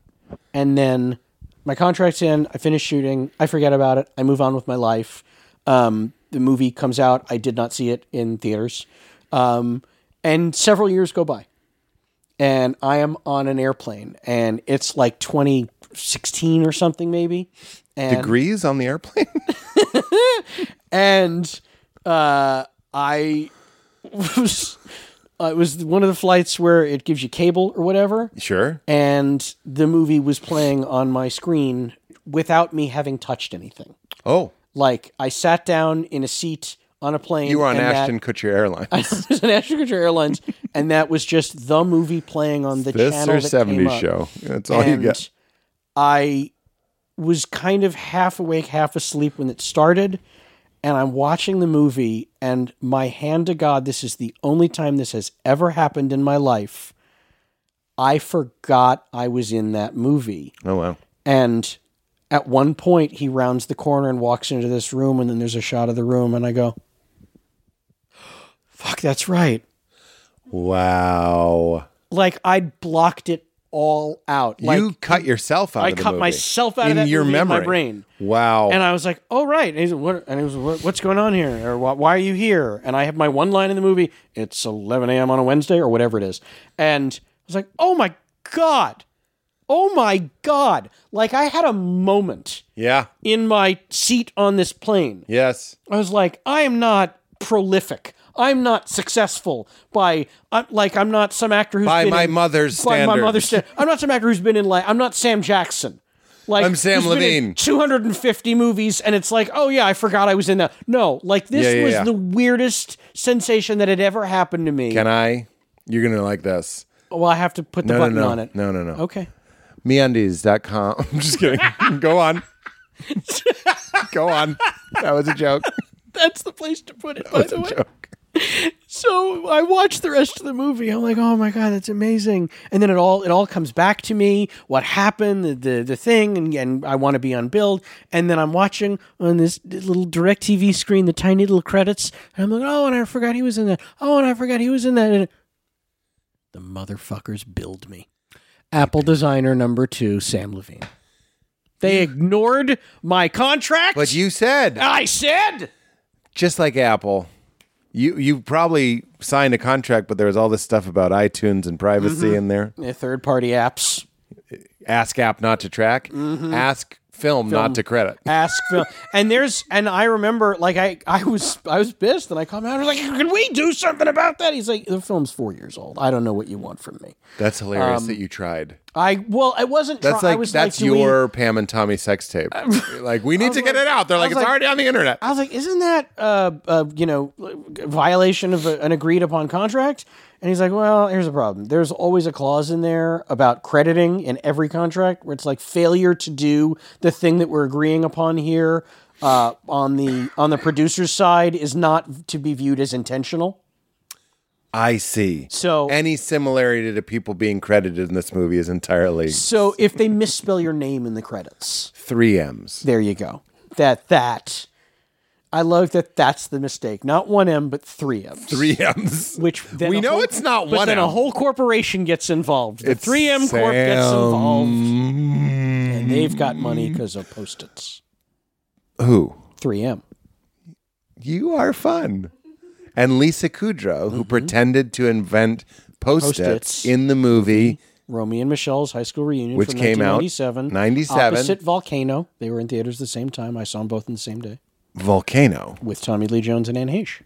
[SPEAKER 2] And then my contract's in. I finish shooting. I forget about it. I move on with my life. Um, the movie comes out. I did not see it in theaters. Um, and several years go by. And I am on an airplane. And it's like 2016 or something, maybe. And
[SPEAKER 1] Degrees on the airplane.
[SPEAKER 2] and uh, I was uh, it was one of the flights where it gives you cable or whatever,
[SPEAKER 1] sure.
[SPEAKER 2] and the movie was playing on my screen without me having touched anything.
[SPEAKER 1] Oh,
[SPEAKER 2] Like I sat down in a seat on a plane.
[SPEAKER 1] you were on
[SPEAKER 2] and that-
[SPEAKER 1] Ashton Kutcher Airlines.
[SPEAKER 2] it was on Ashton Kutcher Airlines, and that was just the movie playing on the
[SPEAKER 1] This
[SPEAKER 2] channel
[SPEAKER 1] or
[SPEAKER 2] that came
[SPEAKER 1] '70s
[SPEAKER 2] up
[SPEAKER 1] show. That's all you
[SPEAKER 2] and
[SPEAKER 1] get.
[SPEAKER 2] I was kind of half awake, half asleep when it started, and I'm watching the movie, and my hand to God, this is the only time this has ever happened in my life. I forgot I was in that movie.
[SPEAKER 1] Oh wow.
[SPEAKER 2] And at one point, he rounds the corner and walks into this room, and then there's a shot of the room, and I go, fuck, that's right.
[SPEAKER 1] Wow.
[SPEAKER 2] Like, I'd blocked it all out. Like,
[SPEAKER 1] you cut yourself out
[SPEAKER 2] I
[SPEAKER 1] of the
[SPEAKER 2] cut
[SPEAKER 1] movie.
[SPEAKER 2] myself out of
[SPEAKER 1] in
[SPEAKER 2] that
[SPEAKER 1] your
[SPEAKER 2] movie in my
[SPEAKER 1] memory.
[SPEAKER 2] brain.
[SPEAKER 1] Wow.
[SPEAKER 2] and I was like, "Oh right," and he was, what, and he was what, "What's going on here? Or why, why are you here?" And I have my one line in the movie: "It's 11 a.m. on a Wednesday, or whatever it is." And I was like, "Oh my god, oh my god!" Like I had a moment
[SPEAKER 1] yeah.
[SPEAKER 2] in my seat on this plane.
[SPEAKER 1] Yes.
[SPEAKER 2] I was like, I am not prolific. I'm not successful by I'm, like I'm not some actor who's
[SPEAKER 1] By
[SPEAKER 2] been
[SPEAKER 1] my
[SPEAKER 2] in-
[SPEAKER 1] mother's
[SPEAKER 2] by my mother's
[SPEAKER 1] standards.
[SPEAKER 2] sta- I'm not some actor who's been in like I'm not Sam Jackson. Like
[SPEAKER 1] I'm Sam
[SPEAKER 2] who's been in
[SPEAKER 1] Levine.
[SPEAKER 2] 250 movies, and it's like, oh yeah, I forgot I was in that. No, like this
[SPEAKER 1] Yeah, yeah,
[SPEAKER 2] was
[SPEAKER 1] yeah.
[SPEAKER 2] the weirdest sensation that had ever happened to me.
[SPEAKER 1] Can I? You're gonna like this.
[SPEAKER 2] well, I have to put the
[SPEAKER 1] No,
[SPEAKER 2] button
[SPEAKER 1] no, no.
[SPEAKER 2] on it.
[SPEAKER 1] No, no, no.
[SPEAKER 2] Okay.
[SPEAKER 1] Meundies.com. I'm just kidding. Go on. Go on. That was a joke.
[SPEAKER 2] That's the place to put it, by
[SPEAKER 1] It's a
[SPEAKER 2] the way.
[SPEAKER 1] joke.
[SPEAKER 2] so I watched the rest of the movie. I'm like, oh my god, that's amazing. And then it all it all comes back to me. What happened? The the, the thing, and, and I want to be on build. And then I'm watching on this little direct TV screen the tiny little credits, and I'm like, oh, and I forgot he was in that. Oh, and I forgot he was in that. And the motherfuckers billed me. Apple designer number two, Sam Levine. They ignored my contract.
[SPEAKER 1] But you said
[SPEAKER 2] I said.
[SPEAKER 1] just like Apple, you you probably signed a contract, but there was all this stuff about iTunes and privacy
[SPEAKER 2] Mm-hmm.
[SPEAKER 1] in there.
[SPEAKER 2] Third party uh, apps.
[SPEAKER 1] Ask app not to track.
[SPEAKER 2] Mm-hmm.
[SPEAKER 1] Ask film, not to credit.
[SPEAKER 2] ask film and there's and i remember like i i was i was pissed and i called him out i was like can we do something about that he's like the film's four years old i don't know what you want from me
[SPEAKER 1] That's hilarious that you tried.
[SPEAKER 2] i well Um, i wasn't
[SPEAKER 1] That's
[SPEAKER 2] try-
[SPEAKER 1] like
[SPEAKER 2] i was
[SPEAKER 1] that's
[SPEAKER 2] like, do we-
[SPEAKER 1] your Pam and Tommy sex tape. like we need to get
[SPEAKER 2] like-
[SPEAKER 1] it out. They're
[SPEAKER 2] I
[SPEAKER 1] like
[SPEAKER 2] was
[SPEAKER 1] it's
[SPEAKER 2] like-
[SPEAKER 1] already on the internet.
[SPEAKER 2] I was like, isn't that uh, uh you know violation of a, an agreed upon contract? And he's like, well, here's the problem. There's always a clause in there about crediting in every contract where it's like failure to do the thing that we're agreeing upon here uh, on the on the producer's side is not to be viewed as intentional.
[SPEAKER 1] I see.
[SPEAKER 2] So-
[SPEAKER 1] any similarity to people being credited in this movie is entirely
[SPEAKER 2] So if they misspell your name in the credits,
[SPEAKER 1] three M's.
[SPEAKER 2] there you go. That that I love that. That's the mistake. Not one M, but three M's.
[SPEAKER 1] Three M's.
[SPEAKER 2] which then
[SPEAKER 1] We
[SPEAKER 2] a
[SPEAKER 1] know
[SPEAKER 2] whole-
[SPEAKER 1] it's not
[SPEAKER 2] but
[SPEAKER 1] one
[SPEAKER 2] then a
[SPEAKER 1] M.
[SPEAKER 2] whole corporation gets involved. The
[SPEAKER 1] It's
[SPEAKER 2] three M Corp gets
[SPEAKER 1] Sam-
[SPEAKER 2] involved, and they've got money because of post-its.
[SPEAKER 1] Who?
[SPEAKER 2] Three M.
[SPEAKER 1] You are fun. And Lisa Kudrow, who pretended to invent post-its,
[SPEAKER 2] Mm-hmm. Post-its.
[SPEAKER 1] in the movie.
[SPEAKER 2] Romeo and Michelle's high school reunion,
[SPEAKER 1] Which
[SPEAKER 2] from
[SPEAKER 1] came out
[SPEAKER 2] 1997.
[SPEAKER 1] 97.
[SPEAKER 2] Opposite Volcano. They were in theaters the same time. I saw them both in the same day
[SPEAKER 1] Volcano.
[SPEAKER 2] with Tommy Lee Jones and Anne Heche.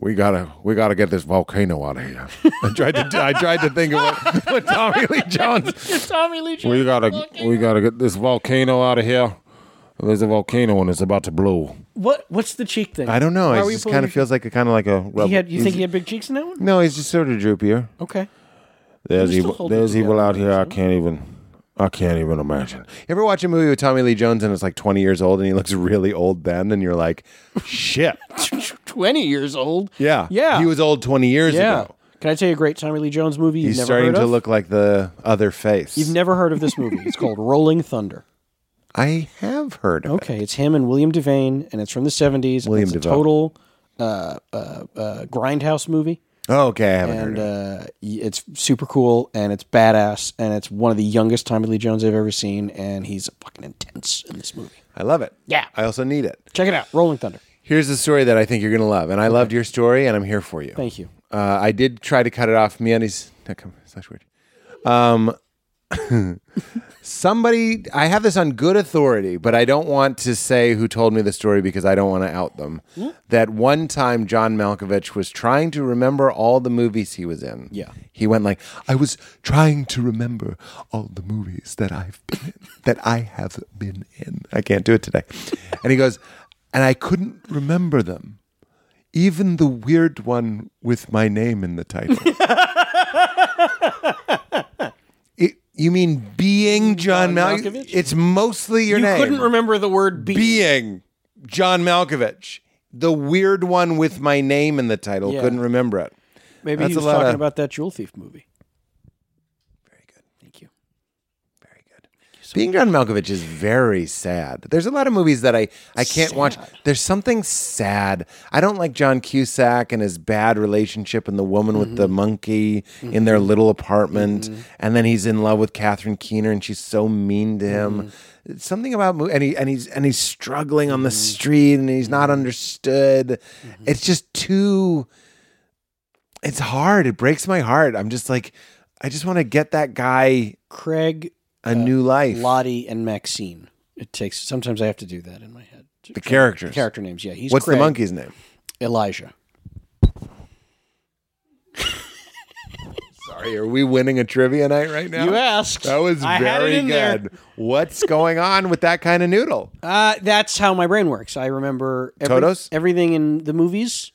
[SPEAKER 1] We gotta, we gotta get this volcano out of here. I tried to, I tried to think of what, what Tommy Lee Jones.
[SPEAKER 3] Tommy Lee Jones.
[SPEAKER 4] We gotta, we gotta get this volcano out of here. There's a volcano and it's about to blow.
[SPEAKER 2] What? What's the cheek thing?
[SPEAKER 1] I don't know.
[SPEAKER 2] Why are
[SPEAKER 1] It
[SPEAKER 2] we
[SPEAKER 1] just
[SPEAKER 2] pulling
[SPEAKER 1] kind of
[SPEAKER 2] your-
[SPEAKER 1] feels like a kind of like a. Rubber.
[SPEAKER 2] He had, you think he had big cheeks in that one?
[SPEAKER 1] no, he's just sort of droopier.
[SPEAKER 2] Okay.
[SPEAKER 4] There's
[SPEAKER 2] still
[SPEAKER 4] evil,
[SPEAKER 2] holding
[SPEAKER 4] there's
[SPEAKER 2] together,
[SPEAKER 4] evil out here. I can't even, I can't even imagine.
[SPEAKER 1] You ever watch a movie with Tommy Lee Jones and it's like 20 years old and he looks really old then and you're like, shit.
[SPEAKER 2] Twenty years old.
[SPEAKER 1] Yeah.
[SPEAKER 2] Yeah.
[SPEAKER 1] He was old 20 years
[SPEAKER 2] Yeah.
[SPEAKER 1] ago.
[SPEAKER 2] Can I tell you a great Tommy Lee Jones movie you've
[SPEAKER 1] He's
[SPEAKER 2] never
[SPEAKER 1] starting
[SPEAKER 2] heard
[SPEAKER 1] to
[SPEAKER 2] of?
[SPEAKER 1] look like the other face.
[SPEAKER 2] You've never heard of this movie. It's called Rolling Thunder.
[SPEAKER 1] I have heard of
[SPEAKER 2] Okay, it's him and William Devane, and it's from the seventies.
[SPEAKER 1] William
[SPEAKER 2] it's a
[SPEAKER 1] Devane.
[SPEAKER 2] total uh, uh, uh, grindhouse movie,
[SPEAKER 1] it. Oh, okay. I haven't heard
[SPEAKER 2] and
[SPEAKER 1] of it.
[SPEAKER 2] uh, y- it's super cool, and it's badass, and it's one of the youngest Tommy Lee Jones I've ever seen, and he's fucking intense in this movie.
[SPEAKER 1] I love it.
[SPEAKER 2] uh, yeah.
[SPEAKER 1] I also need it.
[SPEAKER 2] Check it out, Rolling Thunder.
[SPEAKER 1] Here's a story that I think you're going to love. And I loved your story and I'm here for you.
[SPEAKER 2] Thank you.
[SPEAKER 1] Uh, I did try to cut it off. MeUndies.com slash weird. Um, somebody, I have this on good authority, but I don't want to say who told me the story because I don't want to out them. That one time John Malkovich was trying to remember all the movies he was in.
[SPEAKER 2] Yeah.
[SPEAKER 1] He went like, I was trying to remember all the movies that I've been in, that I have been in. I can't do it today. And he goes, and I couldn't remember them even the weird one with my name in the title. it, you mean being John,
[SPEAKER 2] John
[SPEAKER 1] Malkovich?
[SPEAKER 2] Malkovich?
[SPEAKER 1] It's mostly your
[SPEAKER 2] You
[SPEAKER 1] name.
[SPEAKER 2] couldn't remember the word B.
[SPEAKER 1] being John Malkovich, the weird one with my name in the title.
[SPEAKER 2] Yeah.
[SPEAKER 1] Couldn't remember it.
[SPEAKER 2] Maybe
[SPEAKER 1] That's
[SPEAKER 2] he
[SPEAKER 1] a
[SPEAKER 2] was
[SPEAKER 1] lot
[SPEAKER 2] talking
[SPEAKER 1] of-
[SPEAKER 2] about that Jewel Thief movie. Very good. Thank you. Very good. Thank you
[SPEAKER 1] Being John Malkovich is very sad. There's a lot of movies that I, I can't watch. There's something sad. I don't like John Cusack and his bad relationship and the woman with
[SPEAKER 2] Mm-hmm.
[SPEAKER 1] the monkey in their little apartment. And then he's in love with Catherine Keener and she's so mean to him.
[SPEAKER 2] Mm-hmm.
[SPEAKER 1] It's Something about mo- and he and he's and he's struggling on the street and he's not
[SPEAKER 2] Mm-hmm.
[SPEAKER 1] understood. It's just too it's hard. It breaks my heart. I'm just like, I just want to get that guy
[SPEAKER 2] Craig,
[SPEAKER 1] a new life.
[SPEAKER 2] Lottie, and Maxine. It takes. Sometimes I have to do that in my head.
[SPEAKER 1] the characters.
[SPEAKER 2] Character names, yeah. He's
[SPEAKER 1] What's
[SPEAKER 2] Craig.
[SPEAKER 1] the monkey's name?
[SPEAKER 2] Elijah.
[SPEAKER 1] Sorry, are we winning a trivia night right now?
[SPEAKER 2] You asked.
[SPEAKER 1] That was
[SPEAKER 2] I had it
[SPEAKER 1] very
[SPEAKER 2] in there.
[SPEAKER 1] good. What's going on with that kind of noodle?
[SPEAKER 2] Uh, that's how my brain works. I remember every-
[SPEAKER 1] Toto's?
[SPEAKER 2] everything in the movies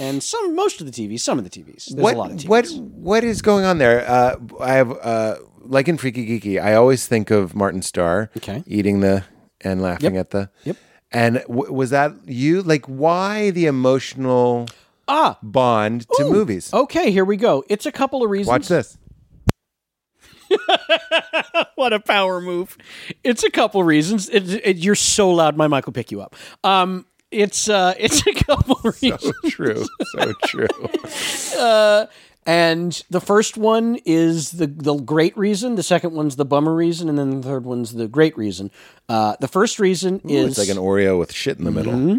[SPEAKER 2] and some, most of the TVs, some of the TVs. There's
[SPEAKER 1] what
[SPEAKER 2] a lot of TVs.
[SPEAKER 1] what what is going on there? Uh, I have uh, like in Freaky Geeky, I always think of Martin Starr
[SPEAKER 2] Okay.
[SPEAKER 1] eating the and laughing at the.
[SPEAKER 2] Yep.
[SPEAKER 1] And w- was that you? Like, why the emotional
[SPEAKER 2] Ah,
[SPEAKER 1] bond to movies?
[SPEAKER 2] okay. Here we go. It's a couple of reasons.
[SPEAKER 1] Watch this.
[SPEAKER 2] what a power move. It's a couple reasons. It, it, you're so loud, my mic will pick you up. Um, it's uh, it's a couple reasons.
[SPEAKER 1] True. So true.
[SPEAKER 2] And the first one is the the great reason. The second one's the bummer reason, and then the third one's the great reason. Uh, the first reason
[SPEAKER 1] it's
[SPEAKER 2] is
[SPEAKER 1] like an Oreo with shit in the middle.
[SPEAKER 2] Mm-hmm.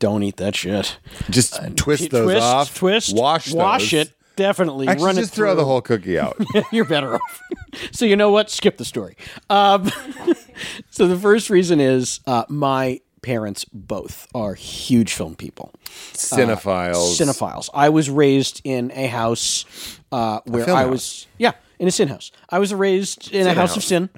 [SPEAKER 2] don't eat that shit.
[SPEAKER 1] Just twist those
[SPEAKER 2] Uh, twist,
[SPEAKER 1] off.
[SPEAKER 2] twist,
[SPEAKER 1] Wash
[SPEAKER 2] wash
[SPEAKER 1] those.
[SPEAKER 2] it. Definitely
[SPEAKER 1] Actually,
[SPEAKER 2] run
[SPEAKER 1] just
[SPEAKER 2] it.
[SPEAKER 1] throw
[SPEAKER 2] through.
[SPEAKER 1] the whole cookie out.
[SPEAKER 2] You're better off. so you know what? Skip the story. Um, so the first reason is uh, my parents both are huge film people.
[SPEAKER 1] Cinephiles.
[SPEAKER 2] cinephiles. I was raised in a house uh, where
[SPEAKER 1] film
[SPEAKER 2] I
[SPEAKER 1] house.
[SPEAKER 2] was yeah in a sin house. I was raised in a house of sin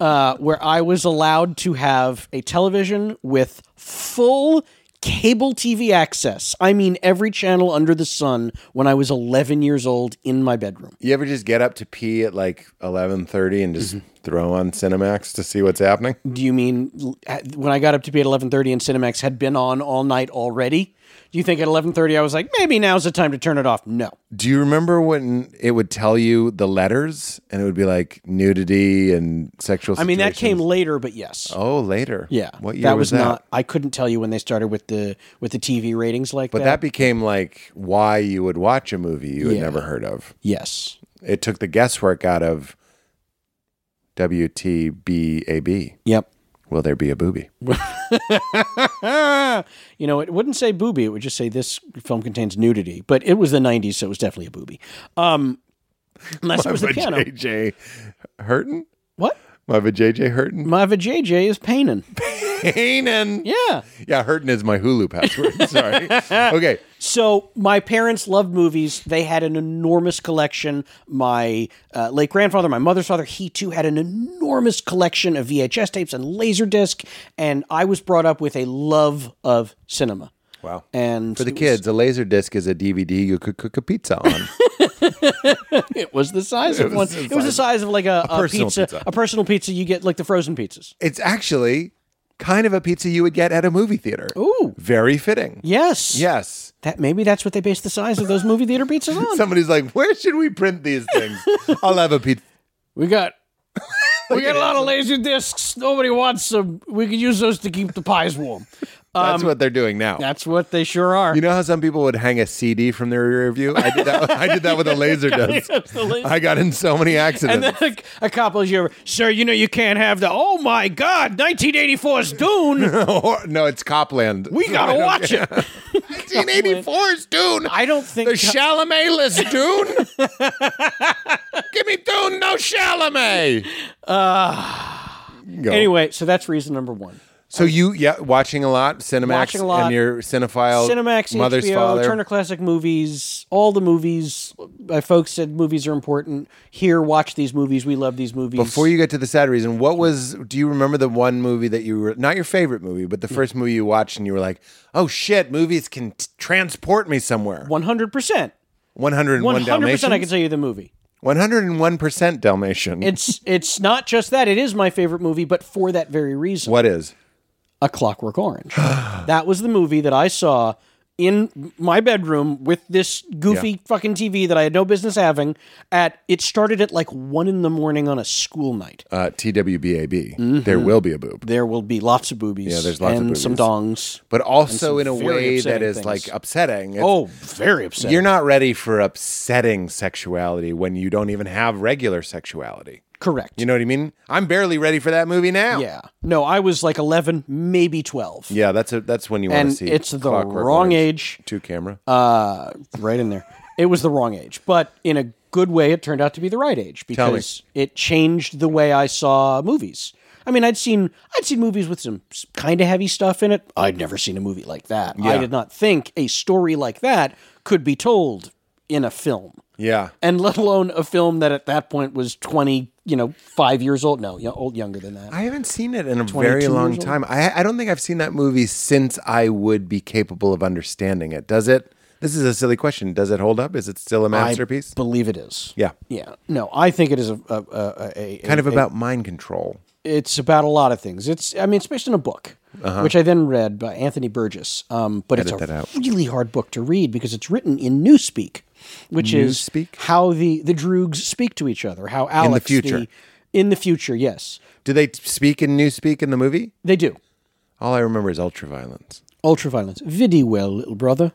[SPEAKER 2] uh, where I was allowed to have a television with full cable TV access. I mean every channel under the sun when I was 11 years old in my bedroom.
[SPEAKER 1] you ever just get up to pee at like eleven thirty and just
[SPEAKER 2] Mm-hmm.
[SPEAKER 1] throw on Cinemax to see what's happening?
[SPEAKER 2] Do you mean l- at- when I got up to be at 11:30 and Cinemax had been on all night already? Do you think at 11:30 I was like maybe now's the time to turn it off? No.
[SPEAKER 1] Do you remember when it would tell you the letters and it would be like nudity and sexual?
[SPEAKER 2] I mean that came later but yes.
[SPEAKER 1] Oh, later.
[SPEAKER 2] Yeah,
[SPEAKER 1] What year
[SPEAKER 2] that
[SPEAKER 1] was,
[SPEAKER 2] was,
[SPEAKER 1] that?
[SPEAKER 2] not. I couldn't tell you when they started with the with the TV ratings like
[SPEAKER 1] but that became like why you would watch a movie you had
[SPEAKER 2] Yeah.
[SPEAKER 1] never heard of.
[SPEAKER 2] yes,
[SPEAKER 1] It took the guesswork out of WTBAB.
[SPEAKER 2] yep.
[SPEAKER 1] Will there be a booby?
[SPEAKER 2] Ah, you know, it wouldn't say booby. It would just say this film contains nudity. But it was the '90s, so it was definitely a booby. Um, unless it was the
[SPEAKER 1] But
[SPEAKER 2] piano.
[SPEAKER 1] JJ Hurton?
[SPEAKER 2] What?
[SPEAKER 1] My but JJ Hurton?
[SPEAKER 2] Mava JJ is painin.
[SPEAKER 1] Hanan.
[SPEAKER 2] Yeah.
[SPEAKER 1] Yeah, Hurton is my Hulu password. Sorry. Okay.
[SPEAKER 2] So my parents loved movies. They had an enormous collection. My uh, late grandfather, my mother's father, he too had an enormous collection of VHS tapes and Laserdisc. And I was brought up with a love of cinema.
[SPEAKER 1] Wow.
[SPEAKER 2] And
[SPEAKER 1] For the
[SPEAKER 2] it was-
[SPEAKER 1] kids, a laser disc is a DVD you could cook a pizza on.
[SPEAKER 2] it was the size of one. It was the size of like a, a,
[SPEAKER 1] personal
[SPEAKER 2] pizza,
[SPEAKER 1] pizza.
[SPEAKER 2] a personal pizza. You get like the frozen pizzas.
[SPEAKER 1] it's actually kind of a pizza you would get at a movie theater. Ooh. Very fitting.
[SPEAKER 2] Yes.
[SPEAKER 1] Yes.
[SPEAKER 2] That maybe that's what they based the size of those movie theater pizzas on.
[SPEAKER 1] Somebody's like, where should we print these things? I'll have a pizza.
[SPEAKER 2] We got we got a lot of laser discs. Nobody wants them. We could use those to keep the pies warm. um,
[SPEAKER 1] That's what they're doing now.
[SPEAKER 2] That's what they sure are.
[SPEAKER 1] You know how some people would hang a CD from their rear view? I did that, I did that with a laser disc. I got in so many
[SPEAKER 2] and
[SPEAKER 1] accidents.
[SPEAKER 2] then a, a couple of you over, sir, you know you can't have the, oh my God, 1984's Dune.
[SPEAKER 1] Or- no, it's Copland.
[SPEAKER 2] We got to watch it.
[SPEAKER 1] 1984's Dune.
[SPEAKER 2] I don't think.
[SPEAKER 1] The Chalamet list, Dune. Give me Dune, no Chalamet. Go.
[SPEAKER 2] anyway, so that's reason number one.
[SPEAKER 1] so you yeah, watching a lot, Cinemax,
[SPEAKER 2] Watching a lot.
[SPEAKER 1] and your cinephile,
[SPEAKER 2] Cinemax,
[SPEAKER 1] Oh, mother's
[SPEAKER 2] HBO,
[SPEAKER 1] father.
[SPEAKER 2] Turner Classic Movies, all the movies. My folks said movies are important. Here, watch these movies. We love these movies.
[SPEAKER 1] Before you get to the sad reason, what was? Do you remember the one movie that you were not your favorite movie, but the first movie you watched and you were like, "Oh shit, movies can t- transport me somewhere."
[SPEAKER 2] 100%.
[SPEAKER 1] One hundred and one
[SPEAKER 2] 100% I can
[SPEAKER 1] Dalmatians.
[SPEAKER 2] tell you the movie.
[SPEAKER 1] One hundred and one percent Dalmatian.
[SPEAKER 2] It's it's not just that it is my favorite movie, but for that very reason,
[SPEAKER 1] what is?
[SPEAKER 2] A Clockwork Orange. that was the movie that I saw in my bedroom with this goofy
[SPEAKER 1] Yeah.
[SPEAKER 2] fucking TV that I had no business having. At it started at like one in the morning on a school night.
[SPEAKER 4] Uh, TWBAB. There
[SPEAKER 1] Mm-hmm.
[SPEAKER 4] will be a boob.
[SPEAKER 2] There will be lots of boobies.
[SPEAKER 4] Yeah, there's lots of
[SPEAKER 2] and some dongs.
[SPEAKER 4] But also in a
[SPEAKER 2] very
[SPEAKER 4] way that
[SPEAKER 2] upsetting
[SPEAKER 4] is
[SPEAKER 2] things.
[SPEAKER 4] like upsetting. It's-
[SPEAKER 2] Oh, very upsetting.
[SPEAKER 1] You're not ready for upsetting sexuality when you don't even have regular sexuality.
[SPEAKER 2] correct.
[SPEAKER 1] You know what I mean? I'm barely ready for that movie now.
[SPEAKER 2] yeah. No, I was like eleven, maybe twelve.
[SPEAKER 1] Yeah, that's a that's when you want
[SPEAKER 2] And
[SPEAKER 1] to see.
[SPEAKER 2] it's the
[SPEAKER 1] Clockwork
[SPEAKER 2] wrong
[SPEAKER 1] Orange.
[SPEAKER 2] age.
[SPEAKER 1] Two camera.
[SPEAKER 2] uh, right in there. It was the wrong age, but in a good way, it turned out to be the right age
[SPEAKER 1] me.
[SPEAKER 2] because it changed the way I saw movies. I mean, I'd seen I'd seen movies with some kind of heavy stuff in it. I'd never seen a movie like that. I did not think a story like that could be told in a film,
[SPEAKER 1] yeah.
[SPEAKER 2] and let alone a film that at that point was twenty, you know, five years old. No, yo- old younger than that.
[SPEAKER 1] I haven't seen it in a very
[SPEAKER 2] 22
[SPEAKER 1] long
[SPEAKER 2] years old?
[SPEAKER 1] time. I, I don't think I've seen that movie since I would be capable of understanding it. Does it? This is a silly question. Does it hold up? Is it still a masterpiece?
[SPEAKER 2] believe it is.
[SPEAKER 1] yeah.
[SPEAKER 2] Yeah. No, I think it is a, a, a, a
[SPEAKER 1] Kind of about mind control.
[SPEAKER 2] it's about a lot of things. It's I mean it's based on a book, which I then read by Anthony Burgess. Um, but
[SPEAKER 1] Uh-huh. Edit
[SPEAKER 2] it's
[SPEAKER 1] that
[SPEAKER 2] a
[SPEAKER 1] out.
[SPEAKER 2] really hard book to read because it's written in Newspeak, which is
[SPEAKER 1] Newspeak?
[SPEAKER 2] how the the Droogs speak to each other. How Alex
[SPEAKER 1] future.
[SPEAKER 2] in the future, yes,
[SPEAKER 1] Do they t- speak in Newspeak in the movie?
[SPEAKER 2] they do.
[SPEAKER 1] All I remember is ultraviolence.
[SPEAKER 2] Ultraviolence, vidi well, little brother.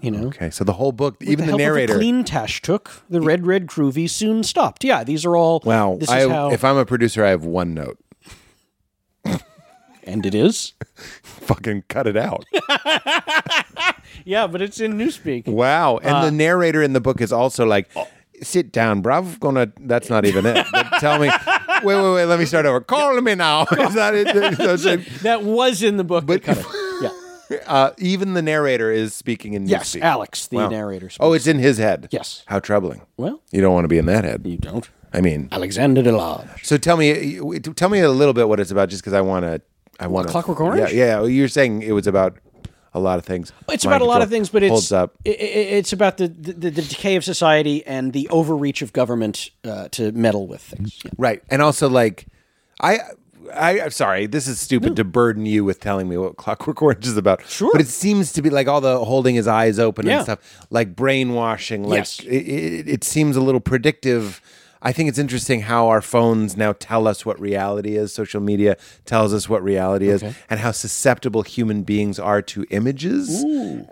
[SPEAKER 2] You know,
[SPEAKER 1] Okay, so the whole book, even the,
[SPEAKER 2] help of
[SPEAKER 1] narrator.
[SPEAKER 2] clean tash took the red red groovy soon stopped. Yeah, these are all
[SPEAKER 1] wow.
[SPEAKER 2] This
[SPEAKER 1] I,
[SPEAKER 2] is how
[SPEAKER 1] If I'm a producer, I have one note.
[SPEAKER 2] and it is.
[SPEAKER 1] Fucking cut it out.
[SPEAKER 2] Yeah, but it's in Newspeak.
[SPEAKER 1] wow. And
[SPEAKER 2] Uh.
[SPEAKER 1] the narrator in the book is also like,
[SPEAKER 2] Oh.
[SPEAKER 1] sit down, bruv. Gonna. That's not even it. But tell me. Wait, wait, wait. Let me start over. Call me now. is that it? So it's like-
[SPEAKER 2] That was in the book, but
[SPEAKER 1] But-
[SPEAKER 2] cut it. yeah.
[SPEAKER 1] Uh, even the narrator is speaking in
[SPEAKER 2] Yes,
[SPEAKER 1] Newspeak.
[SPEAKER 2] Alex, the
[SPEAKER 1] Wow.
[SPEAKER 2] narrator. Speaks.
[SPEAKER 1] Oh, it's in his head.
[SPEAKER 2] Yes.
[SPEAKER 1] How troubling.
[SPEAKER 2] well,
[SPEAKER 1] You don't want to be in that head.
[SPEAKER 2] you don't.
[SPEAKER 1] I mean,
[SPEAKER 2] Alexander Delarge.
[SPEAKER 1] so tell me, tell me a little bit what it's about, just because I want to. I want to.
[SPEAKER 2] Clockwork Orange?
[SPEAKER 1] Yeah, yeah. well, You're saying it was about a lot of things.
[SPEAKER 2] It's
[SPEAKER 1] Mind
[SPEAKER 2] about a lot
[SPEAKER 1] control.
[SPEAKER 2] of things, but it's
[SPEAKER 1] holds up.
[SPEAKER 2] i- i- it's about the, the the decay of society and the overreach of government uh, to meddle with things.
[SPEAKER 1] Right. And also like I I I'm sorry, this is stupid to burden you with telling me what Clockwork Orange is about.
[SPEAKER 2] Sure.
[SPEAKER 1] But it seems to be like all the holding his eyes open
[SPEAKER 2] Yeah.
[SPEAKER 1] and stuff, like brainwashing, like
[SPEAKER 2] Yes.
[SPEAKER 1] it, it, it seems a little predictive. I think it's interesting how our phones now tell us what reality is. Social media tells us what reality is and how susceptible human beings are to images.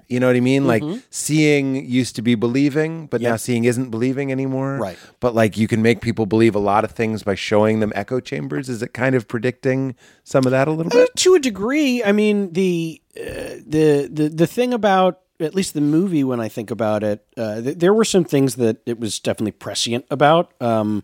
[SPEAKER 1] You know what I mean?
[SPEAKER 2] Mm-hmm.
[SPEAKER 1] Like seeing used to be believing, but now seeing isn't believing anymore
[SPEAKER 2] Right.
[SPEAKER 1] but like you can make people believe a lot of things by showing them echo chambers is it kind of predicting some of that a little bit
[SPEAKER 2] To a degree, I mean the uh, the the the thing about at least the movie when I think about it, uh, th- there were some things that it was definitely prescient about. Um,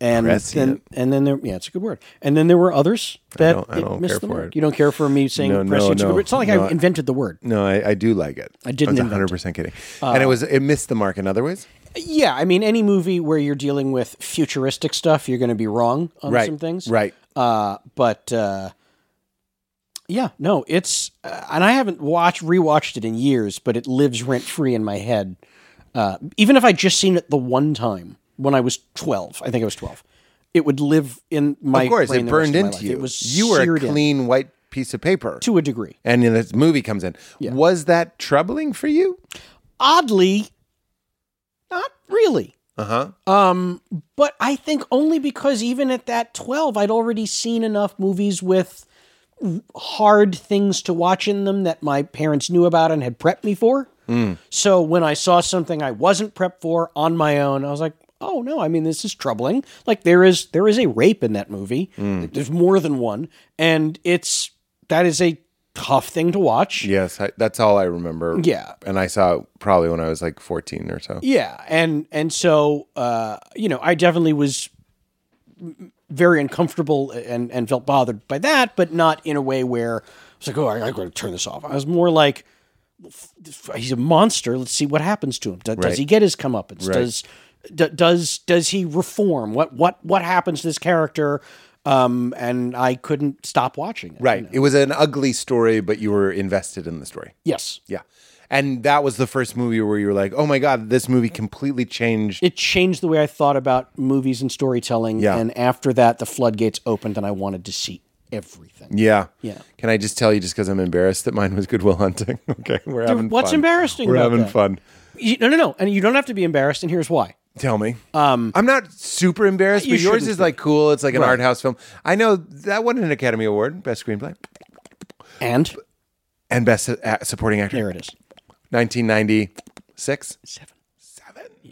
[SPEAKER 2] and
[SPEAKER 1] Prescient.
[SPEAKER 2] then and then there yeah, it's a good word. And then there were others that
[SPEAKER 1] don't- I
[SPEAKER 2] it
[SPEAKER 1] don't
[SPEAKER 2] missed
[SPEAKER 1] care
[SPEAKER 2] the
[SPEAKER 1] for
[SPEAKER 2] mark.
[SPEAKER 1] it.
[SPEAKER 2] You don't care for me saying
[SPEAKER 1] No, no,
[SPEAKER 2] prescient's a good
[SPEAKER 1] no,
[SPEAKER 2] word. It's not like
[SPEAKER 1] no,
[SPEAKER 2] I
[SPEAKER 1] I-
[SPEAKER 2] invented the word.
[SPEAKER 1] no i, I do like it i
[SPEAKER 2] didn't
[SPEAKER 1] i was
[SPEAKER 2] invent Uh,
[SPEAKER 1] 100% kidding and it was it missed the mark in other ways
[SPEAKER 2] Yeah, I mean, any movie where you're dealing with futuristic stuff, you're going to be wrong on
[SPEAKER 1] right
[SPEAKER 2] some things.
[SPEAKER 1] right
[SPEAKER 2] Uh, but uh, yeah, no, it's uh, and I haven't watched rewatched it in years, but it lives rent free in my head. Uh, even if I just seen it the one time when I was 12, I think I was 12, it would live in my
[SPEAKER 1] of course
[SPEAKER 2] brain
[SPEAKER 1] it
[SPEAKER 2] the rest of
[SPEAKER 1] burned
[SPEAKER 2] my
[SPEAKER 1] into
[SPEAKER 2] life.
[SPEAKER 1] you
[SPEAKER 2] It was
[SPEAKER 1] you were a
[SPEAKER 2] seared in,
[SPEAKER 1] clean white piece of paper
[SPEAKER 2] to a degree.
[SPEAKER 1] and then this movie comes in was that troubling for you
[SPEAKER 2] Oddly, not really.
[SPEAKER 1] uh-huh
[SPEAKER 2] Um, but I think only because even at that 12, I'd already seen enough movies with hard things to watch in them that my parents knew about and had prepped me for. So when I saw something I wasn't prepped for on my own, I was like, "Oh no, I mean this is troubling. Like there is there is a rape in that movie. There's more than one, and it's that is a tough thing to watch."
[SPEAKER 1] yes I, that's all i remember
[SPEAKER 2] Yeah.
[SPEAKER 1] and i saw it probably when i was like 14 or so
[SPEAKER 2] Yeah, and and so uh, you know, I definitely was very uncomfortable and and felt bothered by that, but not in a way where I was like, oh, I, I got to turn this off. I was more like, he's a monster. Let's see what happens to him. Do- Does
[SPEAKER 1] Right.
[SPEAKER 2] he get his comeuppance? Does d- does does he reform? What what what happens to this character? Um, and I couldn't stop watching it. you
[SPEAKER 1] right
[SPEAKER 2] know?
[SPEAKER 1] it was an ugly story but you were invested in the story
[SPEAKER 2] Yes.
[SPEAKER 1] Yeah. And that was the first movie where you were like, oh my God, this movie completely changed.
[SPEAKER 2] it changed the way I thought about movies and storytelling.
[SPEAKER 1] Yeah.
[SPEAKER 2] And after that, the floodgates opened, and I wanted to see everything.
[SPEAKER 1] Yeah.
[SPEAKER 2] Yeah.
[SPEAKER 1] Can I just tell you, just because I'm embarrassed that mine was Goodwill Hunting? okay, we're having
[SPEAKER 2] what's
[SPEAKER 1] fun.
[SPEAKER 2] embarrassing
[SPEAKER 1] We're
[SPEAKER 2] about
[SPEAKER 1] having
[SPEAKER 2] that?
[SPEAKER 1] fun.
[SPEAKER 2] You- no, no, no. And you don't have to be embarrassed. And here's why.
[SPEAKER 1] Tell me. Um, I'm not super embarrassed,
[SPEAKER 2] You
[SPEAKER 1] but yours
[SPEAKER 2] shouldn't
[SPEAKER 1] is
[SPEAKER 2] be.
[SPEAKER 1] like cool. It's like an art house film. I know that won an Academy Award, best screenplay,
[SPEAKER 2] And
[SPEAKER 1] and best uh, supporting actor.
[SPEAKER 2] there it is.
[SPEAKER 1] 1996.
[SPEAKER 2] Seven. Oh.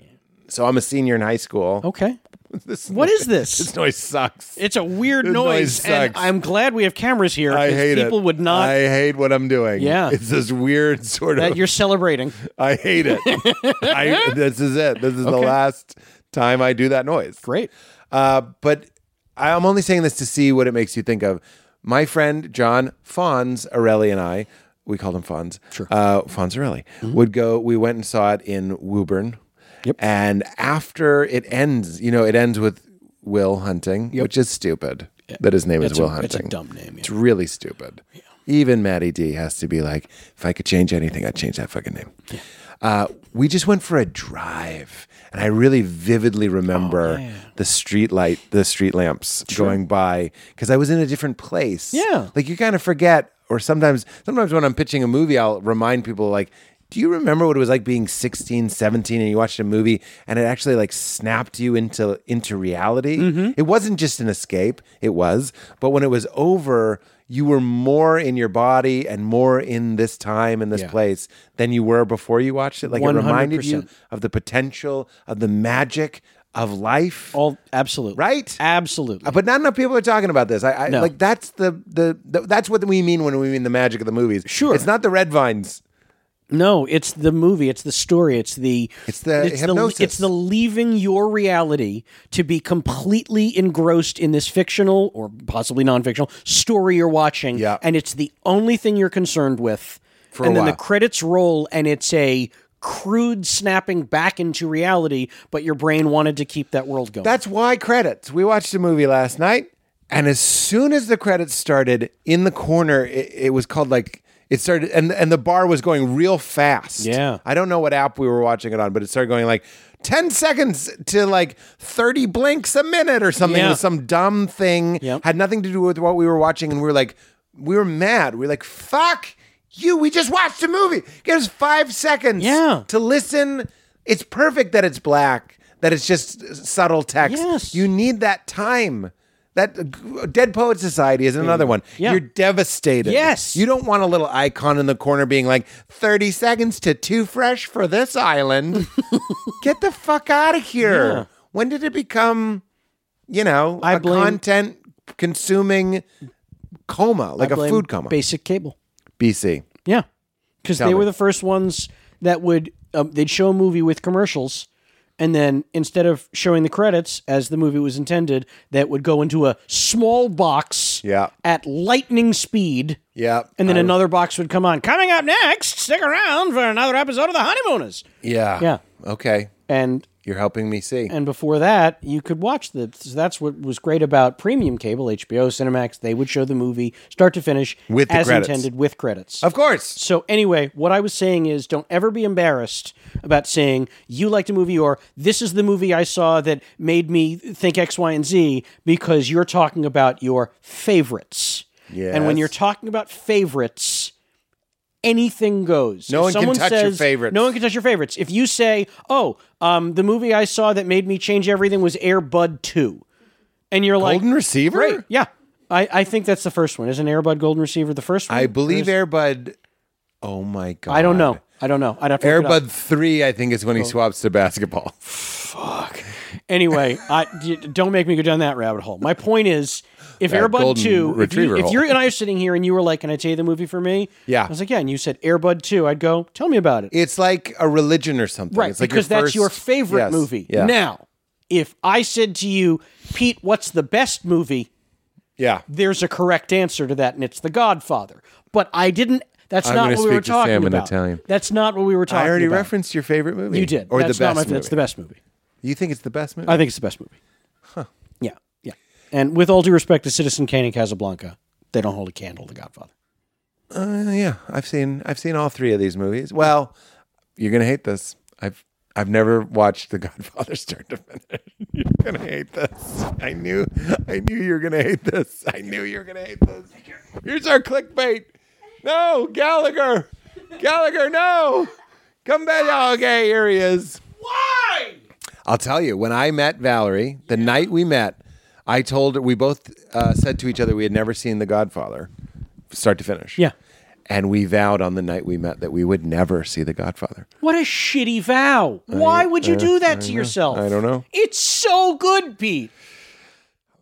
[SPEAKER 1] So I'm a senior in high school.
[SPEAKER 2] Okay.
[SPEAKER 1] This
[SPEAKER 2] What is this?
[SPEAKER 1] This noise sucks.
[SPEAKER 2] It's a weird
[SPEAKER 1] This
[SPEAKER 2] noise,
[SPEAKER 1] noise
[SPEAKER 2] and
[SPEAKER 1] sucks.
[SPEAKER 2] I'm glad we have cameras here.
[SPEAKER 1] I
[SPEAKER 2] 'cause
[SPEAKER 1] hate it.
[SPEAKER 2] people would not
[SPEAKER 1] I hate what I'm doing.
[SPEAKER 2] Yeah.
[SPEAKER 1] It's this weird sort
[SPEAKER 2] that
[SPEAKER 1] of.
[SPEAKER 2] you're celebrating.
[SPEAKER 1] I hate it. I, this is it. This is the
[SPEAKER 2] Okay.
[SPEAKER 1] last time I do that noise.
[SPEAKER 2] Great.
[SPEAKER 1] Uh, but I'm only saying this to see what it makes you think of. My friend John Fons Arelli and I, we called him Fons. Sure. Uh, Fons Arelli would go. We went and saw it in Woburn.
[SPEAKER 2] Mm-hmm. Yep.
[SPEAKER 1] And after it ends, you know, it ends with Will Hunting, which is stupid. That his name is Will
[SPEAKER 2] It's
[SPEAKER 1] Hunting.
[SPEAKER 2] a dumb name. yeah.
[SPEAKER 1] It's really stupid. Even Maddie D has to be like, if I could change anything, I'd change that fucking name. Uh, we just went for a drive, and I really vividly remember the street light, the street lamps going by because I was in a different place.
[SPEAKER 2] Yeah.
[SPEAKER 1] like you kind of forget, or sometimes, sometimes when I'm pitching a movie, I'll remind people like. Do you remember what it was like being 16, 17 and you watched a movie and it actually like snapped you into into reality? It wasn't just an escape, it was, but when it was over, you were more in your body and more in this time and this place than you were before you watched it. Like it reminded you
[SPEAKER 2] 100%.
[SPEAKER 1] of the potential, of the magic of life.
[SPEAKER 2] All absolutely
[SPEAKER 1] Right?
[SPEAKER 2] Absolutely.
[SPEAKER 1] Uh, But not enough people are talking about this. I, I
[SPEAKER 2] No.
[SPEAKER 1] like that's the, the the that's what we mean when we mean the magic of the movies.
[SPEAKER 2] Sure.
[SPEAKER 1] it's not the red vines.
[SPEAKER 2] No, it's the movie. It's the story. It's the
[SPEAKER 1] It's the uh, hypnosis.
[SPEAKER 2] The, it's the leaving your reality to be completely engrossed in this fictional or possibly non-fictional story you're watching.
[SPEAKER 1] Yeah.
[SPEAKER 2] and it's the only thing you're concerned with.
[SPEAKER 1] For
[SPEAKER 2] and
[SPEAKER 1] a
[SPEAKER 2] then
[SPEAKER 1] while.
[SPEAKER 2] the credits roll, and it's a crude snapping back into reality. But your brain wanted to keep that world going.
[SPEAKER 1] That's why credits. We watched a movie last night, and as soon as the credits started, in the corner, it, it was called like it started, and and the bar was going real fast.
[SPEAKER 2] Yeah.
[SPEAKER 1] I don't know what app we were watching it on, but it started going like ten seconds to like thirty blinks a minute or something. It
[SPEAKER 2] Yeah.
[SPEAKER 1] was some dumb thing
[SPEAKER 2] Yep.
[SPEAKER 1] had nothing to do with what we were watching, and we were like, we were mad. We were like, fuck you. We just watched a movie. Give us five seconds
[SPEAKER 2] Yeah.
[SPEAKER 1] to listen. It's perfect that it's black, that it's just subtle text.
[SPEAKER 2] Yes.
[SPEAKER 1] You need that time. That Dead Poet Society is another one.
[SPEAKER 2] Mm. Yeah.
[SPEAKER 1] You're devastated.
[SPEAKER 2] Yes.
[SPEAKER 1] You don't want a little icon in the corner being like 30 seconds to too fresh for this island. Get the fuck out of here. When did it become, you know,
[SPEAKER 2] I
[SPEAKER 1] a
[SPEAKER 2] blame-
[SPEAKER 1] content consuming coma, like a
[SPEAKER 2] Blame
[SPEAKER 1] food coma?
[SPEAKER 2] Basic cable.
[SPEAKER 1] BC.
[SPEAKER 2] Yeah, because they
[SPEAKER 1] me.
[SPEAKER 2] were the first ones that would um, they'd show a movie with commercials, and then instead of showing the credits as the movie was intended, that would go into a small box.
[SPEAKER 1] Yeah.
[SPEAKER 2] At lightning speed.
[SPEAKER 1] Yeah.
[SPEAKER 2] And then another box would come on. Coming up next, stick around for another episode of The Honeymooners.
[SPEAKER 1] Yeah.
[SPEAKER 2] Yeah.
[SPEAKER 1] Okay.
[SPEAKER 2] And
[SPEAKER 1] You're helping me see.
[SPEAKER 2] and before that, you could watch the. So that's what was great about premium cable, HBO, Cinemax. They would show the movie start to finish
[SPEAKER 1] With the
[SPEAKER 2] as
[SPEAKER 1] credits.
[SPEAKER 2] intended with credits.
[SPEAKER 1] of course.
[SPEAKER 2] So anyway, what I was saying is don't ever be embarrassed about saying you liked a movie or this is the movie I saw that made me think X, Y, and Z because you're talking about your favorites. And when
[SPEAKER 1] Yes.
[SPEAKER 2] you're talking about favorites, anything goes.
[SPEAKER 1] No
[SPEAKER 2] If
[SPEAKER 1] one can
[SPEAKER 2] someone
[SPEAKER 1] touch your
[SPEAKER 2] says,
[SPEAKER 1] favorites.
[SPEAKER 2] No one can touch your favorites. If you say, "Oh, um, the movie I saw that made me change everything was Air Bud 2," and you're like,
[SPEAKER 1] Golden receiver?
[SPEAKER 2] Great, yeah." I, I think that's the first one. Isn't Airbud Golden Receiver the first one?
[SPEAKER 1] I
[SPEAKER 2] Or is-
[SPEAKER 1] believe Airbud. Oh my God.
[SPEAKER 2] I don't know. I don't know. I'd have to look it up. Oh.
[SPEAKER 1] Airbud 3, I think, is when he swaps to basketball.
[SPEAKER 2] Anyway, I d- don't make me go down that rabbit hole. My point is, if Airbud
[SPEAKER 1] golden
[SPEAKER 2] Two, if, you,
[SPEAKER 1] retriever
[SPEAKER 2] if
[SPEAKER 1] hole.
[SPEAKER 2] you and I are sitting here and you were like, "Can I tell you the movie for me?"
[SPEAKER 1] Yeah.
[SPEAKER 2] I was like, "Yeah," and you said Airbud Two, I'd go, "Tell me about it."
[SPEAKER 1] It's like a religion or something.
[SPEAKER 2] right,
[SPEAKER 1] It's like
[SPEAKER 2] because
[SPEAKER 1] your
[SPEAKER 2] that's your
[SPEAKER 1] first-
[SPEAKER 2] favorite
[SPEAKER 1] Yes.
[SPEAKER 2] movie.
[SPEAKER 1] Yeah.
[SPEAKER 2] Now, if I said to you, Pete, what's the best movie?
[SPEAKER 1] yeah.
[SPEAKER 2] There's a correct answer to that, and it's The Godfather. But I didn't. That's
[SPEAKER 1] I'm
[SPEAKER 2] not
[SPEAKER 1] gonna
[SPEAKER 2] what we were
[SPEAKER 1] speak to Sam
[SPEAKER 2] talking
[SPEAKER 1] in
[SPEAKER 2] about.
[SPEAKER 1] Italian.
[SPEAKER 2] That's not what we were talking
[SPEAKER 1] I already
[SPEAKER 2] about.
[SPEAKER 1] referenced your favorite movie.
[SPEAKER 2] You did.
[SPEAKER 1] Or
[SPEAKER 2] that's
[SPEAKER 1] the best
[SPEAKER 2] not my,
[SPEAKER 1] movie.
[SPEAKER 2] That's the best movie.
[SPEAKER 1] You think it's the best movie?
[SPEAKER 2] I think it's the best movie. Yeah, yeah. And with all due respect to Citizen Kane and Casablanca, they don't hold a candle to Godfather.
[SPEAKER 1] Uh, yeah, I've seen I've seen all three of these movies. Well, you're gonna hate this. I've I've never watched The Godfather start to finish. You're gonna hate this. I knew, I knew you were gonna hate this. I knew you were gonna hate this. Here's our clickbait. No, Gallagher, Gallagher, no, come back. Oh, okay, here he is.
[SPEAKER 3] Why?
[SPEAKER 1] I'll tell you, when I met Valerie, the night we met, I told her, we both uh, said to each other we had never seen The Godfather, start to finish.
[SPEAKER 2] Yeah.
[SPEAKER 1] And we vowed on the night we met that we would never see The Godfather.
[SPEAKER 2] What a shitty vow. Why would you do that to yourself?
[SPEAKER 1] uh, I don't know.
[SPEAKER 2] It's so good, Pete.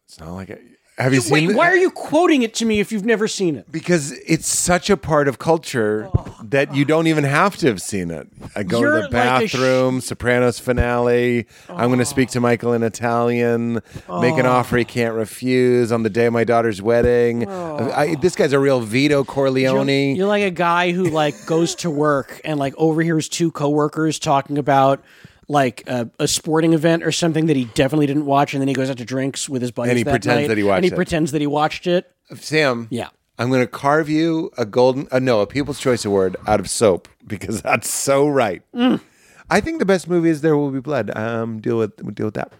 [SPEAKER 1] It's not like it. Have you, seen
[SPEAKER 2] Wait,
[SPEAKER 1] the-
[SPEAKER 2] why are you quoting it to me if you've never seen it?
[SPEAKER 1] Because it's such a part of culture that you don't even have to have seen it. I go
[SPEAKER 2] Oh, You're
[SPEAKER 1] to the
[SPEAKER 2] like a
[SPEAKER 1] bathroom, Sopranos finale. I'm going to speak to Michael in Italian. Make an offer he can't refuse on the day of my daughter's wedding. I, this guy's a real Vito Corleone.
[SPEAKER 2] You're like a guy who like goes to work and like overhears two coworkers talking about like a, a sporting event or something that he definitely didn't watch, and then he goes out to drinks with his buddies.
[SPEAKER 1] And he
[SPEAKER 2] that
[SPEAKER 1] pretends
[SPEAKER 2] night,
[SPEAKER 1] that he watched
[SPEAKER 2] And he
[SPEAKER 1] it.
[SPEAKER 2] pretends that he watched it.
[SPEAKER 1] Sam.
[SPEAKER 2] Yeah.
[SPEAKER 1] I'm going to carve you a golden, uh, no, a People's Choice Award out of soap because that's so right.
[SPEAKER 2] Mm.
[SPEAKER 1] I think the best movie is There Will Be Blood. Um, deal with deal with that.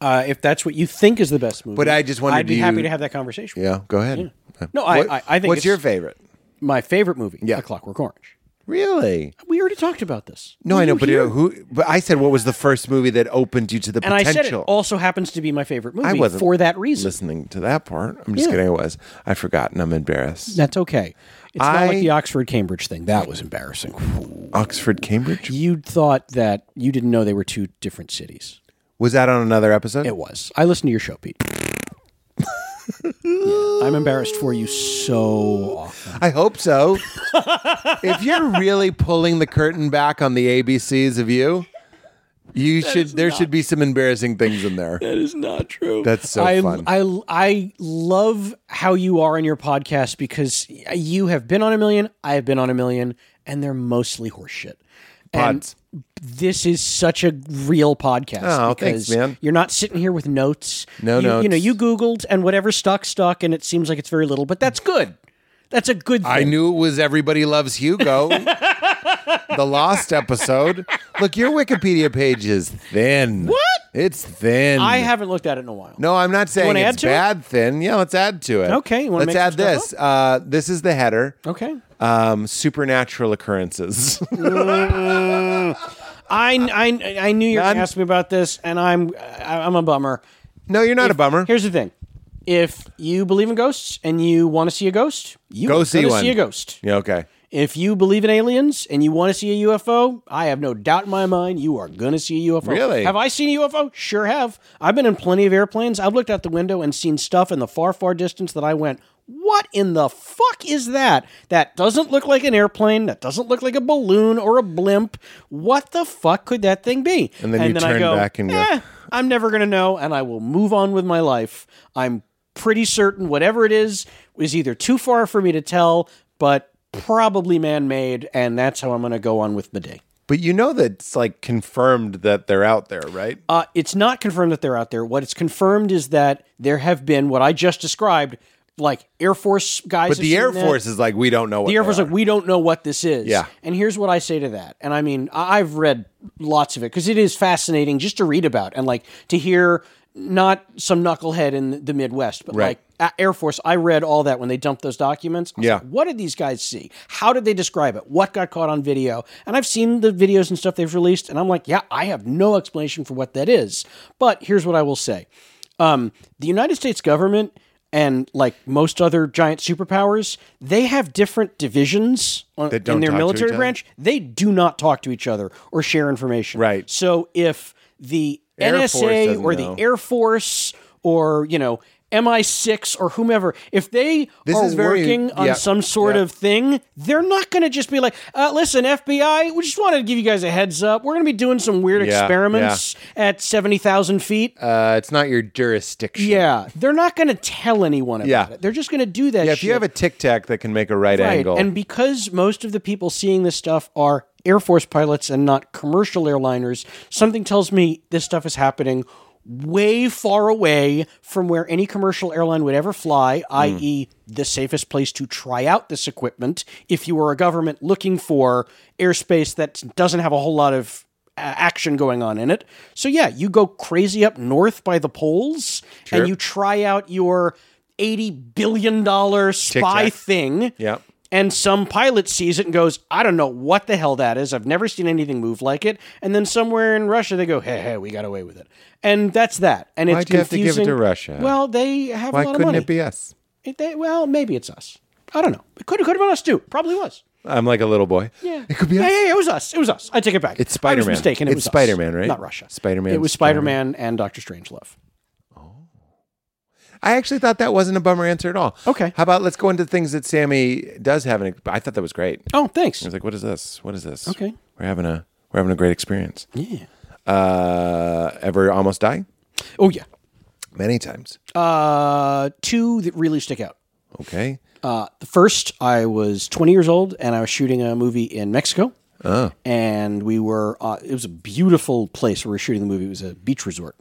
[SPEAKER 2] Uh, if that's what you think is the best movie,
[SPEAKER 1] But I just wondered,
[SPEAKER 2] I'd be
[SPEAKER 1] do
[SPEAKER 2] happy
[SPEAKER 1] you-
[SPEAKER 2] to have that conversation.
[SPEAKER 1] Yeah, go ahead.
[SPEAKER 2] No, I-
[SPEAKER 1] What-
[SPEAKER 2] I- I think
[SPEAKER 1] What's
[SPEAKER 2] it's-
[SPEAKER 1] your favorite?
[SPEAKER 2] My favorite movie,
[SPEAKER 1] Yeah.
[SPEAKER 2] A Clockwork Orange.
[SPEAKER 1] Really?
[SPEAKER 2] We already talked about this.
[SPEAKER 1] No,
[SPEAKER 2] Were
[SPEAKER 1] I know,
[SPEAKER 2] you
[SPEAKER 1] but
[SPEAKER 2] here?
[SPEAKER 1] uh, who? But I said what was the first movie that opened you to the
[SPEAKER 2] and I
[SPEAKER 1] potential?
[SPEAKER 2] said it also happens to be my favorite movie
[SPEAKER 1] I wasn't
[SPEAKER 2] for that reason.
[SPEAKER 1] listening to that part. I'm just
[SPEAKER 2] Yeah.
[SPEAKER 1] kidding. I was. I forgot, and I'm embarrassed.
[SPEAKER 2] That's okay. It's not
[SPEAKER 1] I-
[SPEAKER 2] like the Oxford Cambridge thing. That was embarrassing.
[SPEAKER 1] Oxford, Cambridge.
[SPEAKER 2] You thought that you didn't know they were two different cities.
[SPEAKER 1] Was that on another episode?
[SPEAKER 2] It was. I listened to your show, Pete. Yeah, I'm embarrassed for you so often.
[SPEAKER 1] I hope so. if you're really pulling the curtain back on the ABCs of you, you should. There should be some embarrassing things in there.
[SPEAKER 2] That is not true.
[SPEAKER 1] That's so
[SPEAKER 2] I,
[SPEAKER 1] fun.
[SPEAKER 2] I, I love how you are in your podcast because you have been on a million, I have been on a million, and they're mostly horseshit. And
[SPEAKER 1] Pods.
[SPEAKER 2] this is such a real podcast.
[SPEAKER 1] Oh,
[SPEAKER 2] because
[SPEAKER 1] thanks, man.
[SPEAKER 2] You're not sitting here with notes.
[SPEAKER 1] No
[SPEAKER 2] you, You know,
[SPEAKER 1] notes.
[SPEAKER 2] you Googled and whatever stuck, stuck, and it seems like it's very little, but that's good. That's a good thing.
[SPEAKER 1] I knew it was Everybody Loves Hugo, the Lost episode. Look, your Wikipedia page is thin. What? It's thin.
[SPEAKER 2] I haven't looked at it in a while.
[SPEAKER 1] No, I'm not saying
[SPEAKER 2] wanna add
[SPEAKER 1] it's
[SPEAKER 2] to it?
[SPEAKER 1] bad thin. Yeah, let's add to it.
[SPEAKER 2] Okay, you wanna
[SPEAKER 1] let's
[SPEAKER 2] make
[SPEAKER 1] add
[SPEAKER 2] some stuff
[SPEAKER 1] this. Uh, this is the header.
[SPEAKER 2] Okay.
[SPEAKER 1] Um, supernatural occurrences.
[SPEAKER 2] I, I, I knew you were going
[SPEAKER 1] None.
[SPEAKER 2] to ask me about this, and I'm, I- I'm a bummer.
[SPEAKER 1] no, you're not a bummer.
[SPEAKER 2] Here's the thing: if you believe in ghosts and you want to see a ghost, you
[SPEAKER 1] Go
[SPEAKER 2] are
[SPEAKER 1] see
[SPEAKER 2] gonna
[SPEAKER 1] one.
[SPEAKER 2] see a ghost.
[SPEAKER 1] Yeah, okay.
[SPEAKER 2] If you believe in aliens and you want to see a UFO, I have no doubt in my mind you are going to see a UFO.
[SPEAKER 1] Really?
[SPEAKER 2] Have I seen a UFO? Sure have. I've been in plenty of airplanes. I've looked out the window and seen stuff in the far, far distance that I went, what in the fuck is that? That doesn't look like an airplane. That doesn't look like a balloon or a blimp. What the fuck could that thing be?
[SPEAKER 1] And then you
[SPEAKER 2] I
[SPEAKER 1] turn
[SPEAKER 2] go,
[SPEAKER 1] back and go-
[SPEAKER 2] "Eh, I'm never going to know, and I will move on with my life. I'm pretty certain whatever it is is either too far for me to tell, but probably man made, and that's how I'm going to go on with the day.
[SPEAKER 1] But you know that it's like confirmed that they're out there, right?
[SPEAKER 2] Uh, it's not confirmed that they're out there. What it's confirmed is that there have been what I just described, like Air Force guys.
[SPEAKER 1] but
[SPEAKER 2] have
[SPEAKER 1] the Air
[SPEAKER 2] seen that.
[SPEAKER 1] Force is like, we don't know what
[SPEAKER 2] The Air
[SPEAKER 1] they
[SPEAKER 2] Force
[SPEAKER 1] are.
[SPEAKER 2] is like, we don't know what this is.
[SPEAKER 1] Yeah.
[SPEAKER 2] And here's what I say to that. And I mean, I- I've read lots of it because it is fascinating just to read about and like to hear not some knucklehead in the Midwest, but
[SPEAKER 1] Right.
[SPEAKER 2] like a- Air Force. I read all that when they dumped those documents. I was
[SPEAKER 1] Yeah.
[SPEAKER 2] like, what did these guys see? How did they describe it? What got caught on video? And I've seen the videos and stuff they've released. And I'm like, yeah, I have no explanation for what that is. But here's what I will say um, the United States government and like most other giant superpowers, they have different divisions on,
[SPEAKER 1] That don't
[SPEAKER 2] in their
[SPEAKER 1] talk to each
[SPEAKER 2] military
[SPEAKER 1] other?
[SPEAKER 2] branch. They do not talk to each other or share information.
[SPEAKER 1] Right.
[SPEAKER 2] So if the
[SPEAKER 1] Air Force
[SPEAKER 2] NSA
[SPEAKER 1] doesn't
[SPEAKER 2] or
[SPEAKER 1] know.
[SPEAKER 2] the Air Force or you know MI6 or whomever, if they are
[SPEAKER 1] is very-
[SPEAKER 2] working on
[SPEAKER 1] yeah,
[SPEAKER 2] some sort
[SPEAKER 1] yeah.
[SPEAKER 2] of thing, they're not going to just be like, uh, "Listen, FBI, we just wanted to give you guys a heads up. We're going to be doing some weird
[SPEAKER 1] Yeah,
[SPEAKER 2] experiments at seventy thousand feet."
[SPEAKER 1] uh, it's not your jurisdiction.
[SPEAKER 2] Yeah, they're not going to tell anyone about
[SPEAKER 1] Yeah.
[SPEAKER 2] it. They're just going to do that.
[SPEAKER 1] Yeah, if you have a tic tac that can make a right,
[SPEAKER 2] right,
[SPEAKER 1] angle,
[SPEAKER 2] and because most of the people seeing this stuff are Air Force pilots and not commercial airliners, something tells me this stuff is happening way far away from where any commercial airline would ever fly, i.e., the safest place to try out this equipment if you were a government looking for airspace that doesn't have a whole lot of action going on in it. So yeah, you go crazy up north by the poles and you try out your eighty billion dollar spy
[SPEAKER 1] Tic Tac.
[SPEAKER 2] thing.
[SPEAKER 1] Yep.
[SPEAKER 2] And some pilot sees it and goes, I don't know what the hell that is. I've never seen anything move like it. And then somewhere in Russia, they go, hey, hey, we got away with it. And that's that. And
[SPEAKER 1] Why'd
[SPEAKER 2] it's
[SPEAKER 1] you have to give it to
[SPEAKER 2] confusing.
[SPEAKER 1] Russia?
[SPEAKER 2] Well, they have
[SPEAKER 1] Why
[SPEAKER 2] a lot of
[SPEAKER 1] couldn't
[SPEAKER 2] money.
[SPEAKER 1] it be us?
[SPEAKER 2] It- they- well, maybe it's us. I don't know. It could, it could have been us too. Probably was.
[SPEAKER 1] I'm like a little boy.
[SPEAKER 2] Yeah.
[SPEAKER 1] It could be
[SPEAKER 2] Yeah,
[SPEAKER 1] us.
[SPEAKER 2] yeah, yeah, it was us. It was us. I take it back.
[SPEAKER 1] It's
[SPEAKER 2] I was
[SPEAKER 1] Spider-Man.
[SPEAKER 2] mistaken. It
[SPEAKER 1] It's
[SPEAKER 2] was us.
[SPEAKER 1] Spider-Man, right?
[SPEAKER 2] Not Russia.
[SPEAKER 1] Spider-Man,
[SPEAKER 2] It was Spider-Man and Doctor Strangelove.
[SPEAKER 1] I actually thought that wasn't a bummer answer at all.
[SPEAKER 2] Okay.
[SPEAKER 1] How about let's go into things that Sammy does have an I thought that was great.
[SPEAKER 2] Oh, thanks.
[SPEAKER 1] I was like, what is this? What is this?
[SPEAKER 2] Okay.
[SPEAKER 1] We're having a we're having a great experience.
[SPEAKER 2] Yeah.
[SPEAKER 1] Uh ever almost die?
[SPEAKER 2] Oh yeah.
[SPEAKER 1] Many times.
[SPEAKER 2] Oh. Uh, two that really stick out.
[SPEAKER 1] Okay.
[SPEAKER 2] Uh, the first, I was 20 years old and I was shooting a movie in Mexico. Oh. And we were, uh, it was a beautiful place where we were shooting the movie. It was a beach resort.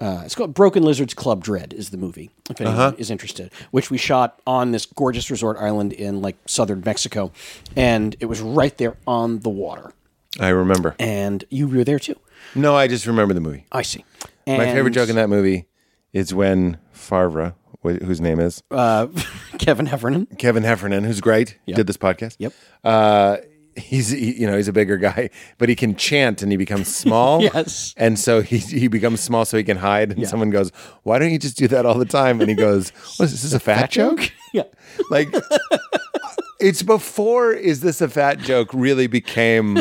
[SPEAKER 2] Uh, it's called Broken Lizards Club Dread is the movie, if anyone
[SPEAKER 1] Uh-huh.
[SPEAKER 2] is interested, which we shot on this gorgeous resort island in like southern Mexico. And it was right there on the water.
[SPEAKER 1] I remember.
[SPEAKER 2] And you were there too.
[SPEAKER 1] No, I just remember the movie.
[SPEAKER 2] I see.
[SPEAKER 1] My favorite
[SPEAKER 2] And,
[SPEAKER 1] joke in that movie is when Farvra, wh- whose name is
[SPEAKER 2] Kevin Heffernan.
[SPEAKER 1] Kevin Heffernan, who's great, did this podcast.
[SPEAKER 2] Yep.
[SPEAKER 1] Uh, he's he, you know he's a bigger guy, but he can chant and he becomes small.
[SPEAKER 2] Yes.
[SPEAKER 1] And so he he becomes small so he can hide. And someone goes, "Why don't you just do that all the time?" And he goes, "What is this? Is a fat, joke?"
[SPEAKER 2] yeah.
[SPEAKER 1] Like. It's before "Is this a fat joke?" really became,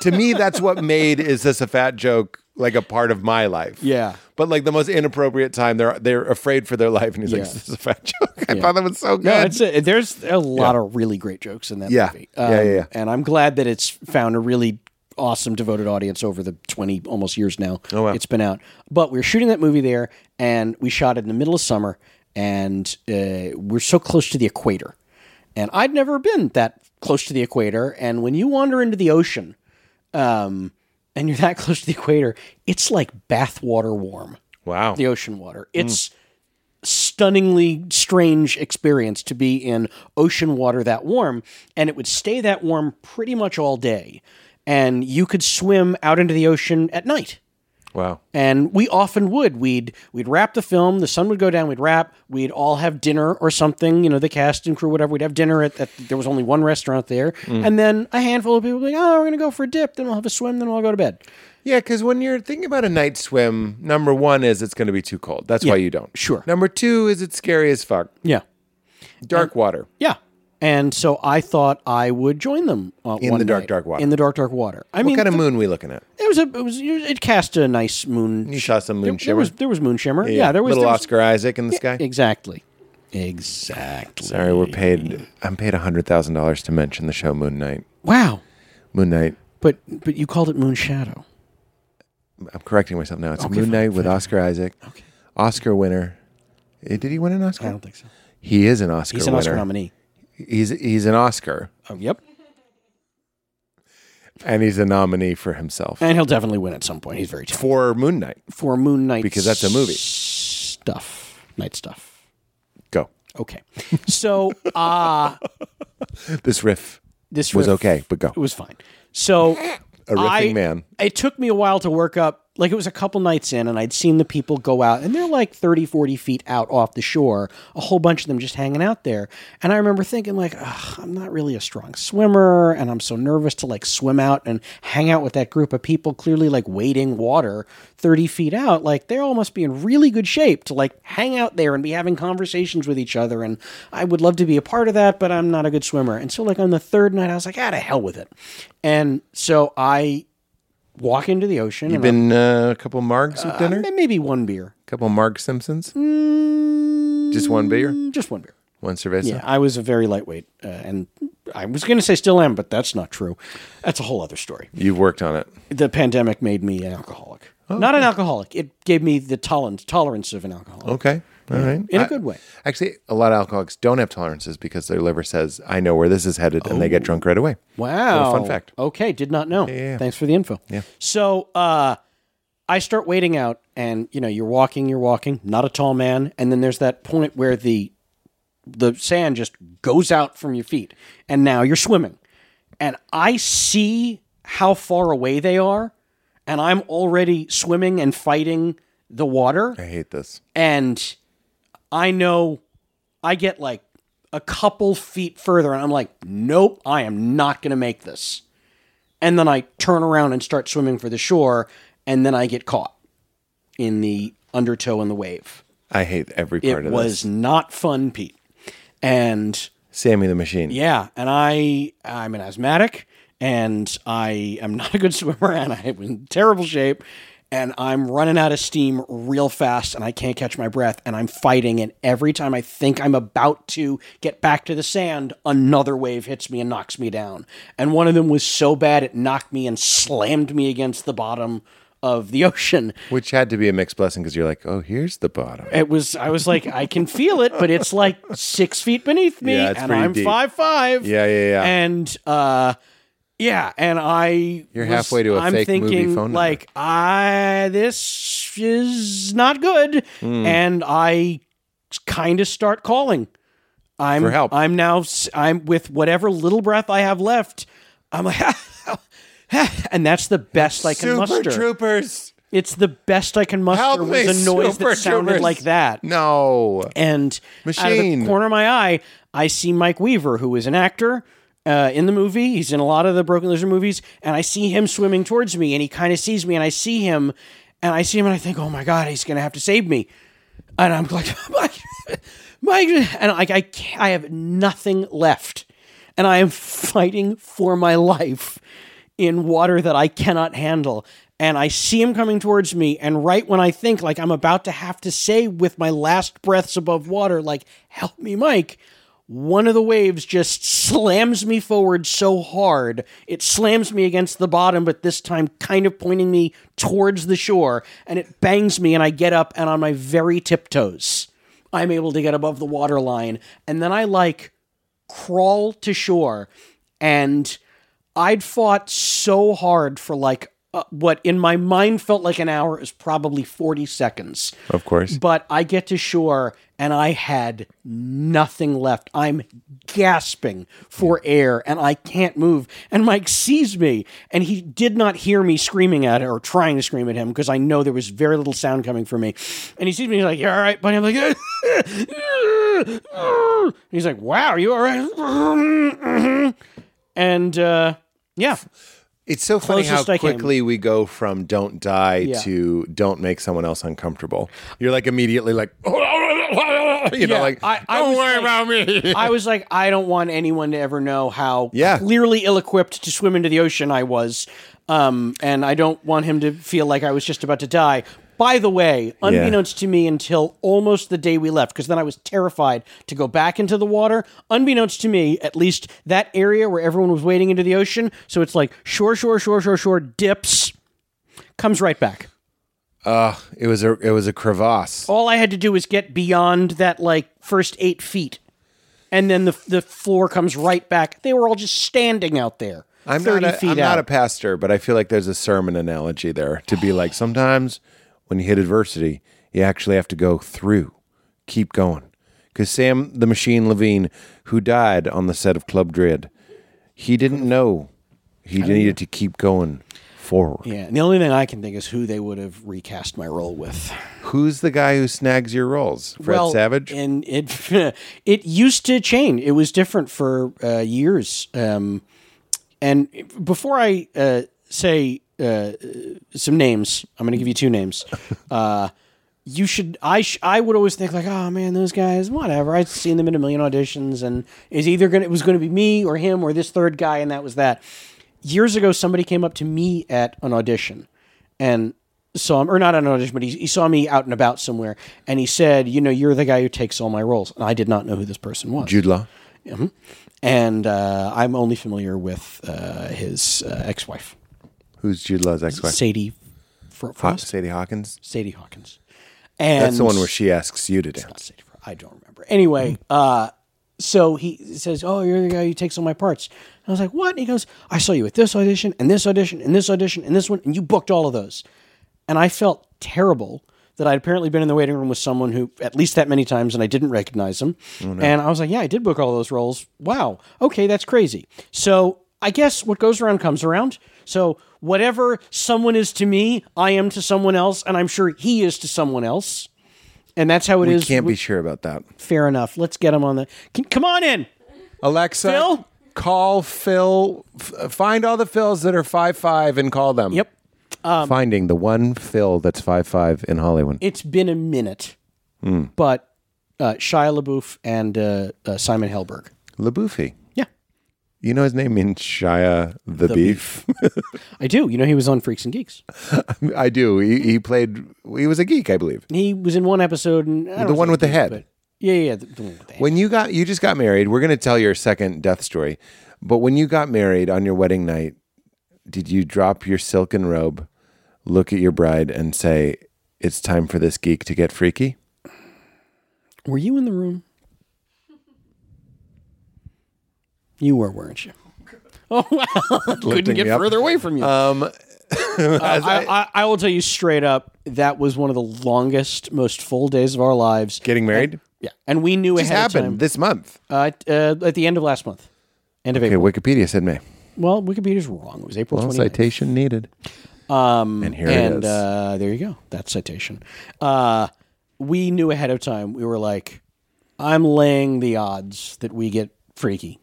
[SPEAKER 1] to me, that's what made "Is this a fat joke?" like a part of my life.
[SPEAKER 2] Yeah.
[SPEAKER 1] But like the most inappropriate time, they're they're afraid for their life, and he's like,
[SPEAKER 2] Yeah.
[SPEAKER 1] "Is this a fat joke?" I thought that was so good.
[SPEAKER 2] No, it's a, there's a lot of really great jokes in that
[SPEAKER 1] Yeah.
[SPEAKER 2] movie. Um,
[SPEAKER 1] Yeah, yeah, yeah.
[SPEAKER 2] And I'm glad that it's found a really awesome devoted audience over the 20 almost years now. Oh,
[SPEAKER 1] wow.
[SPEAKER 2] It's been out. But we were shooting that movie there and we shot it in the middle of summer and uh, we're so close to the equator. And I'd never been that close to the equator. And when you wander into the ocean um, and you're that close to the equator, it's like bathwater warm
[SPEAKER 1] wow. Mm.
[SPEAKER 2] the ocean water. It's stunningly strange experience to be in ocean water that warm, and it would stay that warm pretty much all day. And you could swim out into the ocean at night.
[SPEAKER 1] Wow.
[SPEAKER 2] And we often would. We'd we'd wrap the film, the sun would go down, we'd wrap, we'd all have dinner or something, you know, the cast and crew, whatever, we'd have dinner at, at there was only one restaurant there.
[SPEAKER 1] Mm.
[SPEAKER 2] And then a handful of people would be like, Oh, we're gonna go for a dip, then we'll have a swim, then we'll go to bed.
[SPEAKER 1] Yeah, because when you're thinking about a night swim, number one is it's going to be too cold. That's why you don't.
[SPEAKER 2] sure.
[SPEAKER 1] Number two is it's scary as fuck.
[SPEAKER 2] Yeah.
[SPEAKER 1] Dark water.
[SPEAKER 2] Yeah. And so I thought I would join them uh,
[SPEAKER 1] In
[SPEAKER 2] one
[SPEAKER 1] the dark,
[SPEAKER 2] night,
[SPEAKER 1] dark water.
[SPEAKER 2] In the dark, dark water. I mean,
[SPEAKER 1] what kind of moon we looking at?
[SPEAKER 2] it was a it was it cast a nice moon.
[SPEAKER 1] You shot some moon
[SPEAKER 2] there, there was there was moon shimmer. Yeah, there was
[SPEAKER 1] little
[SPEAKER 2] there was-
[SPEAKER 1] Oscar Isaac in the sky.
[SPEAKER 2] Exactly, exactly.
[SPEAKER 1] Sorry, we're paid. I'm paid hundred thousand dollars to mention the show Moon Knight.
[SPEAKER 2] Wow,
[SPEAKER 1] Moon Knight.
[SPEAKER 2] but but you called it moon shadow.
[SPEAKER 1] I'm correcting myself now. It's Moon Knight with Oscar Isaac. Okay. Oscar winner. Eh, Did he win an Oscar?
[SPEAKER 2] I don't think so.
[SPEAKER 1] He is an Oscar
[SPEAKER 2] He's an
[SPEAKER 1] winner.
[SPEAKER 2] Oscar nominee.
[SPEAKER 1] He's he's an Oscar,
[SPEAKER 2] Oh, yep,
[SPEAKER 1] and he's a nominee for himself
[SPEAKER 2] and he'll definitely win at some point. He's very talented.
[SPEAKER 1] for Moon Knight.
[SPEAKER 2] for Moon Knight
[SPEAKER 1] Because that's a movie.
[SPEAKER 2] stuff. Night stuff.
[SPEAKER 1] Go.
[SPEAKER 2] Okay, so uh
[SPEAKER 1] This riff
[SPEAKER 2] this
[SPEAKER 1] was
[SPEAKER 2] riff-
[SPEAKER 1] okay, but go.
[SPEAKER 2] It was fine. So
[SPEAKER 1] a riffing
[SPEAKER 2] I-
[SPEAKER 1] man.
[SPEAKER 2] It took me a while to work up. Like it was a couple nights in, and I'd seen the people go out, and they're like 30, 40 feet out off the shore, a whole bunch of them just hanging out there. And I remember thinking, like, Ugh, I'm not really a strong swimmer, and I'm so nervous to like swim out and hang out with that group of people clearly like wading water 30 feet out. Like they all must be in really good shape to like hang out there and be having conversations with each other. And I would love to be a part of that, but I'm not a good swimmer. And so, like, on the third night, I was like, ah, to hell with it. And so I walk into the ocean.
[SPEAKER 1] You've been uh, a couple margs with dinner?
[SPEAKER 2] and maybe one beer,
[SPEAKER 1] couple Marg Simpsons? Just one beer?
[SPEAKER 2] Mm, just one beer.
[SPEAKER 1] One cerveza?
[SPEAKER 2] Yeah, I was a very lightweight, uh, and I was going to say still am, but that's not true. That's a whole other story.
[SPEAKER 1] You've worked on it.
[SPEAKER 2] The pandemic made me an alcoholic. Not an alcoholic. It gave me the tolerance tolerance of an alcoholic
[SPEAKER 1] Okay. all right.
[SPEAKER 2] in
[SPEAKER 1] a
[SPEAKER 2] a good way.
[SPEAKER 1] Actually, a lot of alcoholics don't have tolerances because their liver says, I know where this is headed, and they get drunk right away.
[SPEAKER 2] Wow.
[SPEAKER 1] fun fact.
[SPEAKER 2] Okay, did not know.
[SPEAKER 1] yeah, yeah.
[SPEAKER 2] Thanks for the info. Yeah. So uh I start waiting out and you know, you're walking, you're walking, not a tall man, and then there's that point where the the sand just goes out from your feet and now you're swimming. And I see how far away they are and I'm already swimming and fighting the water
[SPEAKER 1] I hate this.
[SPEAKER 2] and I know I get like a couple feet further and I'm like, nope, I am not going to make this. And then I turn around and start swimming for the shore and then I get caught in the undertow and the wave.
[SPEAKER 1] I hate every
[SPEAKER 2] It
[SPEAKER 1] part of
[SPEAKER 2] was
[SPEAKER 1] this.
[SPEAKER 2] not fun, Pete. And
[SPEAKER 1] Sammy the Machine.
[SPEAKER 2] yeah, and I I'm an asthmatic and I am not a good swimmer and I'm in terrible shape and I'm running out of steam real fast and I can't catch my breath and I'm fighting and every time I think I'm about to get back to the sand, another wave hits me and knocks me down. And one of them was so bad it knocked me and slammed me against the bottom of the ocean.
[SPEAKER 1] Which had to be a mixed blessing because you're like, oh, here's the bottom.
[SPEAKER 2] It was I was like, I can feel it, but it's like six feet beneath me
[SPEAKER 1] Yeah, it's
[SPEAKER 2] and
[SPEAKER 1] pretty
[SPEAKER 2] I'm
[SPEAKER 1] deep.
[SPEAKER 2] five five.
[SPEAKER 1] Yeah, yeah, yeah.
[SPEAKER 2] And uh yeah, and I
[SPEAKER 1] You're
[SPEAKER 2] was-
[SPEAKER 1] halfway to a
[SPEAKER 2] I'm
[SPEAKER 1] fake movie
[SPEAKER 2] thinking,
[SPEAKER 1] phone number.
[SPEAKER 2] Like, I this is not good.
[SPEAKER 1] Hmm.
[SPEAKER 2] And I kind of start calling. I'm
[SPEAKER 1] For help.
[SPEAKER 2] I'm now s- I'm with whatever little breath I have left. I'm like And that's the best I can
[SPEAKER 1] Super
[SPEAKER 2] muster.
[SPEAKER 1] Troopers.
[SPEAKER 2] It's the best I can muster
[SPEAKER 1] Help
[SPEAKER 2] was
[SPEAKER 1] me,
[SPEAKER 2] a noise
[SPEAKER 1] Super
[SPEAKER 2] that sounded
[SPEAKER 1] Troopers.
[SPEAKER 2] like that.
[SPEAKER 1] No.
[SPEAKER 2] And out of
[SPEAKER 1] Machine.
[SPEAKER 2] the corner of my eye, I see Mike Weaver, who is an actor uh, in the movie. He's in a lot of the Broken Lizard movies, and I see him swimming towards me, and he kind of sees me, and I see him, and I see him, and I think, oh my god, he's gonna have to save me, and I'm like, Mike, Mike, and like I, can't- I have nothing left, and I am fighting for my life in water that I cannot handle. And I see him coming towards me, and right when I think like I'm about to have to say with my last breaths above water, like, help me, Mike, one of the waves just slams me forward so hard. It slams me against the bottom, but this time kind of pointing me towards the shore, and it bangs me, and I get up, and on my very tiptoes, I'm able to get above the water line. And then I like crawl to shore and i'd fought so hard for like uh, what in my mind felt like an hour is probably 40 seconds
[SPEAKER 1] Of course.
[SPEAKER 2] but i get to shore and i had nothing left i'm gasping for air and i can't move and mike sees me and he did not hear me screaming at or trying to scream at him because i know there was very little sound coming from me and he sees me he's like you all right buddy i'm like And he's like, "Wow, are you all right?" And uh, yeah,
[SPEAKER 1] It's so funny how
[SPEAKER 2] Closest I came.
[SPEAKER 1] quickly we go from don't die to don't make someone else uncomfortable. You're like immediately like, you know, like,
[SPEAKER 2] I- I
[SPEAKER 1] don't
[SPEAKER 2] was
[SPEAKER 1] worry
[SPEAKER 2] like-
[SPEAKER 1] about me.
[SPEAKER 2] I was like, I don't want anyone to ever know how
[SPEAKER 1] Yeah.
[SPEAKER 2] clearly ill-equipped to swim into the ocean I was, um, and I don't want him to feel like I was just about to die. By the way, unbeknownst to me until almost the day we left, because then I was terrified to go back into the water. Unbeknownst to me, at least that area where everyone was wading into the ocean, so it's like shore, shore, shore, shore, shore, dips, comes right back.
[SPEAKER 1] it was a it was a crevasse.
[SPEAKER 2] all I had to do was get beyond that like first eight feet, and then the the floor comes right back. They were all just standing out there,
[SPEAKER 1] I'm
[SPEAKER 2] thirty
[SPEAKER 1] not a,
[SPEAKER 2] feet
[SPEAKER 1] I'm
[SPEAKER 2] out.
[SPEAKER 1] not a pastor, but I feel like there's a sermon analogy there to be like sometimes when you hit adversity, you actually have to go through, keep going. Because Sam the Machine Levine, who died on the set of Club Dread, he didn't know he needed to keep going forward.
[SPEAKER 2] yeah, and the only thing I can think is who they would have recast my role with.
[SPEAKER 1] Who's the guy who snags your roles? Fred
[SPEAKER 2] well,
[SPEAKER 1] Savage?
[SPEAKER 2] and it it used to change. It was different for uh, years. Um, and before I uh, say uh, some names, I'm going to give you two names. Uh, you should. I sh- I would always think like, oh man, those guys, whatever. I've seen them in a million auditions, and is either going to it was going to be me or him or this third guy, and that was that. Years ago, somebody came up to me at an audition, and saw him, or not at an audition, but he, he saw me out and about somewhere, and he said, you know, you're the guy who takes all my roles, and I did not know who this person was Mm-hmm.
[SPEAKER 1] Jude Law?
[SPEAKER 2] and uh, I'm only familiar with uh, his uh, ex-wife,
[SPEAKER 1] Who's Jude Law's ex wife?
[SPEAKER 2] Sadie Fro- Frost,
[SPEAKER 1] Sadie Hawkins?
[SPEAKER 2] Sadie Hawkins, and
[SPEAKER 1] That's the one where she asks you to dance.
[SPEAKER 2] not Sadie Fro- I don't remember. Anyway,
[SPEAKER 1] Mm-hmm.
[SPEAKER 2] uh, so he says, "Oh, you're the guy who takes all my parts." And I was like, "What?" And he goes, "I saw you at this audition, and this audition, and this audition, and this one, and you booked all of those." And I felt terrible that I'd apparently been in the waiting room with someone who at least that many times, and I didn't recognize him.
[SPEAKER 1] Oh,
[SPEAKER 2] And I was like, "Yeah, I did book all those roles. Wow. Okay, that's crazy." So I guess what goes around comes around. So whatever someone is to me, I am to someone else, and I'm sure he is to someone else. And that's how it
[SPEAKER 1] We
[SPEAKER 2] is.
[SPEAKER 1] can't
[SPEAKER 2] with-
[SPEAKER 1] be sure about that.
[SPEAKER 2] fair enough. Let's get him on the. Can, come on in.
[SPEAKER 1] Alexa,
[SPEAKER 2] Phil?
[SPEAKER 1] call Phil. F- find all the Phils that are five five and call them.
[SPEAKER 2] Yep.
[SPEAKER 1] Finding the one Phil that's five five in Hollywood.
[SPEAKER 2] It's been a minute,
[SPEAKER 1] Hmm.
[SPEAKER 2] but uh, Shia LaBeouf and uh, uh, Simon Helberg.
[SPEAKER 1] Laboufy.
[SPEAKER 2] Yeah,
[SPEAKER 1] You know his name means Shia the, Beef.
[SPEAKER 2] I do. You know he was on Freaks and Geeks.
[SPEAKER 1] I do. He, he played. He was a geek, I believe.
[SPEAKER 2] He was in one episode and I don't
[SPEAKER 1] The
[SPEAKER 2] know
[SPEAKER 1] one
[SPEAKER 2] if
[SPEAKER 1] with the
[SPEAKER 2] he-
[SPEAKER 1] head.
[SPEAKER 2] but- Yeah, yeah, yeah, the, the one with the head.
[SPEAKER 1] When you got you just got married, we're gonna tell your second death story. But when you got married on your wedding night, did you drop your silken robe, look at your bride, and say, "It's time for this geek to get freaky"?
[SPEAKER 2] Were you in the room? You were, weren't you? Oh wow! Couldn't
[SPEAKER 1] Lifting
[SPEAKER 2] get
[SPEAKER 1] me up. Um,
[SPEAKER 2] further away from you. I, I, I will tell you straight up that was one of the longest, most full days of our lives.
[SPEAKER 1] Getting married
[SPEAKER 2] yeah, and we knew
[SPEAKER 1] just
[SPEAKER 2] ahead of
[SPEAKER 1] happened
[SPEAKER 2] time.
[SPEAKER 1] this month.
[SPEAKER 2] uh, at- uh, at the end of last month. End of
[SPEAKER 1] Okay,
[SPEAKER 2] April.
[SPEAKER 1] Wikipedia said May.
[SPEAKER 2] Well, Wikipedia's wrong. It was April
[SPEAKER 1] Well,
[SPEAKER 2] 29th.
[SPEAKER 1] citation needed. Um, and here it
[SPEAKER 2] and
[SPEAKER 1] is.
[SPEAKER 2] uh, there you go. That's citation. Uh, we knew ahead of time. We were like, I'm laying the odds that we get freaky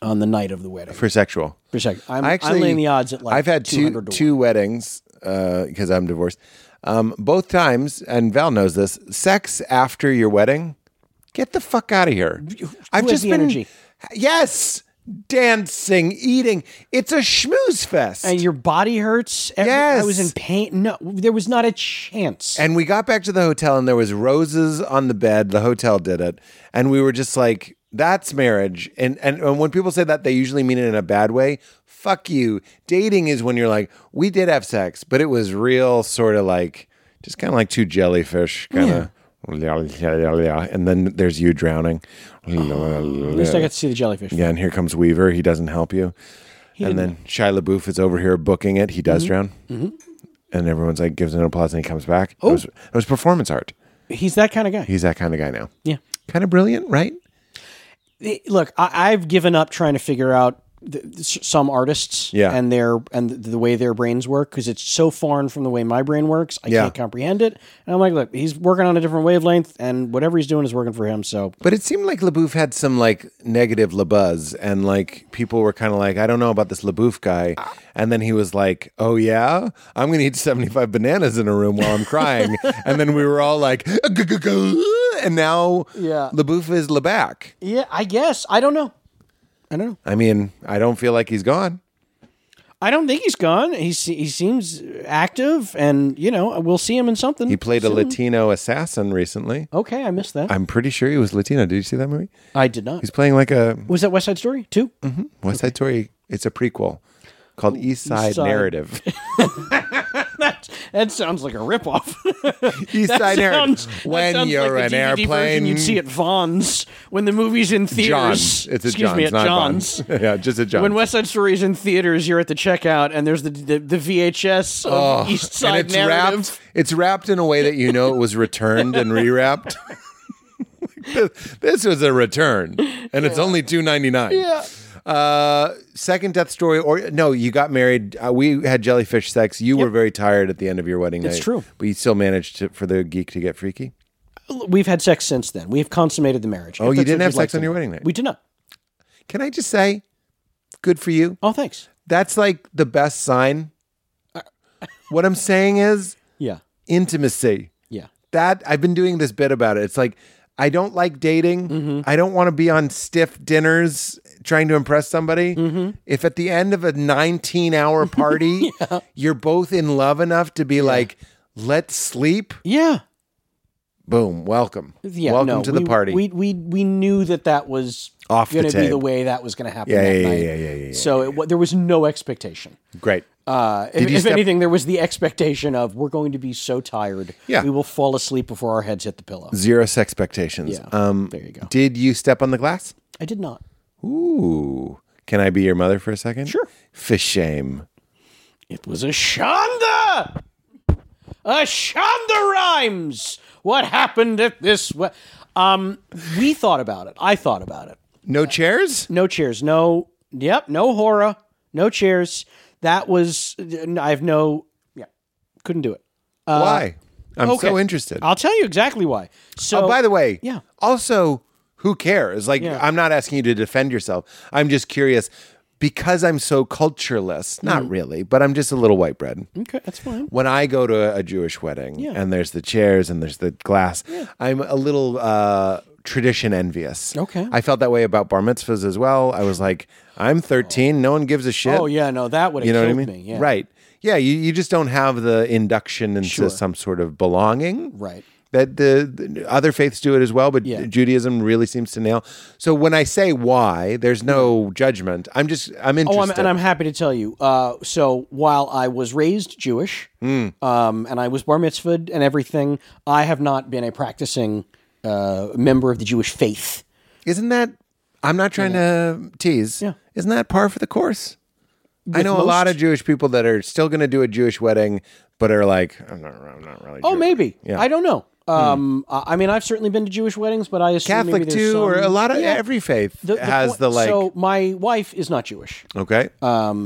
[SPEAKER 2] on the night of the wedding. For
[SPEAKER 1] for sexual.
[SPEAKER 2] a second, I'm,
[SPEAKER 1] I
[SPEAKER 2] I'm laying the odds at like
[SPEAKER 1] I've had
[SPEAKER 2] 200
[SPEAKER 1] two
[SPEAKER 2] to
[SPEAKER 1] two weddings because I'm divorced. Um, both times, and Val knows this. Sex after your wedding, get the fuck out of here. I've
[SPEAKER 2] has
[SPEAKER 1] just
[SPEAKER 2] the
[SPEAKER 1] been
[SPEAKER 2] energy?
[SPEAKER 1] yes, dancing, eating. It's a schmooze fest.
[SPEAKER 2] And your body hurts. Every- I was
[SPEAKER 1] Yes.
[SPEAKER 2] in pain. No, there was not a chance.
[SPEAKER 1] And we got back to the hotel and there was roses on the bed. The hotel did it. And we were just like, that's marriage. And, and and when people say that, they usually mean it in a bad way. Fuck you. Dating is when you're like, we did have sex, but it was real sort of like just kind of like two jellyfish kind of and then there's you drowning.
[SPEAKER 2] At least I got to see the jellyfish.
[SPEAKER 1] Yeah, and here comes Weaver. He doesn't help you. and then Shia LaBeouf is over here booking it. He does drown. And everyone's like, gives an applause, and he comes back. It, was, it was performance art.
[SPEAKER 2] He's that kind of guy.
[SPEAKER 1] He's that kind of guy now.
[SPEAKER 2] Yeah.
[SPEAKER 1] Kind of brilliant, right?
[SPEAKER 2] it- look, I, I've given up trying to figure out th- th- s- some artists
[SPEAKER 1] Yeah.
[SPEAKER 2] and their and th- the way their brains work because it's so foreign from the way my brain works. I
[SPEAKER 1] Yeah.
[SPEAKER 2] can't comprehend it. And I'm like, look, he's working on a different wavelength, and whatever he's doing is working for him. So
[SPEAKER 1] But it seemed like LaBeouf had some like negative LaBuzz, and like people were kind of like, I don't know about this LaBeouf guy. And then he was like, Oh, yeah, I'm going to eat 75 bananas in a room while I'm crying. and then we were all like, and now
[SPEAKER 2] Yeah.
[SPEAKER 1] LaBeouf is LaBack.
[SPEAKER 2] yeah, I guess I don't know. I don't know.
[SPEAKER 1] I mean, I don't feel like he's gone.
[SPEAKER 2] I don't think he's gone. He se- he seems active, and you know we'll see him in something.
[SPEAKER 1] He played a Latino assassin recently.
[SPEAKER 2] okay, I missed that. I,
[SPEAKER 1] I'm pretty sure he was Latino. Did you see that movie?
[SPEAKER 2] did not.
[SPEAKER 1] He's Mm-hmm. playing like a
[SPEAKER 2] Was that West Side Story too?
[SPEAKER 1] West Side Story. It's a prequel called East Side,
[SPEAKER 2] Side.
[SPEAKER 1] Narrative.
[SPEAKER 2] That sounds like a ripoff.
[SPEAKER 1] East
[SPEAKER 2] That
[SPEAKER 1] Side
[SPEAKER 2] sounds-
[SPEAKER 1] Narrative.
[SPEAKER 2] that
[SPEAKER 1] When
[SPEAKER 2] sounds
[SPEAKER 1] you're
[SPEAKER 2] like the
[SPEAKER 1] an
[SPEAKER 2] DVD version
[SPEAKER 1] airplane,
[SPEAKER 2] you'd see at Vaughn's when the movie's in theaters.
[SPEAKER 1] John's. It's a
[SPEAKER 2] Excuse
[SPEAKER 1] John's,
[SPEAKER 2] me, at
[SPEAKER 1] not
[SPEAKER 2] John's.
[SPEAKER 1] Bonds. yeah, just a John's.
[SPEAKER 2] When West Side Story is in theaters, you're at the checkout, and there's the the, the VHS of East Side
[SPEAKER 1] Oh, and it's
[SPEAKER 2] narrative.
[SPEAKER 1] wrapped. It's wrapped in a way that you know it was returned and rewrapped. This- this was a return, and it's only two ninety nine. Yeah. Uh, second death story, or no? You got married. Uh, we had jellyfish sex. You were very tired at the end of your wedding night.
[SPEAKER 2] It's true.
[SPEAKER 1] but you still managed to, for the geek to get freaky.
[SPEAKER 2] We've had sex since then. We've consummated the marriage.
[SPEAKER 1] Oh,
[SPEAKER 2] If
[SPEAKER 1] you
[SPEAKER 2] that's
[SPEAKER 1] didn't
[SPEAKER 2] what
[SPEAKER 1] have
[SPEAKER 2] you'd like
[SPEAKER 1] sex
[SPEAKER 2] to
[SPEAKER 1] on your
[SPEAKER 2] know.
[SPEAKER 1] wedding night?
[SPEAKER 2] We did not.
[SPEAKER 1] Can I just say, good for you.
[SPEAKER 2] Oh, thanks.
[SPEAKER 1] That's like the best sign.
[SPEAKER 2] Uh,
[SPEAKER 1] what I'm saying is
[SPEAKER 2] Yeah,
[SPEAKER 1] intimacy.
[SPEAKER 2] yeah.
[SPEAKER 1] that I've been doing this bit about it. It's like I don't like dating.
[SPEAKER 2] Mm-hmm.
[SPEAKER 1] I don't want to be on stiff dinners trying to impress somebody.
[SPEAKER 2] Mm-hmm.
[SPEAKER 1] If at the end of a 19 hour party, you're both in love enough to be like, let's sleep,
[SPEAKER 2] Yeah,
[SPEAKER 1] boom, welcome.
[SPEAKER 2] yeah.
[SPEAKER 1] welcome
[SPEAKER 2] no,
[SPEAKER 1] to the
[SPEAKER 2] we-
[SPEAKER 1] party.
[SPEAKER 2] We we we knew that that was
[SPEAKER 1] Off the
[SPEAKER 2] going to be the
[SPEAKER 1] table.
[SPEAKER 2] way that was going to happen.
[SPEAKER 1] Yeah,
[SPEAKER 2] that
[SPEAKER 1] yeah,
[SPEAKER 2] night.
[SPEAKER 1] yeah, yeah, yeah, yeah,
[SPEAKER 2] So it, wa- there was no expectation.
[SPEAKER 1] Great.
[SPEAKER 2] Uh, if
[SPEAKER 1] you
[SPEAKER 2] if
[SPEAKER 1] step-
[SPEAKER 2] anything, there was the expectation of we're going to be so tired,
[SPEAKER 1] Yeah.
[SPEAKER 2] we will fall asleep before our heads hit the pillow.
[SPEAKER 1] Zero sex expectations.
[SPEAKER 2] Yeah,
[SPEAKER 1] um,
[SPEAKER 2] there you go.
[SPEAKER 1] Did you step on the glass?
[SPEAKER 2] I did not.
[SPEAKER 1] Ooh. Can I be your mother for a second?
[SPEAKER 2] Sure.
[SPEAKER 1] For shame.
[SPEAKER 2] It was a Shonda, a Shonda Rhimes. What happened at this? We-? Um, we thought about it. I thought about it.
[SPEAKER 1] No chairs?
[SPEAKER 2] No chairs. No. Yep. No horror. No chairs. That was I've no yeah, couldn't do it.
[SPEAKER 1] Why? I'm so
[SPEAKER 2] Uh, okay.
[SPEAKER 1] interested.
[SPEAKER 2] I'll tell you exactly why. So
[SPEAKER 1] oh, by the way,
[SPEAKER 2] yeah.
[SPEAKER 1] Also, who cares? Like, I'm not asking you to defend yourself. I'm just curious because I'm so cultureless. Not really, but I'm just a little white bread.
[SPEAKER 2] Mm. okay, that's fine.
[SPEAKER 1] When I go to a Jewish wedding and there's the chairs and there's the glass, I'm a little uh, tradition envious.
[SPEAKER 2] Okay.
[SPEAKER 1] I felt that way about bar mitzvahs as well. I was like, I'm 13. No one gives a shit.
[SPEAKER 2] Oh yeah, no, that would have
[SPEAKER 1] You know what I
[SPEAKER 2] killed
[SPEAKER 1] mean?
[SPEAKER 2] me. Yeah.
[SPEAKER 1] Right. Yeah, you, you just don't have the induction into
[SPEAKER 2] Sure.
[SPEAKER 1] some sort of belonging.
[SPEAKER 2] Right.
[SPEAKER 1] That the, the other faiths do it as well, but
[SPEAKER 2] Yeah.
[SPEAKER 1] Judaism really seems to nail. So when I say why, there's no judgment. I'm just I'm
[SPEAKER 2] Oh,
[SPEAKER 1] interested.
[SPEAKER 2] I'm, and I'm happy to tell you. Uh, so while I was raised Jewish,
[SPEAKER 1] Hmm.
[SPEAKER 2] um, and I was bar mitzvahed and everything, I have not been a practicing uh, member of the Jewish faith.
[SPEAKER 1] Isn't that I'm not trying to tease.
[SPEAKER 2] Yeah.
[SPEAKER 1] Isn't that par for the course? I know a lot
[SPEAKER 2] most-
[SPEAKER 1] of Jewish people that are still going to do a Jewish wedding, but are like, I'm not, I'm not really.
[SPEAKER 2] Oh,
[SPEAKER 1] Jewish."
[SPEAKER 2] maybe. I don't know. Um, I I mean, I've certainly been to Jewish weddings, but I assume maybe
[SPEAKER 1] Hmm. Catholic
[SPEAKER 2] there's
[SPEAKER 1] too,
[SPEAKER 2] some-
[SPEAKER 1] or a lot of every faith
[SPEAKER 2] The- the
[SPEAKER 1] has
[SPEAKER 2] point-
[SPEAKER 1] the like.
[SPEAKER 2] So my wife is not Jewish.
[SPEAKER 1] okay.
[SPEAKER 2] Uh,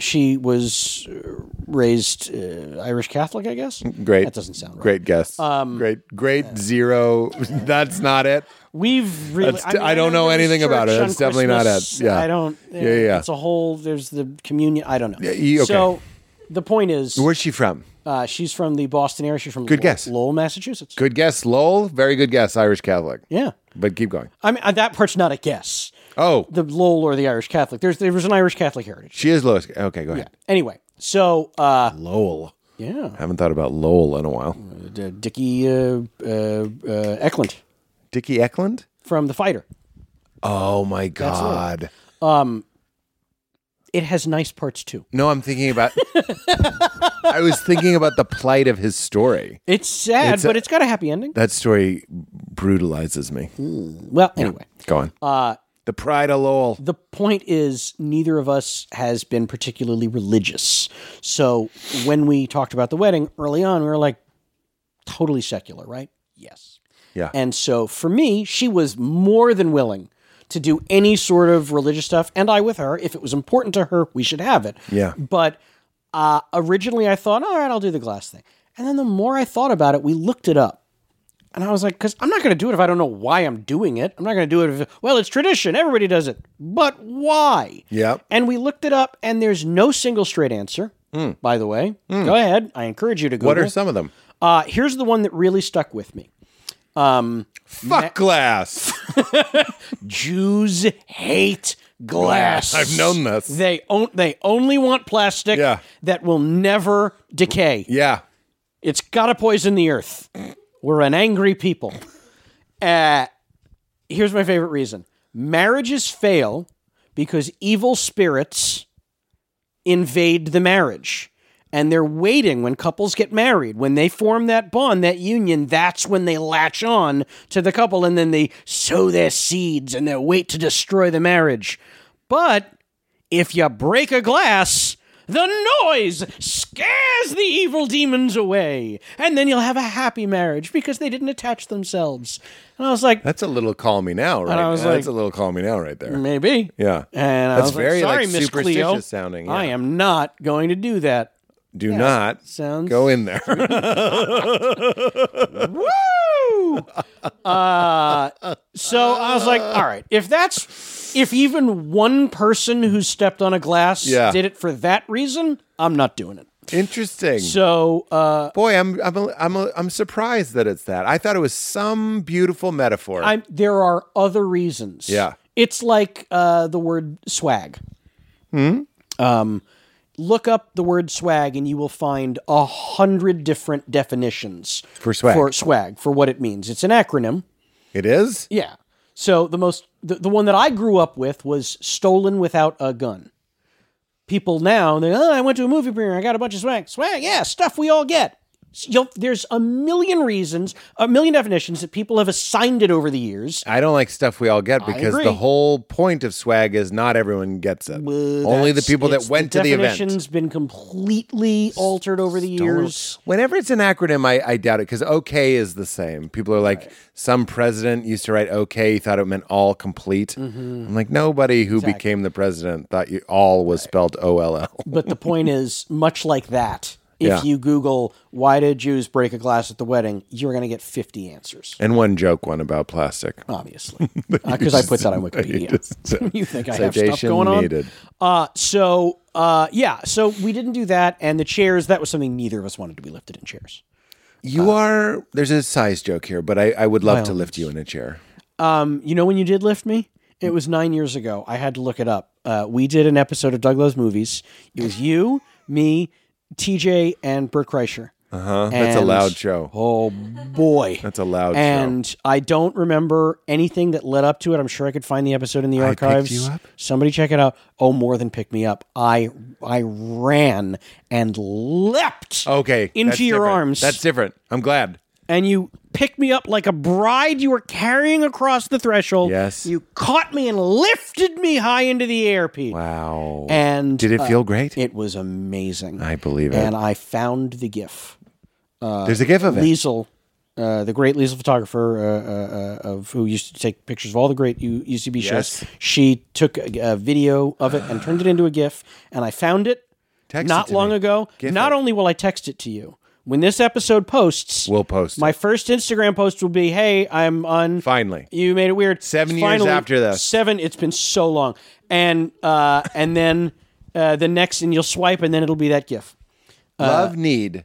[SPEAKER 2] she was uh, raised uh, Irish Catholic, I guess.
[SPEAKER 1] Great.
[SPEAKER 2] That doesn't sound right.
[SPEAKER 1] Great guess. great, great zero. That's not it.
[SPEAKER 2] We've really.
[SPEAKER 1] That's- I don't know
[SPEAKER 2] there's
[SPEAKER 1] anything about it.
[SPEAKER 2] church on
[SPEAKER 1] That's definitely not
[SPEAKER 2] Christmas.
[SPEAKER 1] it. Yeah.
[SPEAKER 2] I don't. Yeah,
[SPEAKER 1] yeah, yeah.
[SPEAKER 2] It's a whole. There's the communion. I don't know.
[SPEAKER 1] you- okay.
[SPEAKER 2] So the point is,
[SPEAKER 1] Where's she from?
[SPEAKER 2] uh, she's from the Boston area. She's from
[SPEAKER 1] Good
[SPEAKER 2] Lo-
[SPEAKER 1] guess.
[SPEAKER 2] Lowell, Massachusetts.
[SPEAKER 1] Good guess, Lowell. Very good guess, Irish Catholic.
[SPEAKER 2] Yeah.
[SPEAKER 1] But keep going.
[SPEAKER 2] I mean, uh, that part's not a guess.
[SPEAKER 1] Oh,
[SPEAKER 2] The Lowell or the Irish Catholic. There's there was an Irish Catholic heritage.
[SPEAKER 1] she is Lowell. Okay, go ahead.
[SPEAKER 2] Anyway, so uh,
[SPEAKER 1] Lowell.
[SPEAKER 2] yeah,
[SPEAKER 1] I haven't thought about Lowell in a while.
[SPEAKER 2] D- Dickie uh, uh, uh, Eklund
[SPEAKER 1] Dickie Eklund.
[SPEAKER 2] from The Fighter.
[SPEAKER 1] Oh my God.
[SPEAKER 2] It has nice parts too.
[SPEAKER 1] No, I'm thinking about. I was thinking about the plight of his story.
[SPEAKER 2] It's sad,
[SPEAKER 1] It's a-
[SPEAKER 2] but it's got a happy ending.
[SPEAKER 1] That story brutalizes me.
[SPEAKER 2] Well, anyway.
[SPEAKER 1] Go on. Uh, the pride of Lowell.
[SPEAKER 2] the point is neither of us has been particularly religious so when we talked about the wedding early on we were like totally secular right yes
[SPEAKER 1] Yeah.
[SPEAKER 2] and so for me she was more than willing to do any sort of religious stuff and i with her if it was important to her we should have it
[SPEAKER 1] Yeah.
[SPEAKER 2] but uh, originally i thought all right i'll do the glass thing and then the more i thought about it we looked it up and I was like, because I'm not going to do it if I don't know why I'm doing it. I'm not going to do it if, well, it's tradition. Everybody does it. But why?
[SPEAKER 1] Yep.
[SPEAKER 2] And we looked it up, and there's no single straight answer, by the way. Go ahead. I encourage you to Google.
[SPEAKER 1] Hmm. What are some of them?
[SPEAKER 2] uh, here's the one that really stuck with me
[SPEAKER 1] Fuck glass.
[SPEAKER 2] Jews hate glass.
[SPEAKER 1] I've known this.
[SPEAKER 2] They, on- they only want plastic
[SPEAKER 1] Yeah.
[SPEAKER 2] that will never decay.
[SPEAKER 1] Yeah.
[SPEAKER 2] It's got to poison the earth. We're an angry people. Uh, here's my favorite reason marriages fail because evil spirits invade the marriage. And they're waiting when couples get married. When they form that bond, that union, that's when they latch on to the couple and then they sow their seeds and they wait to destroy the marriage. But if you break a glass, the noise scares the evil demons away, and then you'll have a happy marriage because they didn't attach themselves. And I was like,
[SPEAKER 1] That's a little call me now, right?
[SPEAKER 2] I was
[SPEAKER 1] That's
[SPEAKER 2] like-
[SPEAKER 1] a little call me now, right there.
[SPEAKER 2] maybe.
[SPEAKER 1] Yeah.
[SPEAKER 2] And I
[SPEAKER 1] That's
[SPEAKER 2] was like,
[SPEAKER 1] very,
[SPEAKER 2] sorry,
[SPEAKER 1] like,
[SPEAKER 2] Miss
[SPEAKER 1] superstitious
[SPEAKER 2] Cleo,
[SPEAKER 1] sounding,
[SPEAKER 2] I
[SPEAKER 1] yeah.
[SPEAKER 2] am not going to do that.
[SPEAKER 1] Do not
[SPEAKER 2] sounds-
[SPEAKER 1] go in there.
[SPEAKER 2] Woo! Uh, so I was like, all right, if that's if even one person who stepped on a glass
[SPEAKER 1] Yeah.
[SPEAKER 2] did it for that reason, I'm not doing it.
[SPEAKER 1] Interesting.
[SPEAKER 2] So uh,
[SPEAKER 1] Boy, I'm I'm a, I'm a, I'm surprised that it's that. I thought it was some beautiful metaphor.
[SPEAKER 2] I'm there are other reasons.
[SPEAKER 1] Yeah.
[SPEAKER 2] It's like uh, the word swag. Hmm. Um, look up the word swag, and you will find a hundred different definitions
[SPEAKER 1] For swag.
[SPEAKER 2] For swag, for what it means. It's an acronym.
[SPEAKER 1] it is?
[SPEAKER 2] Yeah. So the most the, the one that I grew up with was stolen without a gun. People now they oh I went to a movie premiere I got a bunch of swag swag yeah stuff we all get You'll, there's a million reasons, a million definitions that people have assigned it over the years.
[SPEAKER 1] I don't like stuff we all get because
[SPEAKER 2] agree.
[SPEAKER 1] the whole point of swag is not everyone gets it. Only the
[SPEAKER 2] Uh, That's-
[SPEAKER 1] people that
[SPEAKER 2] it's-
[SPEAKER 1] went to the event.
[SPEAKER 2] Definition's been completely altered over the years.
[SPEAKER 1] Whenever it's an acronym, I, I doubt it because OK is the same. People are like, some president used to write OK, he thought it meant all complete.
[SPEAKER 2] Mm-hmm.
[SPEAKER 1] I'm like, nobody who became the president thought you all was spelled O L L.
[SPEAKER 2] But the point is, much like that, if
[SPEAKER 1] Yeah.
[SPEAKER 2] you Google "why did Jews break a glass at the wedding," you're going to get 50 answers.
[SPEAKER 1] And one joke, one about plastic.
[SPEAKER 2] Obviously, because I put that on Wikipedia. you think I have stuff
[SPEAKER 1] Citation
[SPEAKER 2] going on?
[SPEAKER 1] needed.
[SPEAKER 2] Uh, so uh, yeah, so we didn't do that, and the chairs. That was something neither of us wanted to be lifted in chairs.
[SPEAKER 1] You
[SPEAKER 2] Uh.
[SPEAKER 1] are, there's a size joke here, but I, I would love to lift you in a chair.
[SPEAKER 2] You know when you did lift me? It
[SPEAKER 1] Mm.
[SPEAKER 2] was nine years ago. I had to look it up. Uh, we did an episode of Doug Loves Movies. It was you, me, TJ, and Bert Kreischer. Uh-huh.
[SPEAKER 1] That's a loud show.
[SPEAKER 2] Oh boy.
[SPEAKER 1] That's a loud show.
[SPEAKER 2] and I don't remember anything that led up to it. I'm sure I could find the episode in the
[SPEAKER 1] picked
[SPEAKER 2] archives.
[SPEAKER 1] you up?
[SPEAKER 2] Somebody check it out. Oh, more than pick me up. I I ran and leapt
[SPEAKER 1] Okay.
[SPEAKER 2] into
[SPEAKER 1] that's
[SPEAKER 2] your
[SPEAKER 1] different.
[SPEAKER 2] arms.
[SPEAKER 1] That's different. I'm glad.
[SPEAKER 2] and you picked me up like a bride you were carrying across the threshold.
[SPEAKER 1] Yes.
[SPEAKER 2] You caught me and lifted me high into the air, Pete.
[SPEAKER 1] Wow.
[SPEAKER 2] And uh,
[SPEAKER 1] Did it feel great?
[SPEAKER 2] it was amazing.
[SPEAKER 1] I believe it.
[SPEAKER 2] And I found the GIF.
[SPEAKER 1] There's a gif of it.
[SPEAKER 2] Liesel, uh, the great Liesel photographer uh, uh, uh, of who used to take pictures of all the great U- UCB shows,
[SPEAKER 1] Yes.
[SPEAKER 2] she took a, a video of it and turned it into a GIF, and I found it
[SPEAKER 1] Text it
[SPEAKER 2] not
[SPEAKER 1] to
[SPEAKER 2] long
[SPEAKER 1] me.
[SPEAKER 2] ago.
[SPEAKER 1] GIF
[SPEAKER 2] not
[SPEAKER 1] it.
[SPEAKER 2] only will I text it to you when this episode posts,
[SPEAKER 1] We'll post
[SPEAKER 2] My
[SPEAKER 1] it.
[SPEAKER 2] first Instagram post will be, "Hey, I'm on."
[SPEAKER 1] Finally.
[SPEAKER 2] you made it weird.
[SPEAKER 1] Seven years after this.
[SPEAKER 2] seven. It's been so long, and uh, and then uh, the next, and you'll swipe, and then it'll be that GIF. Uh,
[SPEAKER 1] Love Need.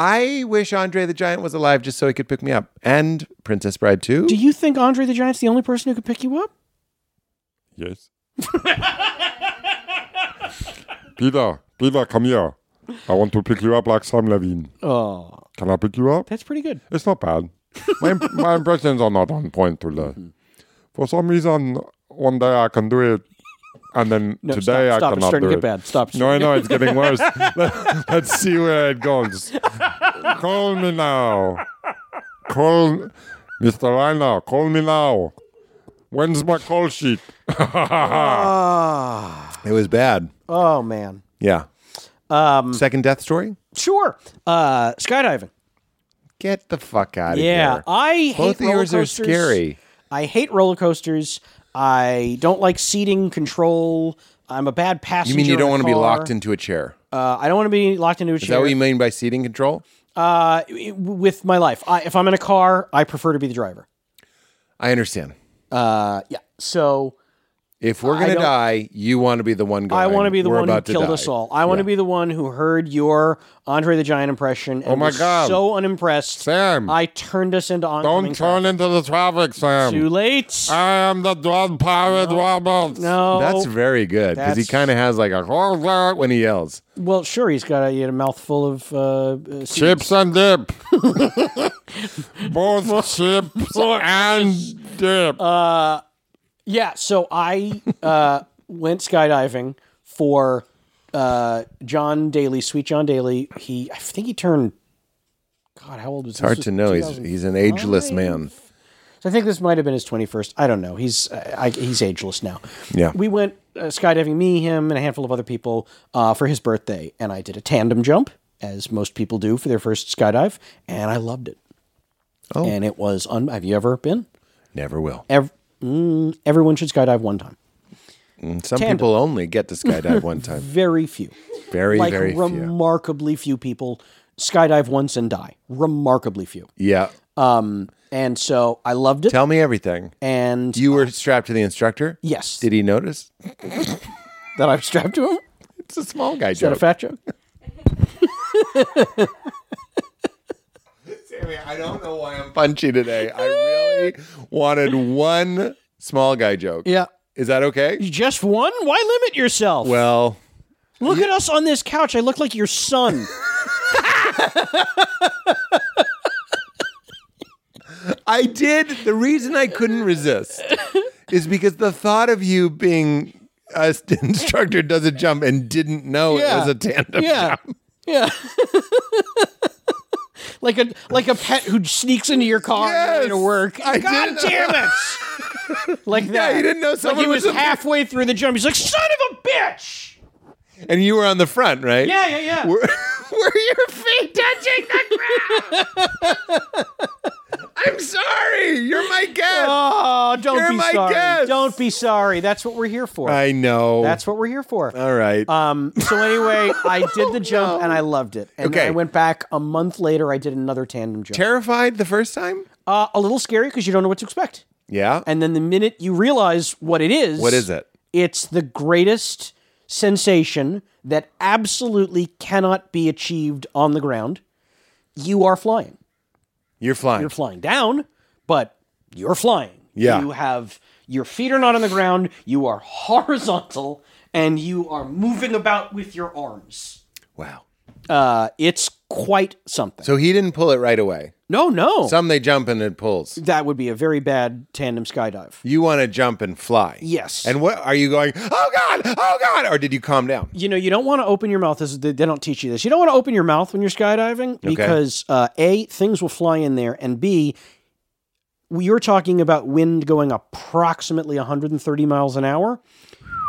[SPEAKER 1] I wish Andre the Giant was alive just so he could pick me up. And Princess Bride 2.
[SPEAKER 2] Do you think Andre the Giant's the only person who could pick you up?
[SPEAKER 4] Yes. Peter, Peter, come here. I want to pick you up like Sam Levine.
[SPEAKER 2] Oh,
[SPEAKER 4] Can I pick you up?
[SPEAKER 2] that's pretty good.
[SPEAKER 4] It's not bad. My, imp- my impressions are not on point today.
[SPEAKER 2] Mm-hmm.
[SPEAKER 4] For some reason, one day I can do it, and then
[SPEAKER 2] No,
[SPEAKER 4] today
[SPEAKER 2] stop, stop.
[SPEAKER 4] I
[SPEAKER 2] It's
[SPEAKER 4] cannot
[SPEAKER 2] starting
[SPEAKER 4] do
[SPEAKER 2] to get
[SPEAKER 4] it.
[SPEAKER 2] bad. Stop.
[SPEAKER 4] No, I know it's getting worse. Let, us see where it goes. call me now. Call Mr. Reiner. Call me now. When's my call sheet?
[SPEAKER 1] It was bad.
[SPEAKER 2] Oh man.
[SPEAKER 1] Yeah.
[SPEAKER 2] Um,
[SPEAKER 1] Second death story?
[SPEAKER 2] Sure. Uh, skydiving.
[SPEAKER 1] Get the fuck out of
[SPEAKER 2] Yeah,
[SPEAKER 1] here.
[SPEAKER 2] I
[SPEAKER 1] Both of
[SPEAKER 2] hate roller
[SPEAKER 1] yours are
[SPEAKER 2] coasters.
[SPEAKER 1] scary.
[SPEAKER 2] I hate roller coasters. I don't like seating control. I'm a bad passenger.
[SPEAKER 1] You mean you don't want to be locked
[SPEAKER 2] in?
[SPEAKER 1] into a chair?
[SPEAKER 2] a car. Uh, I don't want to be locked into a
[SPEAKER 1] Is that
[SPEAKER 2] chair
[SPEAKER 1] what you mean by seating control?
[SPEAKER 2] uh, w- with my life. I, if I'm in a car, I prefer to be the driver.
[SPEAKER 1] I understand.
[SPEAKER 2] Uh, yeah. So
[SPEAKER 1] If we're going to
[SPEAKER 2] don't-
[SPEAKER 1] die, you want to be the one going.
[SPEAKER 2] I want to be the
[SPEAKER 1] We're
[SPEAKER 2] one who
[SPEAKER 1] about to
[SPEAKER 2] killed
[SPEAKER 1] die.
[SPEAKER 2] us all. I want to be the one who heard your Andre the Giant impression.
[SPEAKER 1] Oh
[SPEAKER 2] And
[SPEAKER 4] my
[SPEAKER 2] was
[SPEAKER 4] God.
[SPEAKER 2] So unimpressed.
[SPEAKER 4] Sam.
[SPEAKER 2] I turned us into oncoming
[SPEAKER 4] Don't turn into the traffic, Sam.
[SPEAKER 2] Too late.
[SPEAKER 4] I am the drug pirate Roberts.
[SPEAKER 2] no.
[SPEAKER 1] That's very good because he
[SPEAKER 2] That's-
[SPEAKER 1] kind of has like a when he yells.
[SPEAKER 2] well, sure, he's got a, he had a mouthful of uh, uh, seeds.
[SPEAKER 4] Chips and dip. Both chips and dip.
[SPEAKER 2] Uh, Yeah, so I uh, went skydiving for uh, John Daly, Sweet John Daly. He, I think he turned. God, how old was? It's
[SPEAKER 1] Hard to know. He's he's an ageless man.
[SPEAKER 2] I think this might have been his 21st. I don't know. He's uh, I, he's ageless now.
[SPEAKER 1] Yeah.
[SPEAKER 2] We went uh, skydiving, me, him, and a handful of other people uh, for his birthday, and I did a tandem jump, as most people do for their first skydive, and I loved it. Oh. And it was. Un- have you ever been?
[SPEAKER 1] Never will.
[SPEAKER 2] Ev- mm, everyone should skydive one time.
[SPEAKER 1] And some people only get to skydive one time.
[SPEAKER 2] Very few.
[SPEAKER 1] Very
[SPEAKER 2] like
[SPEAKER 1] very few.
[SPEAKER 2] remarkably few. people skydive once and die. Remarkably few.
[SPEAKER 1] Yeah.
[SPEAKER 2] And so I loved it.
[SPEAKER 1] Tell me everything.
[SPEAKER 2] and
[SPEAKER 1] You were strapped to the instructor.
[SPEAKER 2] yes,
[SPEAKER 1] Did he notice?
[SPEAKER 2] that I'm strapped to him. Is
[SPEAKER 1] It's a small guy
[SPEAKER 2] that a
[SPEAKER 1] joke.
[SPEAKER 2] fat joke?
[SPEAKER 1] Sammy, I don't know why I'm punchy today. I really wanted one small guy joke.
[SPEAKER 2] Yeah.
[SPEAKER 1] Is that okay?
[SPEAKER 2] Just one? Why limit yourself?
[SPEAKER 1] Well,
[SPEAKER 2] Look at us on this couch. I look like your son.
[SPEAKER 1] I did. The reason I couldn't resist is because the thought of you being a st- instructor does a jump and didn't know
[SPEAKER 2] Yeah.
[SPEAKER 1] it was a tandem
[SPEAKER 2] Yeah.
[SPEAKER 1] jump.
[SPEAKER 2] yeah. like a like a pet who sneaks into your car on the way
[SPEAKER 1] Yes,
[SPEAKER 2] to work.
[SPEAKER 1] I
[SPEAKER 2] God
[SPEAKER 1] did.
[SPEAKER 2] damn it! like that.
[SPEAKER 1] you didn't know
[SPEAKER 2] Like
[SPEAKER 1] someone
[SPEAKER 2] he was,
[SPEAKER 1] was in-
[SPEAKER 2] halfway through the jump. He's like, "Son of a bitch!"
[SPEAKER 1] And you were on the front, right?
[SPEAKER 2] Yeah, yeah, yeah.
[SPEAKER 1] Were, were your feet touching the ground? I'm sorry. You're my guest.
[SPEAKER 2] Oh, don't
[SPEAKER 1] You're
[SPEAKER 2] be
[SPEAKER 1] my
[SPEAKER 2] sorry.
[SPEAKER 1] guest.
[SPEAKER 2] Don't be sorry. That's what we're here for.
[SPEAKER 1] I know.
[SPEAKER 2] That's what we're here for.
[SPEAKER 1] all right.
[SPEAKER 2] Um, so anyway, I did the jump and I loved it. And
[SPEAKER 1] Okay.
[SPEAKER 2] I went back a month later. I did another tandem jump.
[SPEAKER 1] Terrified the first time?
[SPEAKER 2] uh, a little scary because you don't know what to expect.
[SPEAKER 1] Yeah.
[SPEAKER 2] And then the minute you realize what it is,
[SPEAKER 1] what is it?
[SPEAKER 2] It's the greatest sensation that absolutely cannot be achieved on the ground. You are flying.
[SPEAKER 1] You're flying.
[SPEAKER 2] You're flying down, but you're flying.
[SPEAKER 1] Yeah.
[SPEAKER 2] You have your feet are not on the ground. You are horizontal, and you are moving about with your arms.
[SPEAKER 1] wow.
[SPEAKER 2] Uh, it's quite something.
[SPEAKER 1] So he didn't pull it right away.
[SPEAKER 2] no, no,
[SPEAKER 1] Some they jump and it pulls.
[SPEAKER 2] that would be a very bad tandem skydive.
[SPEAKER 1] You want to jump and fly.
[SPEAKER 2] Yes.
[SPEAKER 1] And what are you going? Oh God! Oh God! Or did you calm down?
[SPEAKER 2] you know, you don't want to open your mouth. This is- They don't teach you this. You don't want to open your mouth when you're skydiving because uh, a things will fly in there, and b you're talking about wind going approximately 130 miles an hour.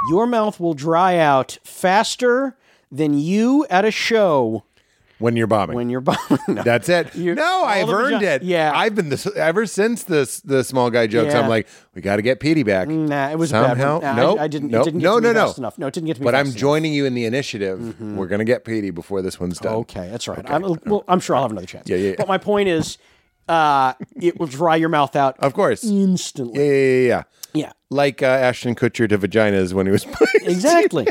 [SPEAKER 2] Your mouth will dry out faster than you at a show
[SPEAKER 1] When you're bombing.
[SPEAKER 2] when you're. no.
[SPEAKER 1] That's it. no, I've
[SPEAKER 2] the
[SPEAKER 1] earned
[SPEAKER 2] vagi-
[SPEAKER 1] it.
[SPEAKER 2] Yeah.
[SPEAKER 1] I've been this ever since this the small guy jokes.
[SPEAKER 2] Yeah. Mm,
[SPEAKER 1] I'm like, we got to get Petey back.
[SPEAKER 2] Nah, it was a bad.
[SPEAKER 1] Somehow,
[SPEAKER 2] one. Nah,
[SPEAKER 1] nope,
[SPEAKER 2] I, I didn't.
[SPEAKER 1] nope.
[SPEAKER 2] it didn't get
[SPEAKER 1] No,
[SPEAKER 2] to me
[SPEAKER 1] no, no.
[SPEAKER 2] fast enough. No, it didn't get to me.
[SPEAKER 1] But
[SPEAKER 2] fast
[SPEAKER 1] I'm
[SPEAKER 2] enough.
[SPEAKER 1] joining you in the initiative. We're gonna get Petey before this one's done.
[SPEAKER 2] Mm-hmm. Okay, that's right. I'm, well, I'm sure I'll have another chance.
[SPEAKER 1] Yeah, yeah, yeah.
[SPEAKER 2] But my point is, uh, it will dry your mouth out
[SPEAKER 1] Of course. Yeah,
[SPEAKER 2] instantly.
[SPEAKER 1] yeah, yeah. yeah.
[SPEAKER 2] Yeah,
[SPEAKER 1] Like uh, Ashton Kutcher to vaginas when he was playing.
[SPEAKER 2] exactly.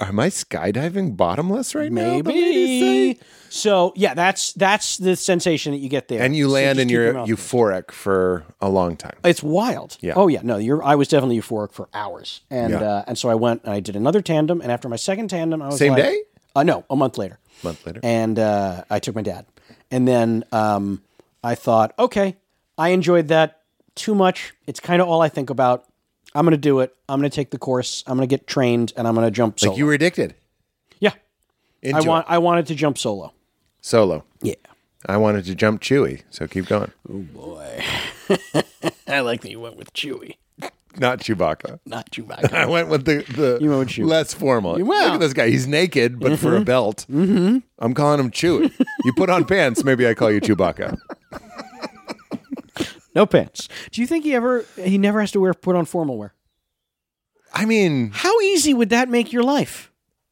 [SPEAKER 1] Am I skydiving bottomless right now? the ladies say?
[SPEAKER 2] Maybe. So yeah, that's that's the sensation that you get there,
[SPEAKER 1] And you
[SPEAKER 2] So
[SPEAKER 1] land
[SPEAKER 2] just
[SPEAKER 1] and
[SPEAKER 2] keep your
[SPEAKER 1] you're
[SPEAKER 2] mouth-
[SPEAKER 1] euphoric for a long time.
[SPEAKER 2] It's wild.
[SPEAKER 1] Yeah.
[SPEAKER 2] Oh yeah. No, you're. I was definitely euphoric for hours, and
[SPEAKER 1] Yeah.
[SPEAKER 2] uh, and so I went and I did another tandem, and after my second tandem, I was
[SPEAKER 1] Same
[SPEAKER 2] like-
[SPEAKER 1] day?
[SPEAKER 2] Uh, no, a month later.
[SPEAKER 1] month later.
[SPEAKER 2] and uh, I took my dad. And then um, I thought, okay, I enjoyed that too much. It's kind of all I think about. I'm going to do it. I'm going to take the course. I'm going to get trained, and I'm going to jump solo.
[SPEAKER 1] you were addicted.
[SPEAKER 2] yeah,
[SPEAKER 1] Into
[SPEAKER 2] I want.
[SPEAKER 1] it.
[SPEAKER 2] I wanted to jump solo.
[SPEAKER 1] solo.
[SPEAKER 2] Yeah,
[SPEAKER 1] I wanted to jump Chewy, so keep going.
[SPEAKER 3] I like that you went with Chewy,
[SPEAKER 1] Not Chewbacca.
[SPEAKER 3] not Chewbacca.
[SPEAKER 1] I went with the, the
[SPEAKER 2] went with Chewie.
[SPEAKER 1] less formal.
[SPEAKER 2] well.
[SPEAKER 1] Look at this guy. He's naked, but for a belt. Mm-hmm. I'm calling him Chewy. you put on pants, maybe I call you Chewbacca.
[SPEAKER 2] no pants. Do you think he ever? He never has to wear put on formal wear.
[SPEAKER 1] I mean,
[SPEAKER 2] How easy would that make your life?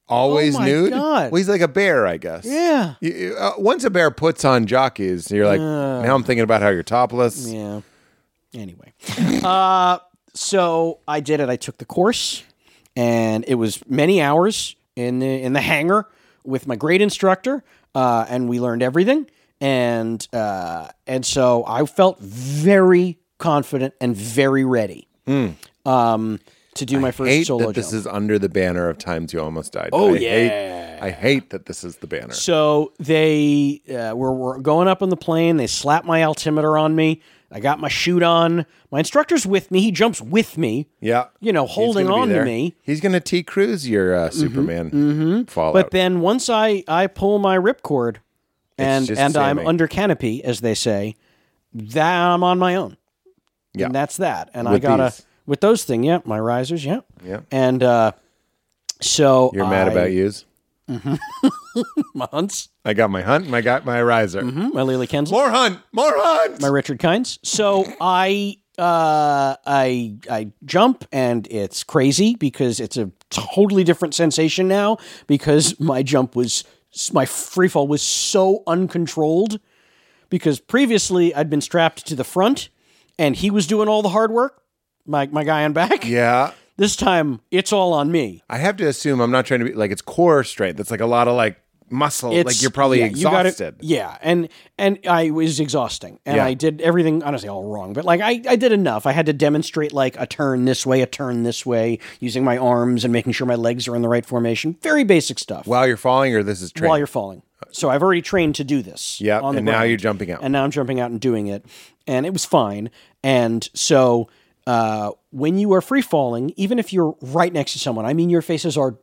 [SPEAKER 1] always
[SPEAKER 2] Oh my
[SPEAKER 1] nude.
[SPEAKER 2] God.
[SPEAKER 1] Well, he's like a bear, I guess.
[SPEAKER 2] Yeah.
[SPEAKER 1] You- you- uh, once a bear puts on jockeys, you're like, now I'm thinking about how you're topless.
[SPEAKER 2] Uh. Yeah. Anyway, uh, so I did it. I took the course, and it was many hours in the in the hangar with my great instructor, uh, and we learned everything. And uh, and so I felt very confident and very ready um, to do my first
[SPEAKER 1] Hmm. Hate
[SPEAKER 2] solo
[SPEAKER 1] that
[SPEAKER 2] jump.
[SPEAKER 1] this is under the banner of times you almost died. Oh I yeah, hate, I hate that this is the banner.
[SPEAKER 2] So they uh, were, were going up on the plane. They slapped my altimeter on me. I got my chute on. My instructor's with me. He jumps with me.
[SPEAKER 1] yeah,
[SPEAKER 2] you know,
[SPEAKER 1] He's
[SPEAKER 2] holding
[SPEAKER 1] gonna be
[SPEAKER 2] on to
[SPEAKER 1] there.
[SPEAKER 2] me. Mm-hmm,
[SPEAKER 1] He's gonna T Cruise your uh, Superman fallout.
[SPEAKER 2] But then once I I pull my ripcord and
[SPEAKER 1] just
[SPEAKER 2] and I'm
[SPEAKER 1] Sammy.
[SPEAKER 2] under canopy, as they say, that I'm on my own.
[SPEAKER 1] Yeah.
[SPEAKER 2] and that's that. And I
[SPEAKER 1] With
[SPEAKER 2] gotta
[SPEAKER 1] these.
[SPEAKER 2] with those things. Yeah, my risers. Yeah,
[SPEAKER 1] Yeah.
[SPEAKER 2] And uh, so
[SPEAKER 1] you're mad
[SPEAKER 2] I-
[SPEAKER 1] about yous.
[SPEAKER 2] my hunts,
[SPEAKER 1] I got my hunt and I got my riser.
[SPEAKER 2] Mm, my Lily Kensel,
[SPEAKER 1] More hunt, more hunt.
[SPEAKER 2] my Richard Kynes. So I uh I I jump and it's crazy because it's a totally different sensation now because my jump was my free fall was so uncontrolled because previously I'd been strapped to the front and he was doing all the hard work. My my guy on back.
[SPEAKER 1] yeah,
[SPEAKER 2] This time it's all on me.
[SPEAKER 1] I have to assume I'm not trying to be like it's core strength. That's like a lot of like muscle.
[SPEAKER 2] It's
[SPEAKER 1] like you're probably
[SPEAKER 2] yeah, you gotta-
[SPEAKER 1] exhausted.
[SPEAKER 2] yeah, and and I was exhausting, and
[SPEAKER 1] Yeah.
[SPEAKER 2] I did everything. I don't say all wrong, but like I I did enough. I had to demonstrate like a turn this way, a turn this way, using my arms and making sure my legs are in the right formation. Very basic stuff
[SPEAKER 1] While you're falling, or this is training.
[SPEAKER 2] while you're falling. So I've already trained to do this.
[SPEAKER 1] Yeah,
[SPEAKER 2] on the
[SPEAKER 1] and now
[SPEAKER 2] ground.
[SPEAKER 1] you're jumping out.
[SPEAKER 2] and now I'm jumping out and doing it, and it was fine. And so, uh, when you are free falling, even if you're right next to someone, I mean, your faces are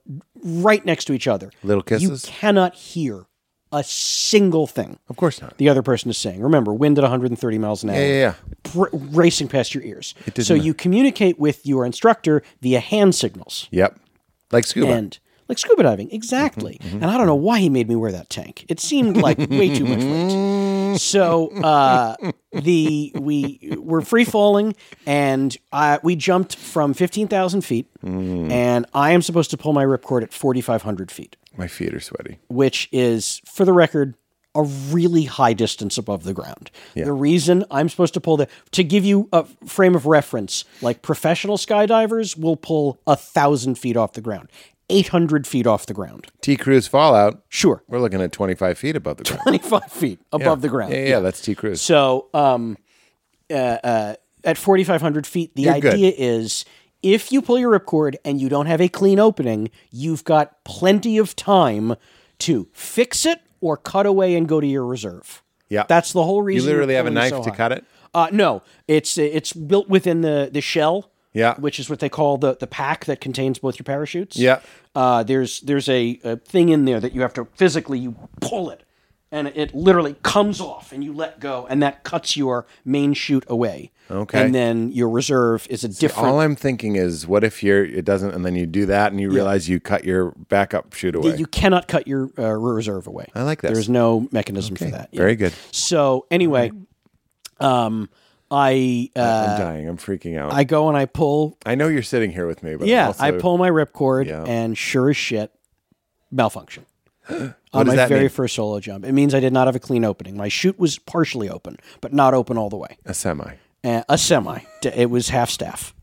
[SPEAKER 2] right next to each other.
[SPEAKER 1] Little
[SPEAKER 2] You
[SPEAKER 1] kisses?
[SPEAKER 2] cannot hear a single thing
[SPEAKER 1] Of course not.
[SPEAKER 2] the other person is saying. Remember, wind at 130 miles an hour.
[SPEAKER 1] yeah, yeah.
[SPEAKER 2] pr- racing past your ears.
[SPEAKER 1] didn't
[SPEAKER 2] So
[SPEAKER 1] matter.
[SPEAKER 2] you communicate with your instructor via hand signals
[SPEAKER 1] Yep. Like scuba.
[SPEAKER 2] and like scuba diving exactly. And I don't know why he made me wear that tank. It seemed like way too much weight. So uh, the we were free falling, and I, we jumped from 15,000 feet, and I am supposed to pull my ripcord at 4,500 feet
[SPEAKER 1] My feet are sweaty.
[SPEAKER 2] which is, for the record, a really high distance above the ground. The reason I'm supposed to pull the to give you a frame of reference, like professional skydivers will pull a thousand feet off the ground, eight hundred feet off the ground.
[SPEAKER 1] T Cruise Fallout.
[SPEAKER 2] Sure,
[SPEAKER 1] We're looking at 25 feet above the ground.
[SPEAKER 2] twenty-five feet above the ground.
[SPEAKER 1] Yeah, yeah, that's T Cruise.
[SPEAKER 2] So, um, uh, uh, at 4,500 feet, the
[SPEAKER 1] good.
[SPEAKER 2] idea is if you pull your ripcord and you don't have a clean opening, you've got plenty of time to fix it or cut away and go to your reserve.
[SPEAKER 1] Yeah.
[SPEAKER 2] that's the whole
[SPEAKER 1] you
[SPEAKER 2] reason.
[SPEAKER 1] literally have a knife to cut it.
[SPEAKER 2] Uh, no, it's it's built within the the shell.
[SPEAKER 1] Yeah.
[SPEAKER 2] which is what they call the the pack that contains both your parachutes.
[SPEAKER 1] Yeah.
[SPEAKER 2] uh, there's there's a, a thing in there that you have to physically you pull it, and it literally comes off, and you let go, and that cuts your main chute away.
[SPEAKER 1] Okay.
[SPEAKER 2] and then your reserve is a different.
[SPEAKER 1] All I'm thinking is, what if you're it doesn't, and then you do that, and you realize you cut your backup shoot away.
[SPEAKER 2] you cannot cut your uh, reserve away. I
[SPEAKER 1] like this.
[SPEAKER 2] There's no mechanism for that. Yeah.
[SPEAKER 1] Very good.
[SPEAKER 2] So anyway, um, I uh,
[SPEAKER 1] I'm dying. I'm freaking out. I,
[SPEAKER 2] I go and I pull
[SPEAKER 1] know you're sitting here with me, but I'm
[SPEAKER 2] Yeah,
[SPEAKER 1] also-
[SPEAKER 2] I pull my ripcord,
[SPEAKER 1] Yeah.
[SPEAKER 2] and sure as shit, malfunction.
[SPEAKER 1] What
[SPEAKER 2] on
[SPEAKER 1] does
[SPEAKER 2] my
[SPEAKER 1] that
[SPEAKER 2] very
[SPEAKER 1] mean?
[SPEAKER 2] first solo jump, it means I did not have a clean opening. My chute was partially open, but not open all the way.
[SPEAKER 1] a semi.
[SPEAKER 2] Uh, a semi. D- It was half staff.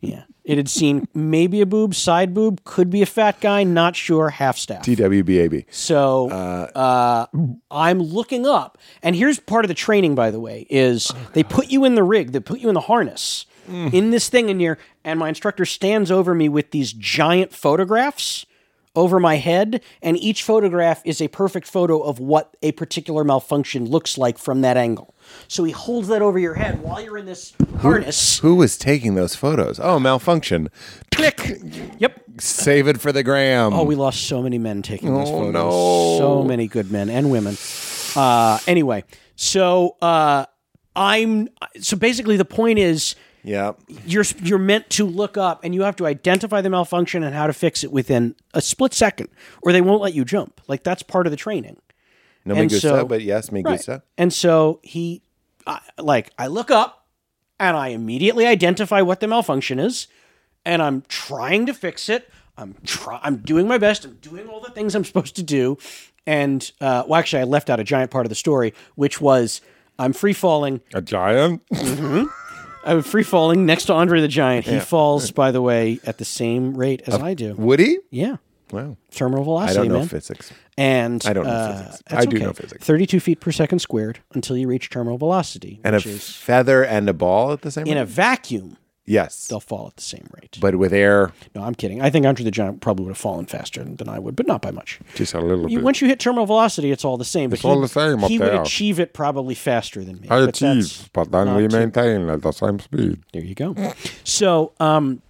[SPEAKER 2] Yeah, it had seen maybe a boob, side boob, could be a fat guy, not sure. Half staff.
[SPEAKER 1] TWBAB.
[SPEAKER 2] So uh, I'm looking up, and here's part of the training, by the way, is they put you in the rig, they put you in the harness, in this thing in here, and my instructor stands over me with these giant photographs over my head, and each photograph is a perfect photo of what a particular malfunction looks like from that angle. So he holds that over your head while you're in this harness.
[SPEAKER 1] Who was taking those photos? Oh, malfunction. Click.
[SPEAKER 2] Yep.
[SPEAKER 1] Save it for the gram.
[SPEAKER 2] Oh, we lost so many men taking those photos.
[SPEAKER 1] Mm. no.
[SPEAKER 2] So many good men and women. Uh, anyway, so uh, I'm so basically the point is
[SPEAKER 1] yeah.
[SPEAKER 2] you're you're meant to look up and you have to identify the malfunction and how to fix it within a split second, or they won't let you jump. Like that's part of the training.
[SPEAKER 1] No me
[SPEAKER 2] And
[SPEAKER 1] gusta,
[SPEAKER 2] so-
[SPEAKER 1] but yes, me
[SPEAKER 2] Right.
[SPEAKER 1] gusta.
[SPEAKER 2] And so he, I, like, I look up and I immediately identify what the malfunction is, and I'm trying to fix it. I'm try- I'm doing my best. I'm doing all the things I'm supposed to do, and uh, well, actually, I left out a giant part of the story, which was I'm free falling.
[SPEAKER 4] A giant?
[SPEAKER 2] I'm free falling next to Andre the Giant. He falls, by the way, at the same rate as I do.
[SPEAKER 1] Woody?
[SPEAKER 2] Yeah,
[SPEAKER 1] Wow.
[SPEAKER 2] terminal
[SPEAKER 1] I
[SPEAKER 2] velocity,
[SPEAKER 1] don't know
[SPEAKER 2] man.
[SPEAKER 1] physics.
[SPEAKER 2] and
[SPEAKER 1] I don't know
[SPEAKER 2] uh,
[SPEAKER 1] physics.
[SPEAKER 2] that's
[SPEAKER 1] I do
[SPEAKER 2] okay.
[SPEAKER 1] know physics.
[SPEAKER 2] 32 feet per second squared until you reach terminal velocity,
[SPEAKER 1] And a
[SPEAKER 2] which is
[SPEAKER 1] feather and a ball at the same
[SPEAKER 2] in
[SPEAKER 1] rate?
[SPEAKER 2] a vacuum,
[SPEAKER 1] yes.
[SPEAKER 2] they'll fall at the same rate.
[SPEAKER 1] But with air.
[SPEAKER 2] No, I'm kidding. I think Andre the Giant probably would have fallen faster than I would, but not by much.
[SPEAKER 4] Just a little
[SPEAKER 2] You,
[SPEAKER 4] bit.
[SPEAKER 2] once you hit terminal velocity, it's all the same. It's
[SPEAKER 4] all the same up
[SPEAKER 2] He would
[SPEAKER 4] there.
[SPEAKER 2] achieve it probably faster than me. but
[SPEAKER 4] I
[SPEAKER 2] that's-
[SPEAKER 4] achieve, but then we
[SPEAKER 2] not too-
[SPEAKER 4] maintain at the same speed.
[SPEAKER 2] There you go. So, um,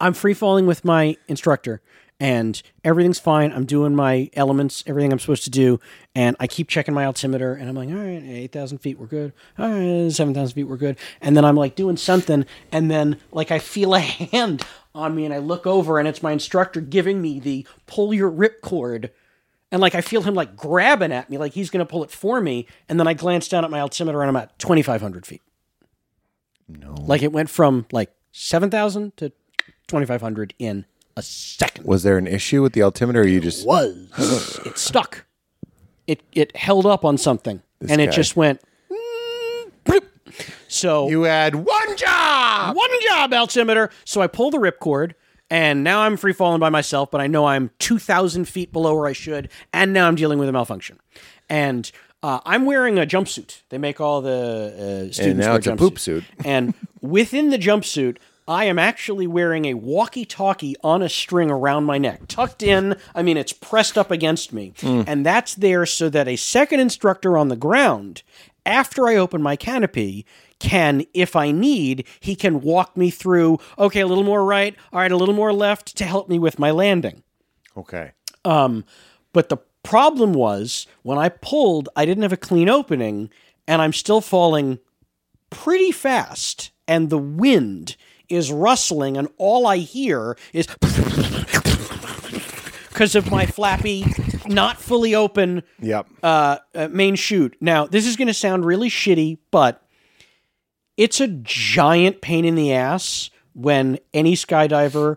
[SPEAKER 2] I'm free falling with my instructor, and everything's fine. I'm doing my elements, everything I'm supposed to do, and I keep checking my altimeter, and I'm like, all right, eight thousand feet, we're good. All right, seven thousand feet, we're good. And then I'm like doing something, and then like I feel a hand on me, and I look over, and it's my instructor giving me the pull your ripcord. And like I feel him like grabbing at me, like he's gonna pull it for me. And then I glance down at my altimeter, and I'm at twenty five hundred feet. Like it went from like 7,000 to 2,500 in a second.
[SPEAKER 1] Was there an issue with the altimeter? Or you just
[SPEAKER 2] Was it stuck? It it held up on something and it
[SPEAKER 1] guy.
[SPEAKER 2] just went. bloop. So
[SPEAKER 1] you had one job.
[SPEAKER 2] one job altimeter. So I pull the ripcord and now I'm free falling by myself, but I know I'm 2,000 feet below where I should. And now I'm dealing with a malfunction. And uh, I'm wearing a jumpsuit. They make all the uh, students
[SPEAKER 1] now
[SPEAKER 2] wear
[SPEAKER 1] it's a
[SPEAKER 2] jumpsuits.
[SPEAKER 1] poop suit.
[SPEAKER 2] and within the jumpsuit, I am actually wearing a walkie talkie on a string around my neck, tucked in. I mean, it's pressed up against me.
[SPEAKER 1] Hmm.
[SPEAKER 2] And that's there so that a second instructor on the ground, after I open my canopy, can, if I need, he can walk me through, okay, a little more right, all right, a little more left to help me with my landing.
[SPEAKER 1] Okay.
[SPEAKER 2] But the problem was when I pulled, I didn't have a clean opening, and I'm still falling pretty fast, and the wind is rustling, and all I hear is because of my flappy, not fully open
[SPEAKER 1] Yep.
[SPEAKER 2] uh, uh, main chute. Now, this is going to sound really shitty, but it's a giant pain in the ass when any skydiver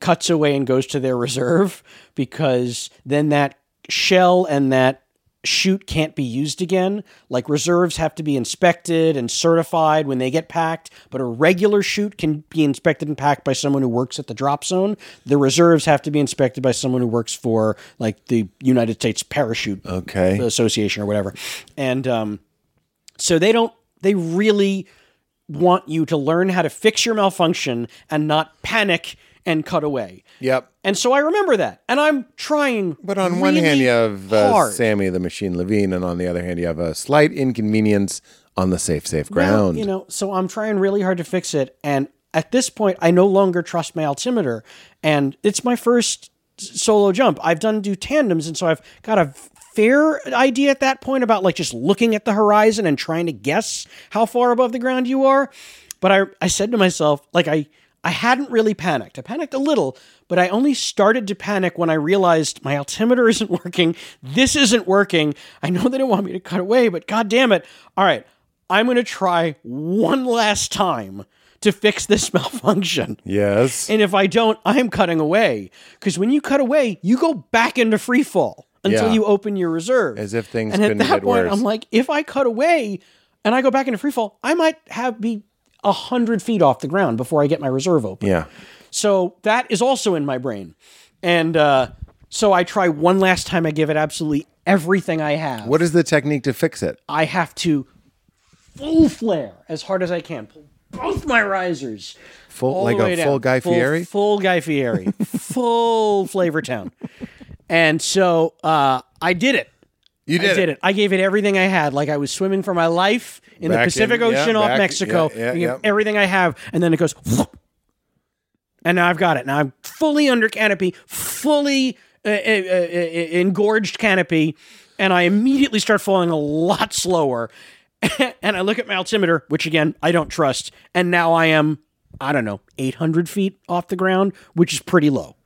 [SPEAKER 2] cuts away and goes to their reserve because then that shell and that chute can't be used again. Like reserves have to be inspected and certified when they get packed, but a regular chute can be inspected and packed by someone who works at the drop zone. The reserves have to be inspected by someone who works for like the United States Parachute
[SPEAKER 1] okay.
[SPEAKER 2] association or whatever and um, so they don't they really want you to learn how to fix your malfunction and not panic and cut away
[SPEAKER 1] Yep.
[SPEAKER 2] and so i remember that and i'm trying
[SPEAKER 1] But on one hand, you have uh,
[SPEAKER 2] hard.
[SPEAKER 1] Sammy the Machine Levine, and on the other hand, you have a slight inconvenience on the safe, safe ground.
[SPEAKER 2] you know so i'm trying really hard to fix it and at this point i no longer trust my altimeter and it's my first s- solo jump i've done do tandems and so i've got a fair idea at that point about like just looking at the horizon and trying to guess how far above the ground you are but i i said to myself like i i hadn't really panicked i panicked a little but i only started to panic when i realized my altimeter isn't working this isn't working i know they don't want me to cut away but god damn it all right I'm going to try one last time to fix this malfunction.
[SPEAKER 1] yes.
[SPEAKER 2] And if I don't, I'm cutting away. Because when you cut away, you go back into free fall until
[SPEAKER 1] Yeah.
[SPEAKER 2] you open your reserve.
[SPEAKER 1] As if things
[SPEAKER 2] and at
[SPEAKER 1] couldn't
[SPEAKER 2] that
[SPEAKER 1] get
[SPEAKER 2] point,
[SPEAKER 1] worse.
[SPEAKER 2] I'm like, if I cut away and I go back into free fall, I might have be a hundred feet off the ground before I get my reserve open.
[SPEAKER 1] yeah.
[SPEAKER 2] So that is also in my brain. And uh, so I try one last time. I give it absolutely everything I have.
[SPEAKER 1] What is the technique to fix it?
[SPEAKER 2] I have to full flare as hard as I can. Pull both my risers.
[SPEAKER 1] Full,
[SPEAKER 2] all
[SPEAKER 1] like
[SPEAKER 2] the way
[SPEAKER 1] a
[SPEAKER 2] down.
[SPEAKER 1] full Guy Fieri?
[SPEAKER 2] Full Guy Fieri. full Flavor Town. And so uh, I did it.
[SPEAKER 1] you
[SPEAKER 2] I did it. I gave it everything I had. Like I was swimming for my life in
[SPEAKER 1] Back
[SPEAKER 2] the Pacific
[SPEAKER 1] in, yeah,
[SPEAKER 2] Ocean off
[SPEAKER 1] back-
[SPEAKER 2] Mexico.
[SPEAKER 1] yeah, yeah,
[SPEAKER 2] I gave
[SPEAKER 1] yeah.
[SPEAKER 2] Everything I have. And then it goes. And now I've got it. Now I'm fully under canopy, fully uh, uh, uh, uh, engorged canopy. And I immediately start falling a lot slower. and I look at my altimeter, which again, I don't trust. And now I am, I don't know, 800 feet off the ground, which is pretty low.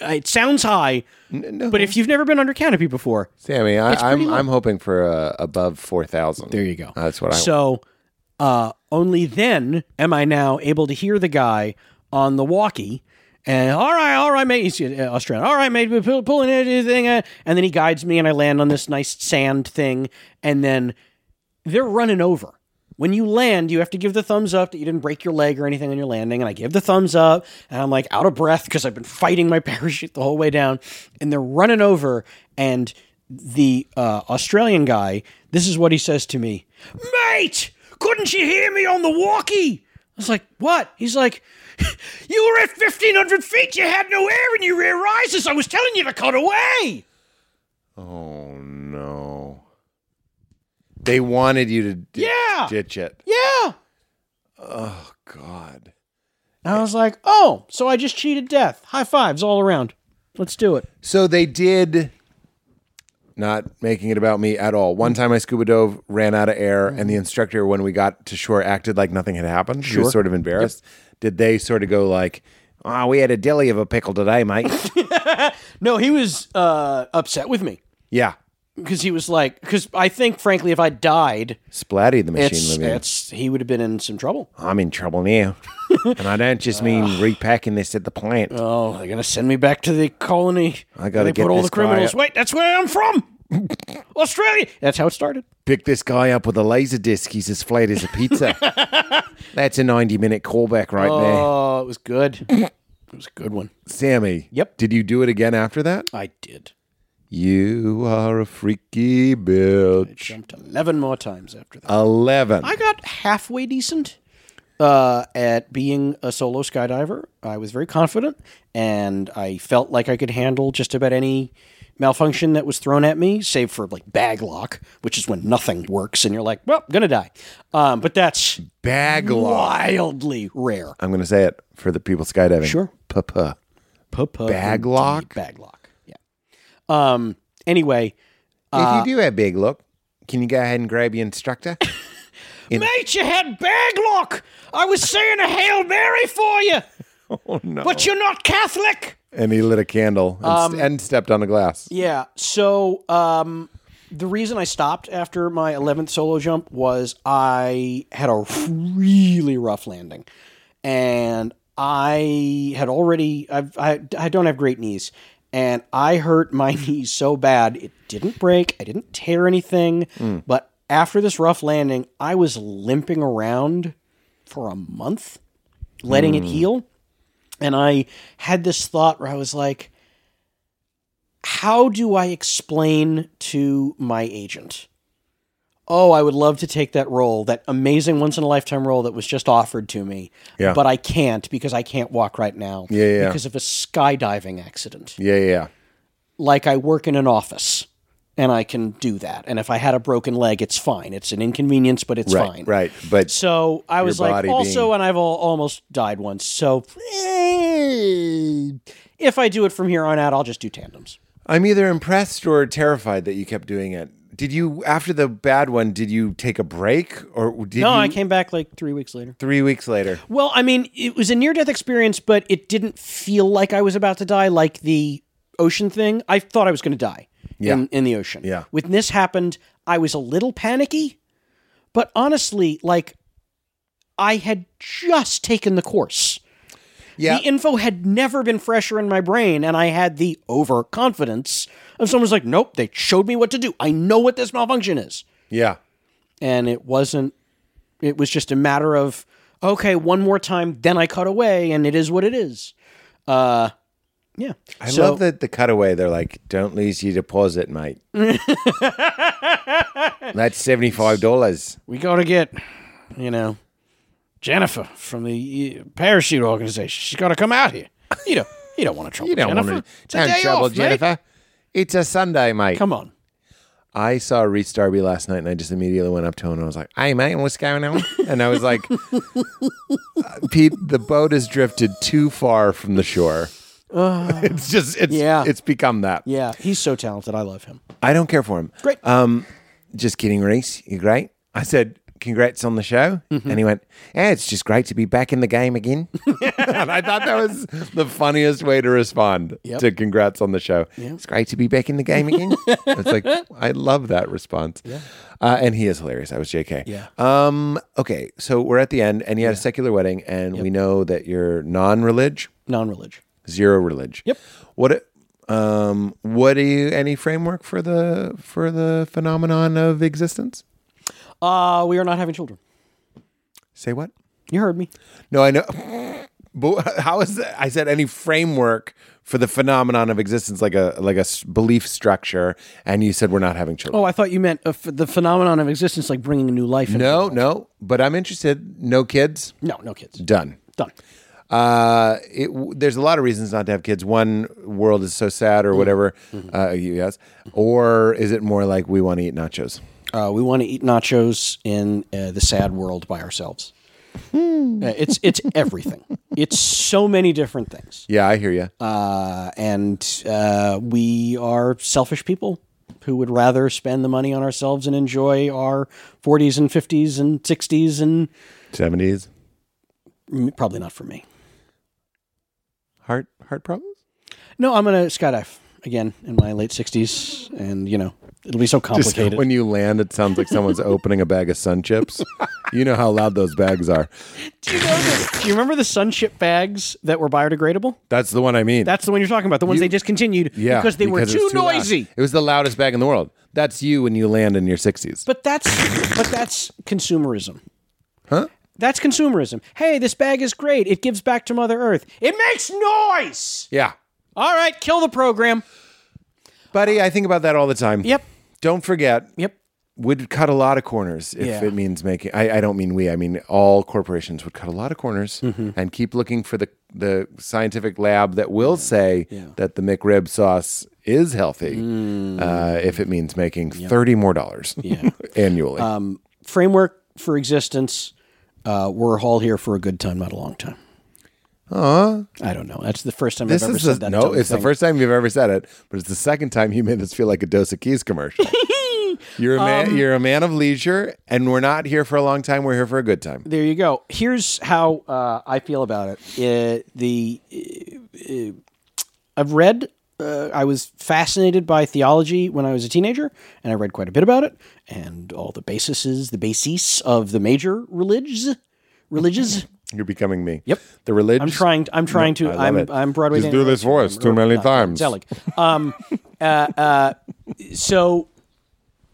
[SPEAKER 2] Uh, It sounds high,
[SPEAKER 1] no.
[SPEAKER 2] but if you've never been under canopy before,
[SPEAKER 1] Sammy, I,
[SPEAKER 2] pretty
[SPEAKER 1] I'm,
[SPEAKER 2] low.
[SPEAKER 1] I'm hoping for uh, above 4,000. There
[SPEAKER 2] you go.
[SPEAKER 1] That's what I
[SPEAKER 2] So uh, only then am I now able to hear the guy on the walkie. And all right, all right, mate. He's uh, Australian. All right, mate. We're pull, pulling it, uh, thing. uh," and then he guides me, and I land on this nice sand thing. And then they're running over. When you land, you have to give the thumbs up that you didn't break your leg or anything on your landing. And I give the thumbs up, and I'm like out of breath because I've been fighting my parachute the whole way down. And they're running over, and the uh, Australian guy, this is what he says to me Mate, couldn't you hear me on the walkie? I was like, What? He's like, You were at 1,500 feet. You had no air in your rear risers. I was telling you to cut away.
[SPEAKER 1] Oh, no. They wanted you to di-
[SPEAKER 2] Yeah.
[SPEAKER 1] ditch it.
[SPEAKER 2] Yeah.
[SPEAKER 1] God.
[SPEAKER 2] And I was like, oh, so I just cheated death. High fives all around. Let's do it.
[SPEAKER 1] So they did not making it about me at all. One time I scuba dove, ran out of air, and the instructor, when we got to shore, acted like nothing had happened. She was sort of embarrassed. Did they sort of go like, "Ah, we had a dilly of a pickle today, mate."
[SPEAKER 2] No, he was uh, upset with me
[SPEAKER 1] yeah,
[SPEAKER 2] because he was like, because I think, frankly, if I died,
[SPEAKER 1] Splatty the machine
[SPEAKER 2] it's,
[SPEAKER 1] living.
[SPEAKER 2] it's he would have been in some trouble.
[SPEAKER 1] I'm in trouble now, and I don't just
[SPEAKER 2] Ah.
[SPEAKER 1] mean repacking this at the plant.
[SPEAKER 2] Oh, they're gonna send me back to the colony.
[SPEAKER 1] I gotta
[SPEAKER 2] They
[SPEAKER 1] get
[SPEAKER 2] put all
[SPEAKER 1] this
[SPEAKER 2] the criminals.
[SPEAKER 1] guy-
[SPEAKER 2] Wait, that's where I'm from, Australia. That's how it started.
[SPEAKER 1] Pick this guy up with a laser disc. He's as flat as a pizza. That's a 90 minute callback right there,
[SPEAKER 2] Oh, it was good. it was a good one.
[SPEAKER 1] Sammy.
[SPEAKER 2] Yep.
[SPEAKER 1] Did you do it again after that?
[SPEAKER 2] I did.
[SPEAKER 1] You are a freaky bitch.
[SPEAKER 2] Jumped eleven more times after that.
[SPEAKER 1] 11.
[SPEAKER 2] I got halfway decent uh, at being a solo skydiver. I was very confident, and I felt like I could handle just about any malfunction that was thrown at me, save for like bag lock, which is when nothing works and you're like, well, gonna die. Um, but that's
[SPEAKER 1] Bag lock.
[SPEAKER 2] wildly rare.
[SPEAKER 1] I'm going to say it for the people skydiving.
[SPEAKER 2] Sure.
[SPEAKER 1] Puh-puh.
[SPEAKER 2] Puh-puh
[SPEAKER 1] Bag
[SPEAKER 2] indeed,
[SPEAKER 1] lock?
[SPEAKER 2] Bag lock. Yeah. Um, Anyway, Uh,
[SPEAKER 1] if you do have big look, can you go ahead and grab your instructor?
[SPEAKER 2] mate, you had bag luck. I was saying a hail mary for you,
[SPEAKER 1] oh no!
[SPEAKER 2] but you're not Catholic.
[SPEAKER 1] And he lit a candle and,
[SPEAKER 2] Um,
[SPEAKER 1] st- and stepped on a glass.
[SPEAKER 2] Yeah. So um, the reason I stopped after my 11th solo jump was I had a really rough landing. And I had already, I've, I, I don't have great knees. And I hurt my knees so bad. It didn't break, I didn't tear anything. But after this rough landing, I was limping around for a month, letting
[SPEAKER 1] Hmm.
[SPEAKER 2] it heal. And I had this thought where I was like, how do I explain to my agent? Oh, I would love to take that role, that amazing once in a lifetime role that was just offered to me.
[SPEAKER 1] Yeah.
[SPEAKER 2] But I can't because I can't walk right now.
[SPEAKER 1] Yeah, yeah.
[SPEAKER 2] Because of a skydiving accident.
[SPEAKER 1] Yeah, yeah, yeah.
[SPEAKER 2] Like I work in an office and I can do that. And if I had a broken leg, it's fine. It's an inconvenience, but it's
[SPEAKER 1] Right,
[SPEAKER 2] fine.
[SPEAKER 1] right. But
[SPEAKER 2] So I was like,
[SPEAKER 1] body
[SPEAKER 2] also,
[SPEAKER 1] being-
[SPEAKER 2] and I've al- almost died once. So eh, if I do it from here on out, I'll just do tandems.
[SPEAKER 1] I'm either impressed or terrified that you kept doing it. Did you after the bad one? Did you take a break or did
[SPEAKER 2] No,
[SPEAKER 1] you
[SPEAKER 2] I came back like three weeks later.
[SPEAKER 1] three weeks later?
[SPEAKER 2] Well, I mean, it was a near death experience, but it didn't feel like I was about to die, like the ocean thing. I thought I was going to die
[SPEAKER 1] Yeah.
[SPEAKER 2] in, in the ocean.
[SPEAKER 1] Yeah.
[SPEAKER 2] When this happened, I was a little panicky, but honestly, like, I had just taken the course.
[SPEAKER 1] Yeah,
[SPEAKER 2] The info had never been fresher in my brain, and I had the overconfidence of someone's like, nope, they showed me what to do. I know what this malfunction is
[SPEAKER 1] yeah,
[SPEAKER 2] and it wasn't it was just a matter of okay one more time then i cut away and it is what it is uh yeah
[SPEAKER 1] I love that the cutaway. They're like, "Don't lose your deposit, mate." That's seventy five dollars.
[SPEAKER 2] we gotta get you know jennifer from the uh, parachute organization she's gotta come out here you know you don't want to trouble
[SPEAKER 1] You don't
[SPEAKER 2] jennifer
[SPEAKER 1] want to
[SPEAKER 2] it's a day
[SPEAKER 1] trouble,
[SPEAKER 2] off, mate.
[SPEAKER 1] Jennifer. It's a Sunday, mate.
[SPEAKER 2] come on
[SPEAKER 1] I saw Reese Darby last night, and I just immediately went up to him and I was like, "Hey, mate, what's going on?" And I was like, "Pete, the boat has drifted too far from the shore. it's just, it's,
[SPEAKER 2] Yeah.
[SPEAKER 1] it's become that.
[SPEAKER 2] yeah he's so talented i love him
[SPEAKER 1] I don't care for him.
[SPEAKER 2] Great.
[SPEAKER 1] Um, just kidding, Reese. You're great. I said, congrats on the show.
[SPEAKER 2] Mm-hmm.
[SPEAKER 1] And he went, yeah, it's just great to be back in the game again. and I thought that was the funniest way to respond to congrats on the show. It's great to be back in the game again. it's like, I love that response. Uh, and he is hilarious. I was JK.
[SPEAKER 2] Yeah.
[SPEAKER 1] Um, okay. So we're at the end and you had a secular wedding and we know that you're non-relig,
[SPEAKER 2] non-religion
[SPEAKER 1] zero relig.
[SPEAKER 2] Yep.
[SPEAKER 1] What um what do you any framework for the for the phenomenon of existence?
[SPEAKER 2] uh we are not having children
[SPEAKER 1] Say what?
[SPEAKER 2] you heard me
[SPEAKER 1] No, I know. But how is that? I said any framework for the phenomenon of existence, like a like a s- belief structure, and you said we're not having children.
[SPEAKER 2] oh i thought you meant uh, f- the phenomenon of existence like bringing a new life into the
[SPEAKER 1] Oh, no,
[SPEAKER 2] world.
[SPEAKER 1] no. But I'm interested. No kids.
[SPEAKER 2] no no kids
[SPEAKER 1] Done.
[SPEAKER 2] done
[SPEAKER 1] Uh, it, w- there's a lot of reasons not to have kids. One, world is so sad, or whatever. Uh, yes. Or is it more like we want to eat nachos?
[SPEAKER 2] Uh, we want to eat nachos in uh, the sad world by ourselves. Uh, it's it's everything. It's so many different things,
[SPEAKER 1] Yeah, I hear you.
[SPEAKER 2] uh, and uh, we are selfish people who would rather spend the money on ourselves and enjoy our 40s and 50s and 60s and
[SPEAKER 1] Seventies.
[SPEAKER 2] mm, probably not for me.
[SPEAKER 1] heart heart problems?
[SPEAKER 2] No, I'm gonna skydive again in my late 60s, and you know it'll be so complicated.
[SPEAKER 1] When you land, it sounds like someone's opening a bag of sun chips. You know how loud those bags are.
[SPEAKER 2] do, you know the, do you remember the sunship bags that were biodegradable?
[SPEAKER 1] That's the one I mean.
[SPEAKER 2] That's the one you're talking about. The ones they discontinued
[SPEAKER 1] yeah,
[SPEAKER 2] because they were
[SPEAKER 1] because
[SPEAKER 2] too,
[SPEAKER 1] it's loud.
[SPEAKER 2] noisy.
[SPEAKER 1] It was the loudest bag in the world. That's you when you land in your sixties.
[SPEAKER 2] But that's but that's consumerism. Huh? That's consumerism. Hey, this bag is great. It gives back to Mother Earth. It makes noise.
[SPEAKER 1] Yeah,
[SPEAKER 2] All right, kill the program.
[SPEAKER 1] buddy, I think about that all the time.
[SPEAKER 2] Yep.
[SPEAKER 1] Don't forget.
[SPEAKER 2] Yep.
[SPEAKER 1] Would cut a lot of corners if
[SPEAKER 2] Yeah.
[SPEAKER 1] it means making. I, I don't mean we. I mean all corporations would cut a lot of corners
[SPEAKER 2] Mm-hmm.
[SPEAKER 1] and keep looking for the the scientific lab that will say that the McRib sauce is healthy
[SPEAKER 2] Mm.
[SPEAKER 1] uh, if it means making thirty more dollars annually.
[SPEAKER 2] Um, Framework for existence. Uh, we're all here for a good time, not a long time. I don't know. That's the first time
[SPEAKER 1] This
[SPEAKER 2] I've ever
[SPEAKER 1] is
[SPEAKER 2] said
[SPEAKER 1] the,
[SPEAKER 2] that.
[SPEAKER 1] no.
[SPEAKER 2] dumb
[SPEAKER 1] It's the
[SPEAKER 2] thing.
[SPEAKER 1] first time you've ever said it, but it's the second time you made us feel like a Dos Keys commercial. you're a man.
[SPEAKER 2] Um,
[SPEAKER 1] you're a man of leisure, and we're not here for a long time. We're here for a good time.
[SPEAKER 2] There you go. Here's how uh, I feel about it. Uh, the uh, I've read. Uh, I was fascinated by theology when I was a teenager, and I read quite a bit about it and all the bases, the bases of the major religions. Religions.
[SPEAKER 1] You're becoming me.
[SPEAKER 2] Yep.
[SPEAKER 1] The religion.
[SPEAKER 2] I'm trying. I'm trying to.
[SPEAKER 1] love
[SPEAKER 2] I'm.
[SPEAKER 1] it.
[SPEAKER 2] I'm Broadway.
[SPEAKER 4] Just do
[SPEAKER 2] Dan-
[SPEAKER 4] this voice too many times.
[SPEAKER 2] Zelig. Um, uh, uh, so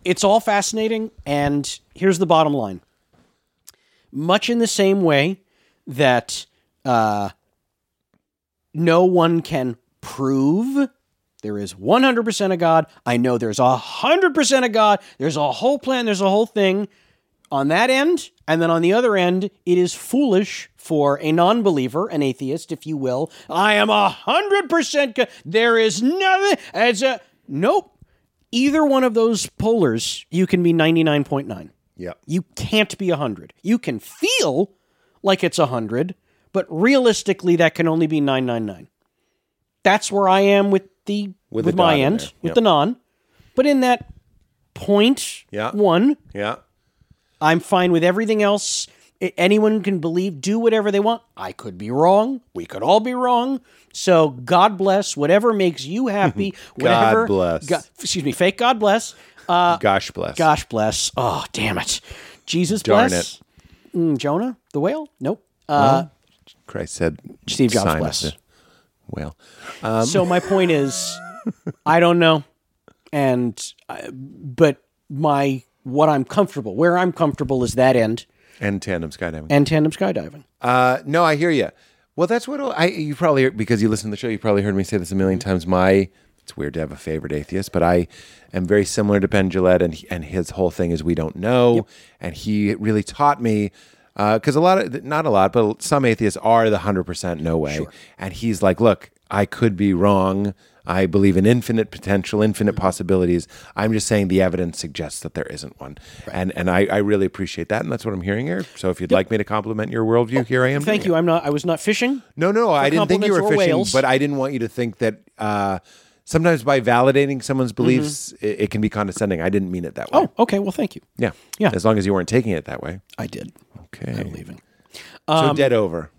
[SPEAKER 2] it's all fascinating. And here's the bottom line much in the same way that uh, no one can prove there is 100% of God, I know there's 100% of God, there's a whole plan, there's a whole thing on that end. And then on the other end, it is foolish for a non believer, an atheist, if you will. I am 100% co- there is nothing. It's a nope. Either one of those polars, you can be 99.9.
[SPEAKER 1] Yep.
[SPEAKER 2] You can't be 100. You can feel like it's 100, but realistically, that can only be 999. That's where I am with the
[SPEAKER 1] With
[SPEAKER 2] with,
[SPEAKER 1] the dot
[SPEAKER 2] my
[SPEAKER 1] in
[SPEAKER 2] end,
[SPEAKER 1] there.
[SPEAKER 2] with the non. But in that point
[SPEAKER 1] Yeah.
[SPEAKER 2] one,
[SPEAKER 1] Yeah.
[SPEAKER 2] I'm fine with everything else. I- Anyone can believe, do whatever they want. I could be wrong. We could all be wrong. So God bless whatever makes you happy. whatever,
[SPEAKER 1] bless.
[SPEAKER 2] Go- excuse me. Fake God bless. Uh,
[SPEAKER 1] Gosh bless.
[SPEAKER 2] Gosh bless. Oh, damn it. Jesus
[SPEAKER 1] Darn
[SPEAKER 2] bless. Mm, Jonah, the whale? Nope. Uh,
[SPEAKER 1] Christ said.
[SPEAKER 2] Steve Jobs
[SPEAKER 1] sign Um, of
[SPEAKER 2] bless. Um,
[SPEAKER 1] the Whale.
[SPEAKER 2] so my point is, I don't know. And, I, but my, what I'm comfortable, where I'm comfortable is that end
[SPEAKER 1] And tandem skydiving.
[SPEAKER 2] and tandem skydiving.
[SPEAKER 1] Uh, no, I hear you. Well, that's what I you probably because you listen to the show. You probably heard me say this a million times. My it's weird to have a favorite atheist, but I am very similar to Ben Gillette, and and his whole thing is we don't know, and he really taught me because a lot of not a lot, but some atheists are the hundred percent no way, and he's like, look, I could be wrong. I believe in infinite potential, infinite possibilities. I'm just saying the evidence suggests that there isn't one. And and I, I really appreciate that. And that's what I'm hearing here. So if you'd like me to compliment your worldview, here I am.
[SPEAKER 2] Thank
[SPEAKER 1] doing
[SPEAKER 2] you.
[SPEAKER 1] it.
[SPEAKER 2] I'm not, I was not fishing.
[SPEAKER 1] No, no, I didn't think you were
[SPEAKER 2] compliments or
[SPEAKER 1] fishing,
[SPEAKER 2] whales.
[SPEAKER 1] but I didn't want you to think that uh, sometimes by validating someone's
[SPEAKER 2] Mm-hmm.
[SPEAKER 1] beliefs, it, it can be condescending. I didn't mean it that way.
[SPEAKER 2] Oh, okay. Well, thank you.
[SPEAKER 1] yeah.
[SPEAKER 2] yeah.
[SPEAKER 1] As long as you weren't taking it that way.
[SPEAKER 2] I did.
[SPEAKER 1] Okay.
[SPEAKER 2] I'm leaving. Um,
[SPEAKER 1] so dead over.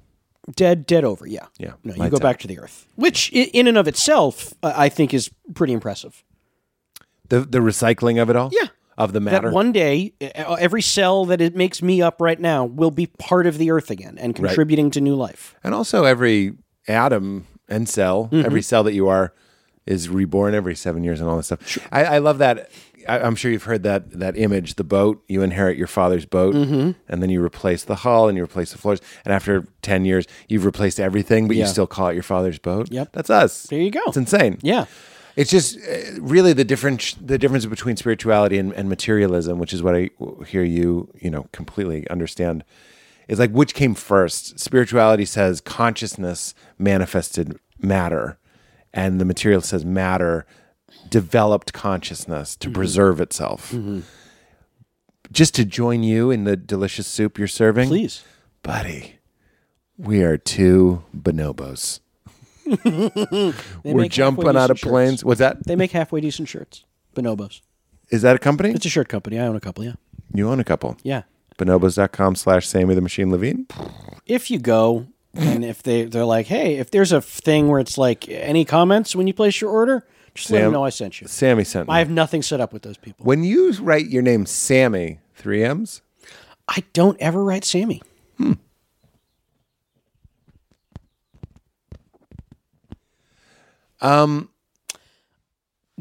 [SPEAKER 2] Dead, dead over. Yeah.
[SPEAKER 1] Yeah.
[SPEAKER 2] No, you
[SPEAKER 1] Lights
[SPEAKER 2] go
[SPEAKER 1] out.
[SPEAKER 2] back to the earth, which i- in and of itself, uh, I think is pretty impressive.
[SPEAKER 1] The, the recycling of it all?
[SPEAKER 2] Yeah.
[SPEAKER 1] Of the
[SPEAKER 2] That
[SPEAKER 1] matter.
[SPEAKER 2] one day, e- every cell that it makes me up right now will be part of the earth again and contributing to new life.
[SPEAKER 1] And also, every atom and cell,
[SPEAKER 2] Mm-hmm.
[SPEAKER 1] every cell that you are, is reborn every seven years and all this stuff. I, I love that. I, I'm sure you've heard that that image: the boat. You inherit your father's boat,
[SPEAKER 2] Mm-hmm.
[SPEAKER 1] and then you replace the hull and you replace the floors. And after ten years, you've replaced everything, but you still call it your father's boat.
[SPEAKER 2] Yep.
[SPEAKER 1] that's us.
[SPEAKER 2] There you go.
[SPEAKER 1] It's insane.
[SPEAKER 2] Yeah.
[SPEAKER 1] It's just uh, really the difference the difference between spirituality and, and materialism, which is what I w- hear you you know completely understand. Is like which came first? Spirituality says consciousness manifested matter, and the material says matter developed consciousness
[SPEAKER 2] Mm-hmm.
[SPEAKER 1] to preserve itself. Just to join you in the delicious soup you're serving,
[SPEAKER 2] Please.
[SPEAKER 1] buddy. We are two bonobos. We're
[SPEAKER 2] make halfway
[SPEAKER 1] jumping out
[SPEAKER 2] decent
[SPEAKER 1] of
[SPEAKER 2] shirts.
[SPEAKER 1] planes. What's that?
[SPEAKER 2] They make halfway decent shirts. Bonobos.
[SPEAKER 1] Is that a company?
[SPEAKER 2] It's a shirt company. I own a couple. Yeah.
[SPEAKER 1] You own a couple.
[SPEAKER 2] Yeah.
[SPEAKER 1] Bonobos.com slash Sammy the Machine Levine.
[SPEAKER 2] If you go and if they, they're like, hey, if there's a thing where it's like, any comments when you place your order, just let
[SPEAKER 1] Sam-
[SPEAKER 2] them know I sent you.
[SPEAKER 1] Sammy sent me.
[SPEAKER 2] I have nothing set up with those people.
[SPEAKER 1] when you write your name Sammy, three M's,
[SPEAKER 2] I don't ever write Sammy.
[SPEAKER 1] Hmm.
[SPEAKER 2] Hmm. Um,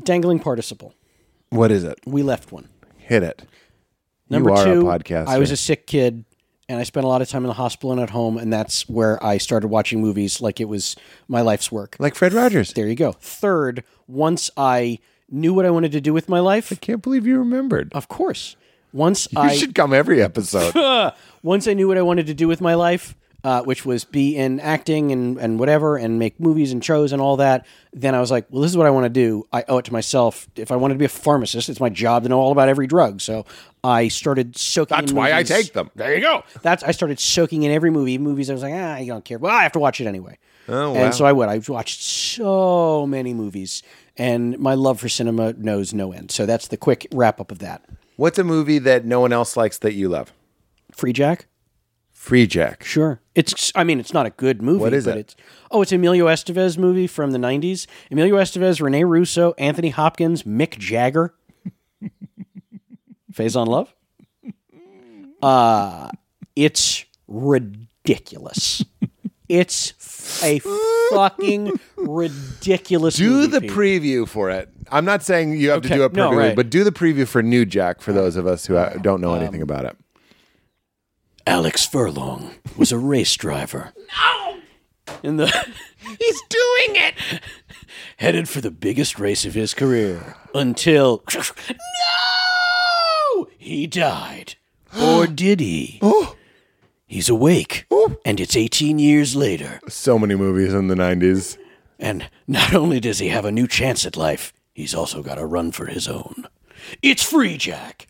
[SPEAKER 2] dangling participle.
[SPEAKER 1] what is it?
[SPEAKER 2] We left one.
[SPEAKER 1] Hit it.
[SPEAKER 2] Number
[SPEAKER 1] you are
[SPEAKER 2] two,
[SPEAKER 1] a podcaster.
[SPEAKER 2] I was a sick kid, and I spent a lot of time in the hospital and at home, and that's where I started watching movies like it was my life's work.
[SPEAKER 1] like Fred Rogers. I
[SPEAKER 2] There you go. Third, once I knew what I wanted to do with my life,
[SPEAKER 1] can't believe you remembered.
[SPEAKER 2] of course. Once
[SPEAKER 1] you
[SPEAKER 2] I
[SPEAKER 1] should come every episode.
[SPEAKER 2] once I knew what I wanted to do with my life, uh, which was be in acting and, and whatever and make movies and shows and all that, then I was like, well, this is what I want to do. I owe it to myself. If I wanted to be a pharmacist, it's my job to know all about every drug. So I started soaking.
[SPEAKER 5] That's
[SPEAKER 2] in
[SPEAKER 5] why I
[SPEAKER 2] movies.
[SPEAKER 5] take them. There you go.
[SPEAKER 2] That's I started soaking in every movie. Movies I was like, ah, I don't care. Well, I have to watch it anyway.
[SPEAKER 1] Oh, wow.
[SPEAKER 2] And so I would. I watched so many movies, and my love for cinema knows no end. So that's the quick wrap up of that.
[SPEAKER 1] What's a movie that no one else likes that you love?
[SPEAKER 2] Free Jack.
[SPEAKER 1] Free Jack.
[SPEAKER 2] Sure. It's I mean it's not a good movie,
[SPEAKER 1] What is
[SPEAKER 2] but
[SPEAKER 1] it?
[SPEAKER 2] it's Oh, it's Emilio Estevez movie from the 90s. Emilio Estevez, Rene Russo, Anthony Hopkins, Mick Jagger. Phase on Love. Uh it's ridiculous. it's f- a fucking ridiculous
[SPEAKER 1] Do
[SPEAKER 2] movie,
[SPEAKER 1] the
[SPEAKER 2] Pete.
[SPEAKER 1] preview for it. I'm not saying you have to
[SPEAKER 2] Okay,
[SPEAKER 1] do a preview,
[SPEAKER 2] no, right.
[SPEAKER 1] but do the preview for New Jack for those of us who uh, don't
[SPEAKER 5] Um,
[SPEAKER 1] know anything about it.
[SPEAKER 2] Alex Furlong was a race driver. No! In the He's doing it! Headed for the biggest race of his career until No! Oh! He died. Or did he? He's awake. And it's 18 years later.
[SPEAKER 1] So many movies in the 90s.
[SPEAKER 2] And not only does he have a new chance at life, he's also got a run for his own. It's free, Jack.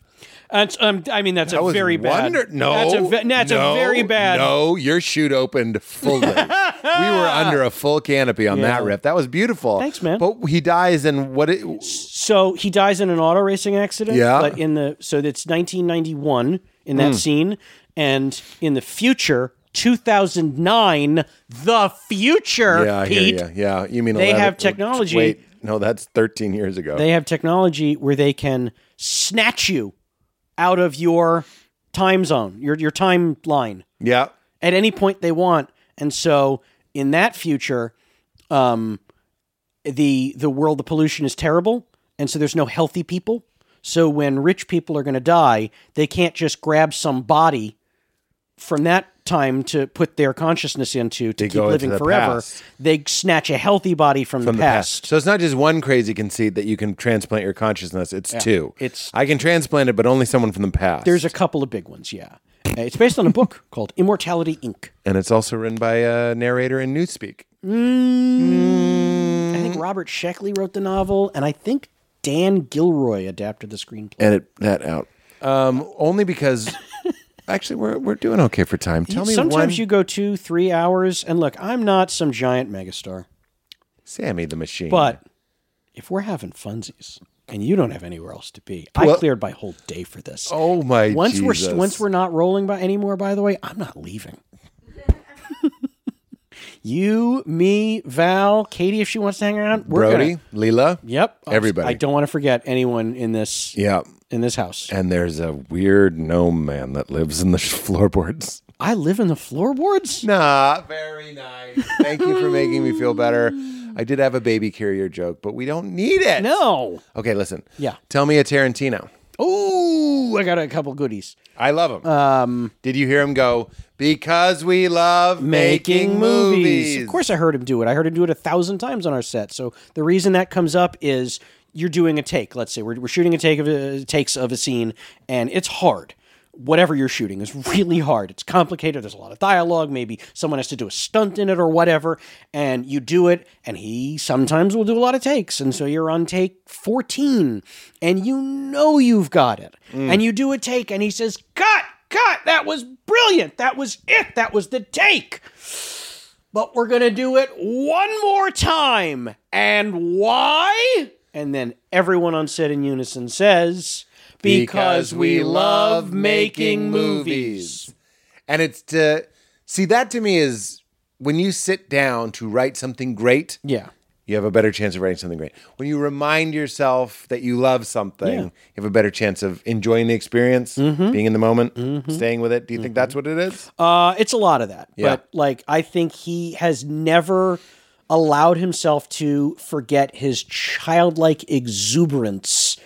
[SPEAKER 2] That's, um, I mean, that's a
[SPEAKER 1] was
[SPEAKER 2] very bad.
[SPEAKER 1] wonder- No,
[SPEAKER 2] that's a, ve- that's
[SPEAKER 1] no,
[SPEAKER 2] a very bad.
[SPEAKER 1] No, your chute opened fully. we were under a full canopy on that riff. That was beautiful.
[SPEAKER 2] Thanks, man.
[SPEAKER 1] But he dies, and what? It,
[SPEAKER 2] So he dies in an auto racing accident.
[SPEAKER 1] Yeah. Hmm.
[SPEAKER 2] But in the so it's 1991 in that scene, and in the future 2009, the future.
[SPEAKER 1] yeah, I hear
[SPEAKER 2] Pete,
[SPEAKER 1] ya. Yeah, you mean
[SPEAKER 2] They
[SPEAKER 1] 11
[SPEAKER 2] have technology.
[SPEAKER 1] Wait, no, that's 13 years ago.
[SPEAKER 2] They have technology where they can snatch you out of your time zone, your your timeline.
[SPEAKER 1] yeah,
[SPEAKER 2] at any point they want. And so in that future, um, the the world, the pollution is terrible, and so there's no healthy people. So when rich people are going to die, they can't just grab some body from that time to put their consciousness into to keep
[SPEAKER 1] go into
[SPEAKER 2] living
[SPEAKER 1] the
[SPEAKER 2] forever.
[SPEAKER 1] past.
[SPEAKER 2] They snatch a healthy body from,
[SPEAKER 1] from the past. So it's not just one crazy conceit that you can transplant your consciousness. It's two.
[SPEAKER 2] It's-
[SPEAKER 1] I can transplant it, but only someone from the past.
[SPEAKER 2] There's a couple of big ones, yeah. Uh, It's based on a book called Immortality Inc.
[SPEAKER 1] and it's also written by a narrator in Newspeak.
[SPEAKER 2] I think Robert Sheckley wrote the novel, and I think Dan Gilroy adapted the screenplay.
[SPEAKER 1] Edit that out. Um, only because actually we're we're doing okay for time. Tell me
[SPEAKER 2] Sometimes
[SPEAKER 1] one,
[SPEAKER 2] you go two, three hours, and look, I'm not some giant megastar,
[SPEAKER 1] Sammy the Machine.
[SPEAKER 2] but if we're having funsies and you don't have anywhere else to be, I cleared my whole day for this.
[SPEAKER 1] oh my,
[SPEAKER 2] once
[SPEAKER 1] Jesus.
[SPEAKER 2] we're once we're not rolling by anymore, by the way, I'm not leaving. you, me, Val, Katie, if she wants to hang around, we're
[SPEAKER 1] Brody,
[SPEAKER 2] Gonna,
[SPEAKER 1] Leela.
[SPEAKER 2] yep,
[SPEAKER 1] Everybody.
[SPEAKER 2] I don't want to forget anyone in this
[SPEAKER 1] Yeah.
[SPEAKER 2] in this house.
[SPEAKER 1] And there's a weird gnome man that lives in the sh- floorboards.
[SPEAKER 2] I live in the floorboards.
[SPEAKER 1] Nah, very nice. Thank you for making me feel better. I did have a baby carrier joke, but we don't need it.
[SPEAKER 2] No.
[SPEAKER 1] Okay, listen.
[SPEAKER 2] Yeah.
[SPEAKER 1] Tell me a Tarantino.
[SPEAKER 2] Oh, I got a couple goodies.
[SPEAKER 1] I love him. Um, Did you hear him go? Because we love making movies.
[SPEAKER 2] Of course, I heard him do it. I heard him do it a thousand times on our set. So the reason that comes up is you're doing a take. Let's say we're, we're shooting a take of a, takes of a scene, and it's hard. Whatever you're shooting is really hard. It's complicated. There's a lot of dialogue. Maybe someone has to do a stunt in it or whatever, and you do it. And he sometimes will do a lot of takes, and so you're on take 14, and you know you've got it, and you do a take, and he says, "Cut, cut! That was brilliant. That was it. That was the take." but we're going to do it one more time. And why? And then everyone on set in unison says, because we love making movies.
[SPEAKER 1] And it's to see that to me is when you sit down to write something great,
[SPEAKER 2] Yeah.
[SPEAKER 1] you have a better chance of writing something great. When you remind yourself that you love something,
[SPEAKER 2] Yeah. Mm-hmm.
[SPEAKER 1] you have a better chance of enjoying the experience, being in the moment, staying with it. Do you think that's what it is?
[SPEAKER 2] Uh, it's a lot of that.
[SPEAKER 1] Yeah.
[SPEAKER 2] But like, I think he has never allowed himself to forget his childlike exuberance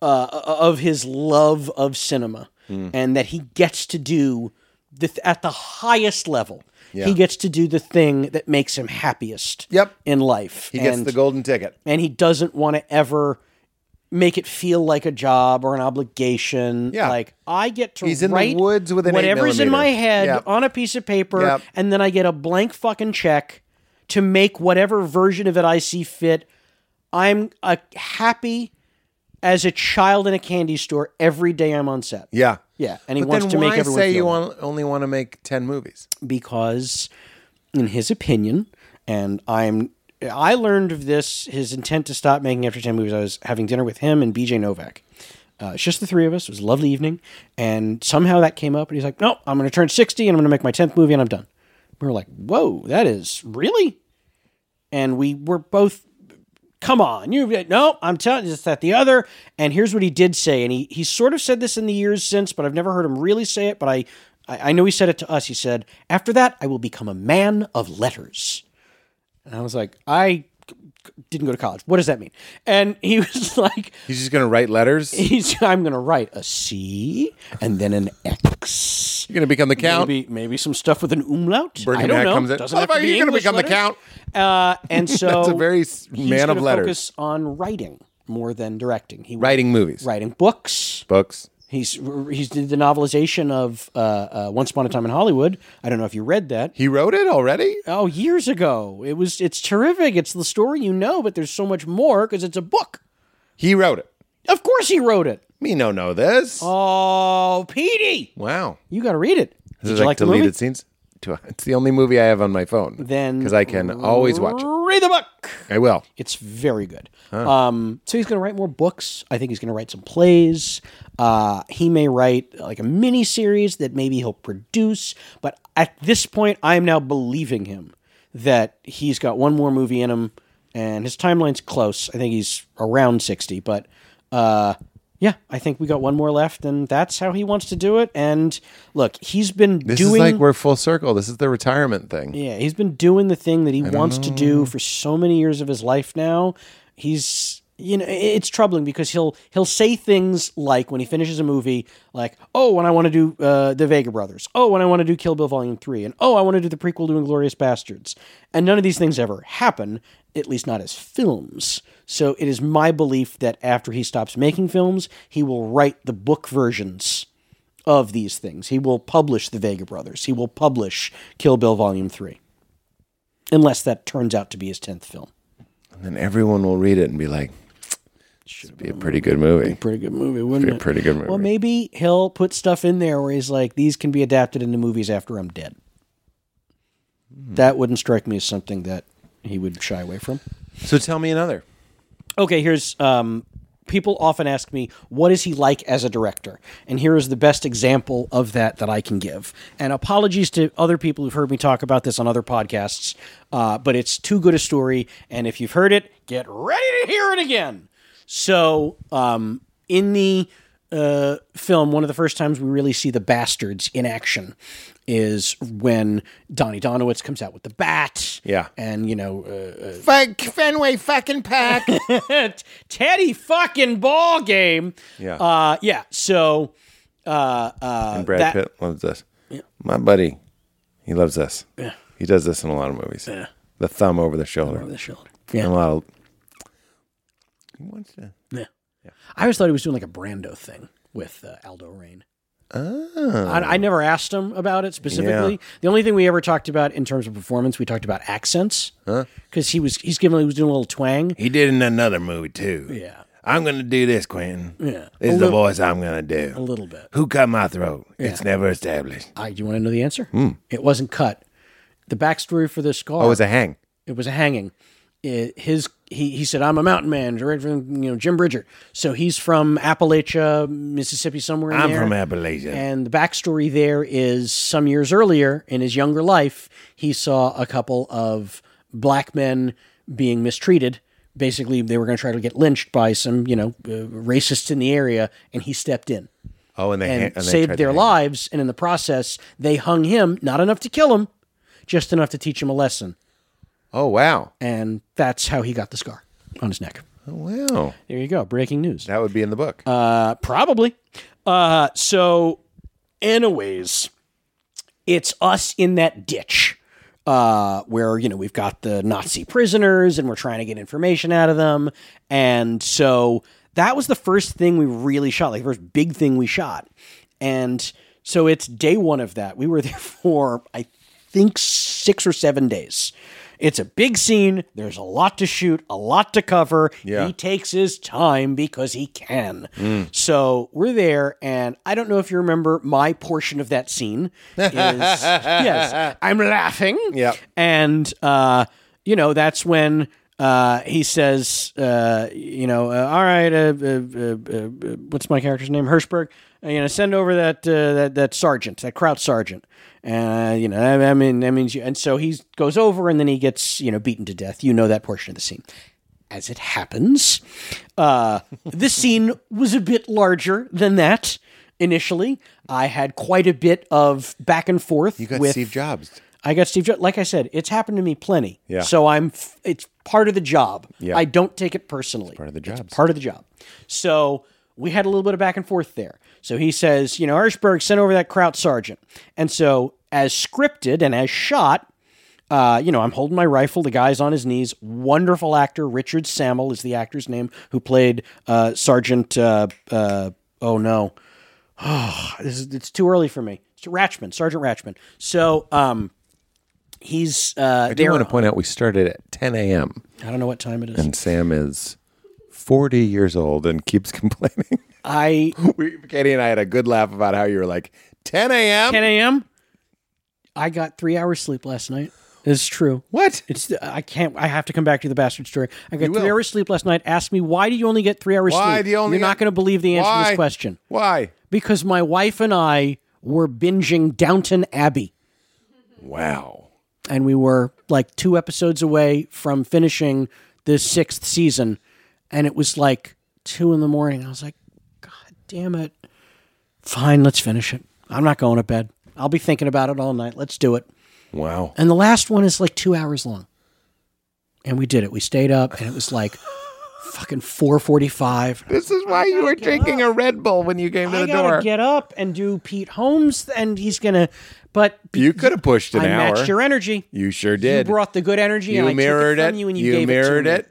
[SPEAKER 2] uh, of his love of cinema
[SPEAKER 1] Hmm.
[SPEAKER 2] and that he gets to do the th- at the highest level. He gets to do the thing that makes him happiest
[SPEAKER 1] Yep.
[SPEAKER 2] in life.
[SPEAKER 1] he gets
[SPEAKER 2] and,
[SPEAKER 1] the golden ticket.
[SPEAKER 2] and he doesn't want to ever make it feel like a job or an obligation.
[SPEAKER 1] Yeah.
[SPEAKER 2] Like I get to
[SPEAKER 1] He's in the
[SPEAKER 2] write
[SPEAKER 1] woods with an eight
[SPEAKER 2] whatever's in my
[SPEAKER 1] millimeter.
[SPEAKER 2] head
[SPEAKER 1] Yep.
[SPEAKER 2] on a piece of paper,
[SPEAKER 1] Yep.
[SPEAKER 2] and then I get a blank fucking check to make whatever version of it I see fit. I'm a happy as a child in a candy store every day I'm on set.
[SPEAKER 1] Yeah.
[SPEAKER 2] Yeah, and he
[SPEAKER 1] but
[SPEAKER 2] wants
[SPEAKER 1] then
[SPEAKER 2] to
[SPEAKER 1] why
[SPEAKER 2] make everyone
[SPEAKER 1] say
[SPEAKER 2] feel
[SPEAKER 1] you
[SPEAKER 2] that.
[SPEAKER 1] on- only want to make 10 movies?
[SPEAKER 2] because in his opinion and i'm i learned of this his intent to stop making after 10 movies i was having dinner with him and bj novak uh, it's just the three of us it was a lovely evening and somehow that came up and he's like no i'm going to turn 60 and i'm going to make my 10th movie and i'm done we were like whoa that is really and we were both come on you no i'm telling you this that the other and here's what he did say and he, he sort of said this in the years since but i've never heard him really say it but I, I i know he said it to us he said after that i will become a man of letters and i was like i c- c- didn't go to college what does that mean and he was like
[SPEAKER 1] He's just going to write letters? You're
[SPEAKER 2] he's i'm gonna write a c and then an x
[SPEAKER 1] going to become the count?
[SPEAKER 2] Maybe maybe some stuff with an umlaut.
[SPEAKER 1] Bernie
[SPEAKER 2] I don't
[SPEAKER 1] Mac
[SPEAKER 2] know.
[SPEAKER 1] comes in,
[SPEAKER 2] Doesn't have to
[SPEAKER 1] "Motherfucker,
[SPEAKER 2] be
[SPEAKER 1] you're gonna
[SPEAKER 2] English
[SPEAKER 1] become the
[SPEAKER 2] letters." Uh, and so
[SPEAKER 1] That's a very s-
[SPEAKER 2] he's
[SPEAKER 1] man of
[SPEAKER 2] gonna
[SPEAKER 1] letters.
[SPEAKER 2] Focus on writing more than directing. He
[SPEAKER 1] Writing movies.
[SPEAKER 2] writing books.
[SPEAKER 1] Books.
[SPEAKER 2] He's he's did the novelization of uh, uh, Once Upon a Time in Hollywood. I don't know if you read that.
[SPEAKER 1] He wrote it already?
[SPEAKER 2] Oh, years ago. It was it's terrific. It's the story you know, but there's so much more because it's a book.
[SPEAKER 1] He wrote it.
[SPEAKER 2] Of course, he wrote it.
[SPEAKER 1] Me no know this.
[SPEAKER 2] Oh, Petey,
[SPEAKER 1] wow.
[SPEAKER 2] you got to read it. Did
[SPEAKER 1] This
[SPEAKER 2] you
[SPEAKER 1] is
[SPEAKER 2] like
[SPEAKER 1] like
[SPEAKER 2] the movie?
[SPEAKER 1] deleted scenes. Do I- It's the only movie I have on my phone.
[SPEAKER 2] Then
[SPEAKER 1] because I can always watch it.
[SPEAKER 2] Read the book.
[SPEAKER 1] I will.
[SPEAKER 2] It's very good. Um, so he's going to write more books. I think he's going to write some plays. Uh, he may write like a mini series that maybe he'll produce. But at this point, I am now believing him that he's got one more movie in him, and his timeline's close. I think he's around sixty, but uh, yeah, I think we got one more left, and that's how he wants to do it. And look, he's been
[SPEAKER 1] This
[SPEAKER 2] doing
[SPEAKER 1] is like we're full circle. This is the retirement thing.
[SPEAKER 2] yeah, he's been doing the thing that he wants to do for so many years of his life now. He's you know i- it's troubling because he'll he'll say things like when he finishes a movie like oh when i want to do uh, the vega brothers oh when i want to do kill bill volume 3 and oh i want to do the prequel to inglorious bastards and none of these things ever happen at least not as films so it is my belief that after he stops making films he will write the book versions of these things. He will publish The Vega Brothers. He will publish Kill Bill Volume 3. Unless that turns out to be his 10th film.
[SPEAKER 1] And then everyone will read it and be like, "Should be a pretty good movie."
[SPEAKER 2] Pretty good movie, wouldn't
[SPEAKER 1] Pretty,
[SPEAKER 2] it?
[SPEAKER 1] pretty good movie.
[SPEAKER 2] Well, maybe he'll put stuff in there where he's like, these can be adapted into movies after I'm dead. That wouldn't strike me as something that he would shy away from.
[SPEAKER 1] so tell me another.
[SPEAKER 2] Okay, here's um, people often ask me, what is he like as a director? And here is the best example of that that I can give. And apologies to other people who've heard me talk about this on other podcasts, uh, but it's too good a story. And if you've heard it, get ready to hear it again. So, um, in the uh, film, one of the first times we really see the bastards in action is when Donnie Donowitz comes out with the bat.
[SPEAKER 1] Yeah.
[SPEAKER 2] And, you know, uh,
[SPEAKER 1] Fuck Fenway fucking pack.
[SPEAKER 2] Teddy fucking ball game.
[SPEAKER 1] Yeah.
[SPEAKER 2] Uh, yeah. So uh, uh,
[SPEAKER 1] and Brad
[SPEAKER 2] that-
[SPEAKER 1] Pitt loves this. My buddy, he loves this. He does this in a lot of movies. The thumb over the shoulder.
[SPEAKER 2] the shoulder.
[SPEAKER 1] And
[SPEAKER 2] Yeah.
[SPEAKER 1] a lot of. He wants to.
[SPEAKER 2] I always thought he was doing like a Brando thing with uh, Aldo Rain.
[SPEAKER 1] Oh.
[SPEAKER 2] I, I never asked him about it specifically.
[SPEAKER 1] Yeah.
[SPEAKER 2] The only thing we ever talked about in terms of performance, we talked about accents because he was he's giving he was doing a little twang.
[SPEAKER 1] He did in another movie too.
[SPEAKER 2] Yeah.
[SPEAKER 1] I'm gonna do this, Quentin.
[SPEAKER 2] Yeah. Oh,
[SPEAKER 1] This
[SPEAKER 2] A
[SPEAKER 1] is the
[SPEAKER 2] little-
[SPEAKER 1] voice I'm gonna
[SPEAKER 2] A
[SPEAKER 1] do.
[SPEAKER 2] little bit.
[SPEAKER 1] Who cut my throat? It's never established.
[SPEAKER 2] I, do you want to know the answer? It wasn't cut. The backstory for this scar.
[SPEAKER 1] Hmm. Oh, it's a hang.
[SPEAKER 2] it was a hanging. It- his he, he said I'm a mountain man, right from you know Jim Bridger. So he's from Appalachia, Mississippi, somewhere. In
[SPEAKER 1] I'm
[SPEAKER 2] there.
[SPEAKER 1] from Appalachia.
[SPEAKER 2] And the backstory there is some years earlier in his younger life, he saw a couple of black men being mistreated. Basically, they were going to try to get lynched by some you know uh, racists in the area, and he stepped in
[SPEAKER 1] oh, and they
[SPEAKER 2] and,
[SPEAKER 1] hang- and they
[SPEAKER 2] saved
[SPEAKER 1] tried
[SPEAKER 2] their
[SPEAKER 1] to hang.
[SPEAKER 2] lives. And in the process, they hung him, not enough to kill him, just enough to teach him a lesson
[SPEAKER 1] Oh wow.
[SPEAKER 2] and that's how he got the scar on his neck.
[SPEAKER 1] Oh, wow.
[SPEAKER 2] There you go. Breaking news.
[SPEAKER 1] That would be in the book.
[SPEAKER 2] Uh, probably. Uh, so, anyways, it's us in that ditch uh, where you know we've got the Nazi prisoners and we're trying to get information out of them, and so that was the first thing we really shot, like the first big thing we shot. And so it's day one of that. We were there for, I think, six or seven days. It's a big scene. There's a lot to shoot, a lot to cover.
[SPEAKER 1] Yeah.
[SPEAKER 2] He takes his time because he can. So we're there, and I don't know if you remember my portion of that scene. Is, yes, I'm laughing.
[SPEAKER 1] Yep.
[SPEAKER 2] And, uh, you know, that's when uh, he says, uh, you know, uh, all right, uh, uh, uh, uh, what's my character's name? Hirschberg. Uh, you know, send over that, uh, that, that sergeant, that Kraut sergeant. And, uh, you know, that, that, mean, that means you. And so he goes over and then he gets, you know, beaten to death. You know that portion of the scene. As it happens, uh, this scene was a bit larger than that initially. I had quite a bit of back and forth.
[SPEAKER 1] You got
[SPEAKER 2] with,
[SPEAKER 1] Steve Jobs.
[SPEAKER 2] I got Steve Jobs. Like I said, it's happened to me plenty.
[SPEAKER 1] Yeah.
[SPEAKER 2] So I'm. f- It's part of the job.
[SPEAKER 1] Yeah.
[SPEAKER 2] I don't take it personally. part
[SPEAKER 1] of the
[SPEAKER 2] job.
[SPEAKER 1] jobs.
[SPEAKER 2] part of the job. So we had a little bit of back and forth there. So he says, you know, Hirschberg sent over that Kraut sergeant, and so as scripted and as shot, uh, you know, I'm holding my rifle. The guy's on his knees. Wonderful actor. Richard Sammel is the actor's name who played uh, Sergeant. Uh, uh, oh no, this is, it's too early for me. It's Ratchman, Sergeant Ratchman. So um, he's uh,
[SPEAKER 1] I do
[SPEAKER 2] there-
[SPEAKER 1] want to point out we started at 10 a.m.
[SPEAKER 2] I don't know what time it is.
[SPEAKER 1] and Sam is 40 years old and keeps complaining.
[SPEAKER 2] I
[SPEAKER 1] we, Katie and I had a good laugh about how you were like 10 a.m.
[SPEAKER 2] 10 a.m. I got three hours sleep last night. It's true.
[SPEAKER 1] What?
[SPEAKER 2] It's I can't. I have to come back to the bastard story. I got
[SPEAKER 1] will.
[SPEAKER 2] three hours sleep last night. Asked me why do you only get three hours
[SPEAKER 1] Why
[SPEAKER 2] sleep?
[SPEAKER 1] do you only
[SPEAKER 2] are not
[SPEAKER 1] get-
[SPEAKER 2] going to believe the answer to
[SPEAKER 1] Why?
[SPEAKER 2] this question
[SPEAKER 1] Why?
[SPEAKER 2] because my wife and I were binging Downton Abbey.
[SPEAKER 1] Wow.
[SPEAKER 2] and we were like two episodes away from finishing the sixth season, and it was like two in the morning. I was like, God damn it. Fine, let's finish it. I'm not going to bed. I'll be thinking about it all night. Let's do it.
[SPEAKER 1] Wow.
[SPEAKER 2] And the last one is like two hours long. And we did it. We stayed up and it was like fucking four forty five.
[SPEAKER 1] This is why you were drinking a Red Bull when you came to
[SPEAKER 2] I
[SPEAKER 1] the
[SPEAKER 2] gotta
[SPEAKER 1] door.
[SPEAKER 2] get up and do Pete Holmes and he's gonna but
[SPEAKER 1] you could have pushed an
[SPEAKER 2] I
[SPEAKER 1] hour.
[SPEAKER 2] matched your energy.
[SPEAKER 1] you sure
[SPEAKER 2] You
[SPEAKER 1] did.
[SPEAKER 2] brought the good energy.
[SPEAKER 1] You
[SPEAKER 2] and I took
[SPEAKER 1] mirrored
[SPEAKER 2] it, from
[SPEAKER 1] it.
[SPEAKER 2] You and you, gave
[SPEAKER 1] mirrored
[SPEAKER 2] it. to me.
[SPEAKER 1] it.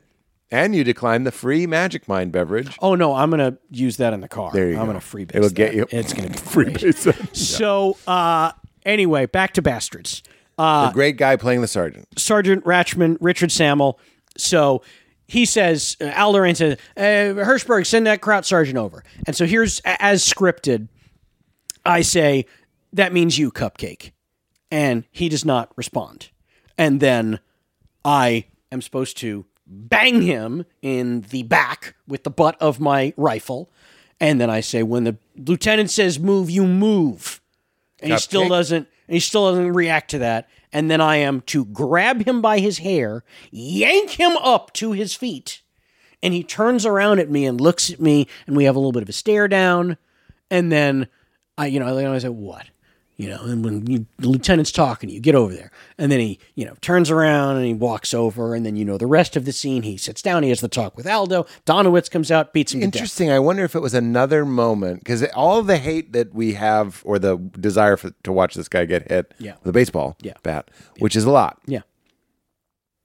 [SPEAKER 1] And you declined the free Magic Mind beverage.
[SPEAKER 2] Oh no, I'm gonna use that in the car.
[SPEAKER 1] There you
[SPEAKER 2] I'm
[SPEAKER 1] go.
[SPEAKER 2] gonna freebase.
[SPEAKER 1] It'll
[SPEAKER 2] that.
[SPEAKER 1] get you.
[SPEAKER 2] It's gonna be
[SPEAKER 1] Free
[SPEAKER 2] free.
[SPEAKER 1] pizza.
[SPEAKER 2] So uh, anyway, back to bastards. Uh,
[SPEAKER 1] the great guy playing the sergeant.
[SPEAKER 2] Sergeant Ratchman, Richard Sammel. So he says, uh, Al Lorain says, uh, Hirschberg, send that Kraut sergeant over. And so here's, a- as scripted, I say, that means you, Cupcake. And he does not respond. And then I am supposed to bang him in the back with the butt of my rifle. And then I say, when the lieutenant says move, you move and he still
[SPEAKER 1] Cupcake?
[SPEAKER 2] doesn't and he still doesn't react to that and then i am to grab him by his hair yank him up to his feet and he turns around at me and looks at me and we have a little bit of a stare down and then i you know i say what you know and when you, the lieutenant's talking to you get over there and then he you know turns around and he walks over and then you know the rest of the scene he sits down he has the talk with aldo donowitz comes out beats him to death
[SPEAKER 1] Interesting. I wonder if it was another moment because all the hate that we have, or the desire for, to watch this guy get hit
[SPEAKER 2] Yeah.
[SPEAKER 1] with a baseball
[SPEAKER 2] Yeah.
[SPEAKER 1] bat, which is a lot.
[SPEAKER 2] yeah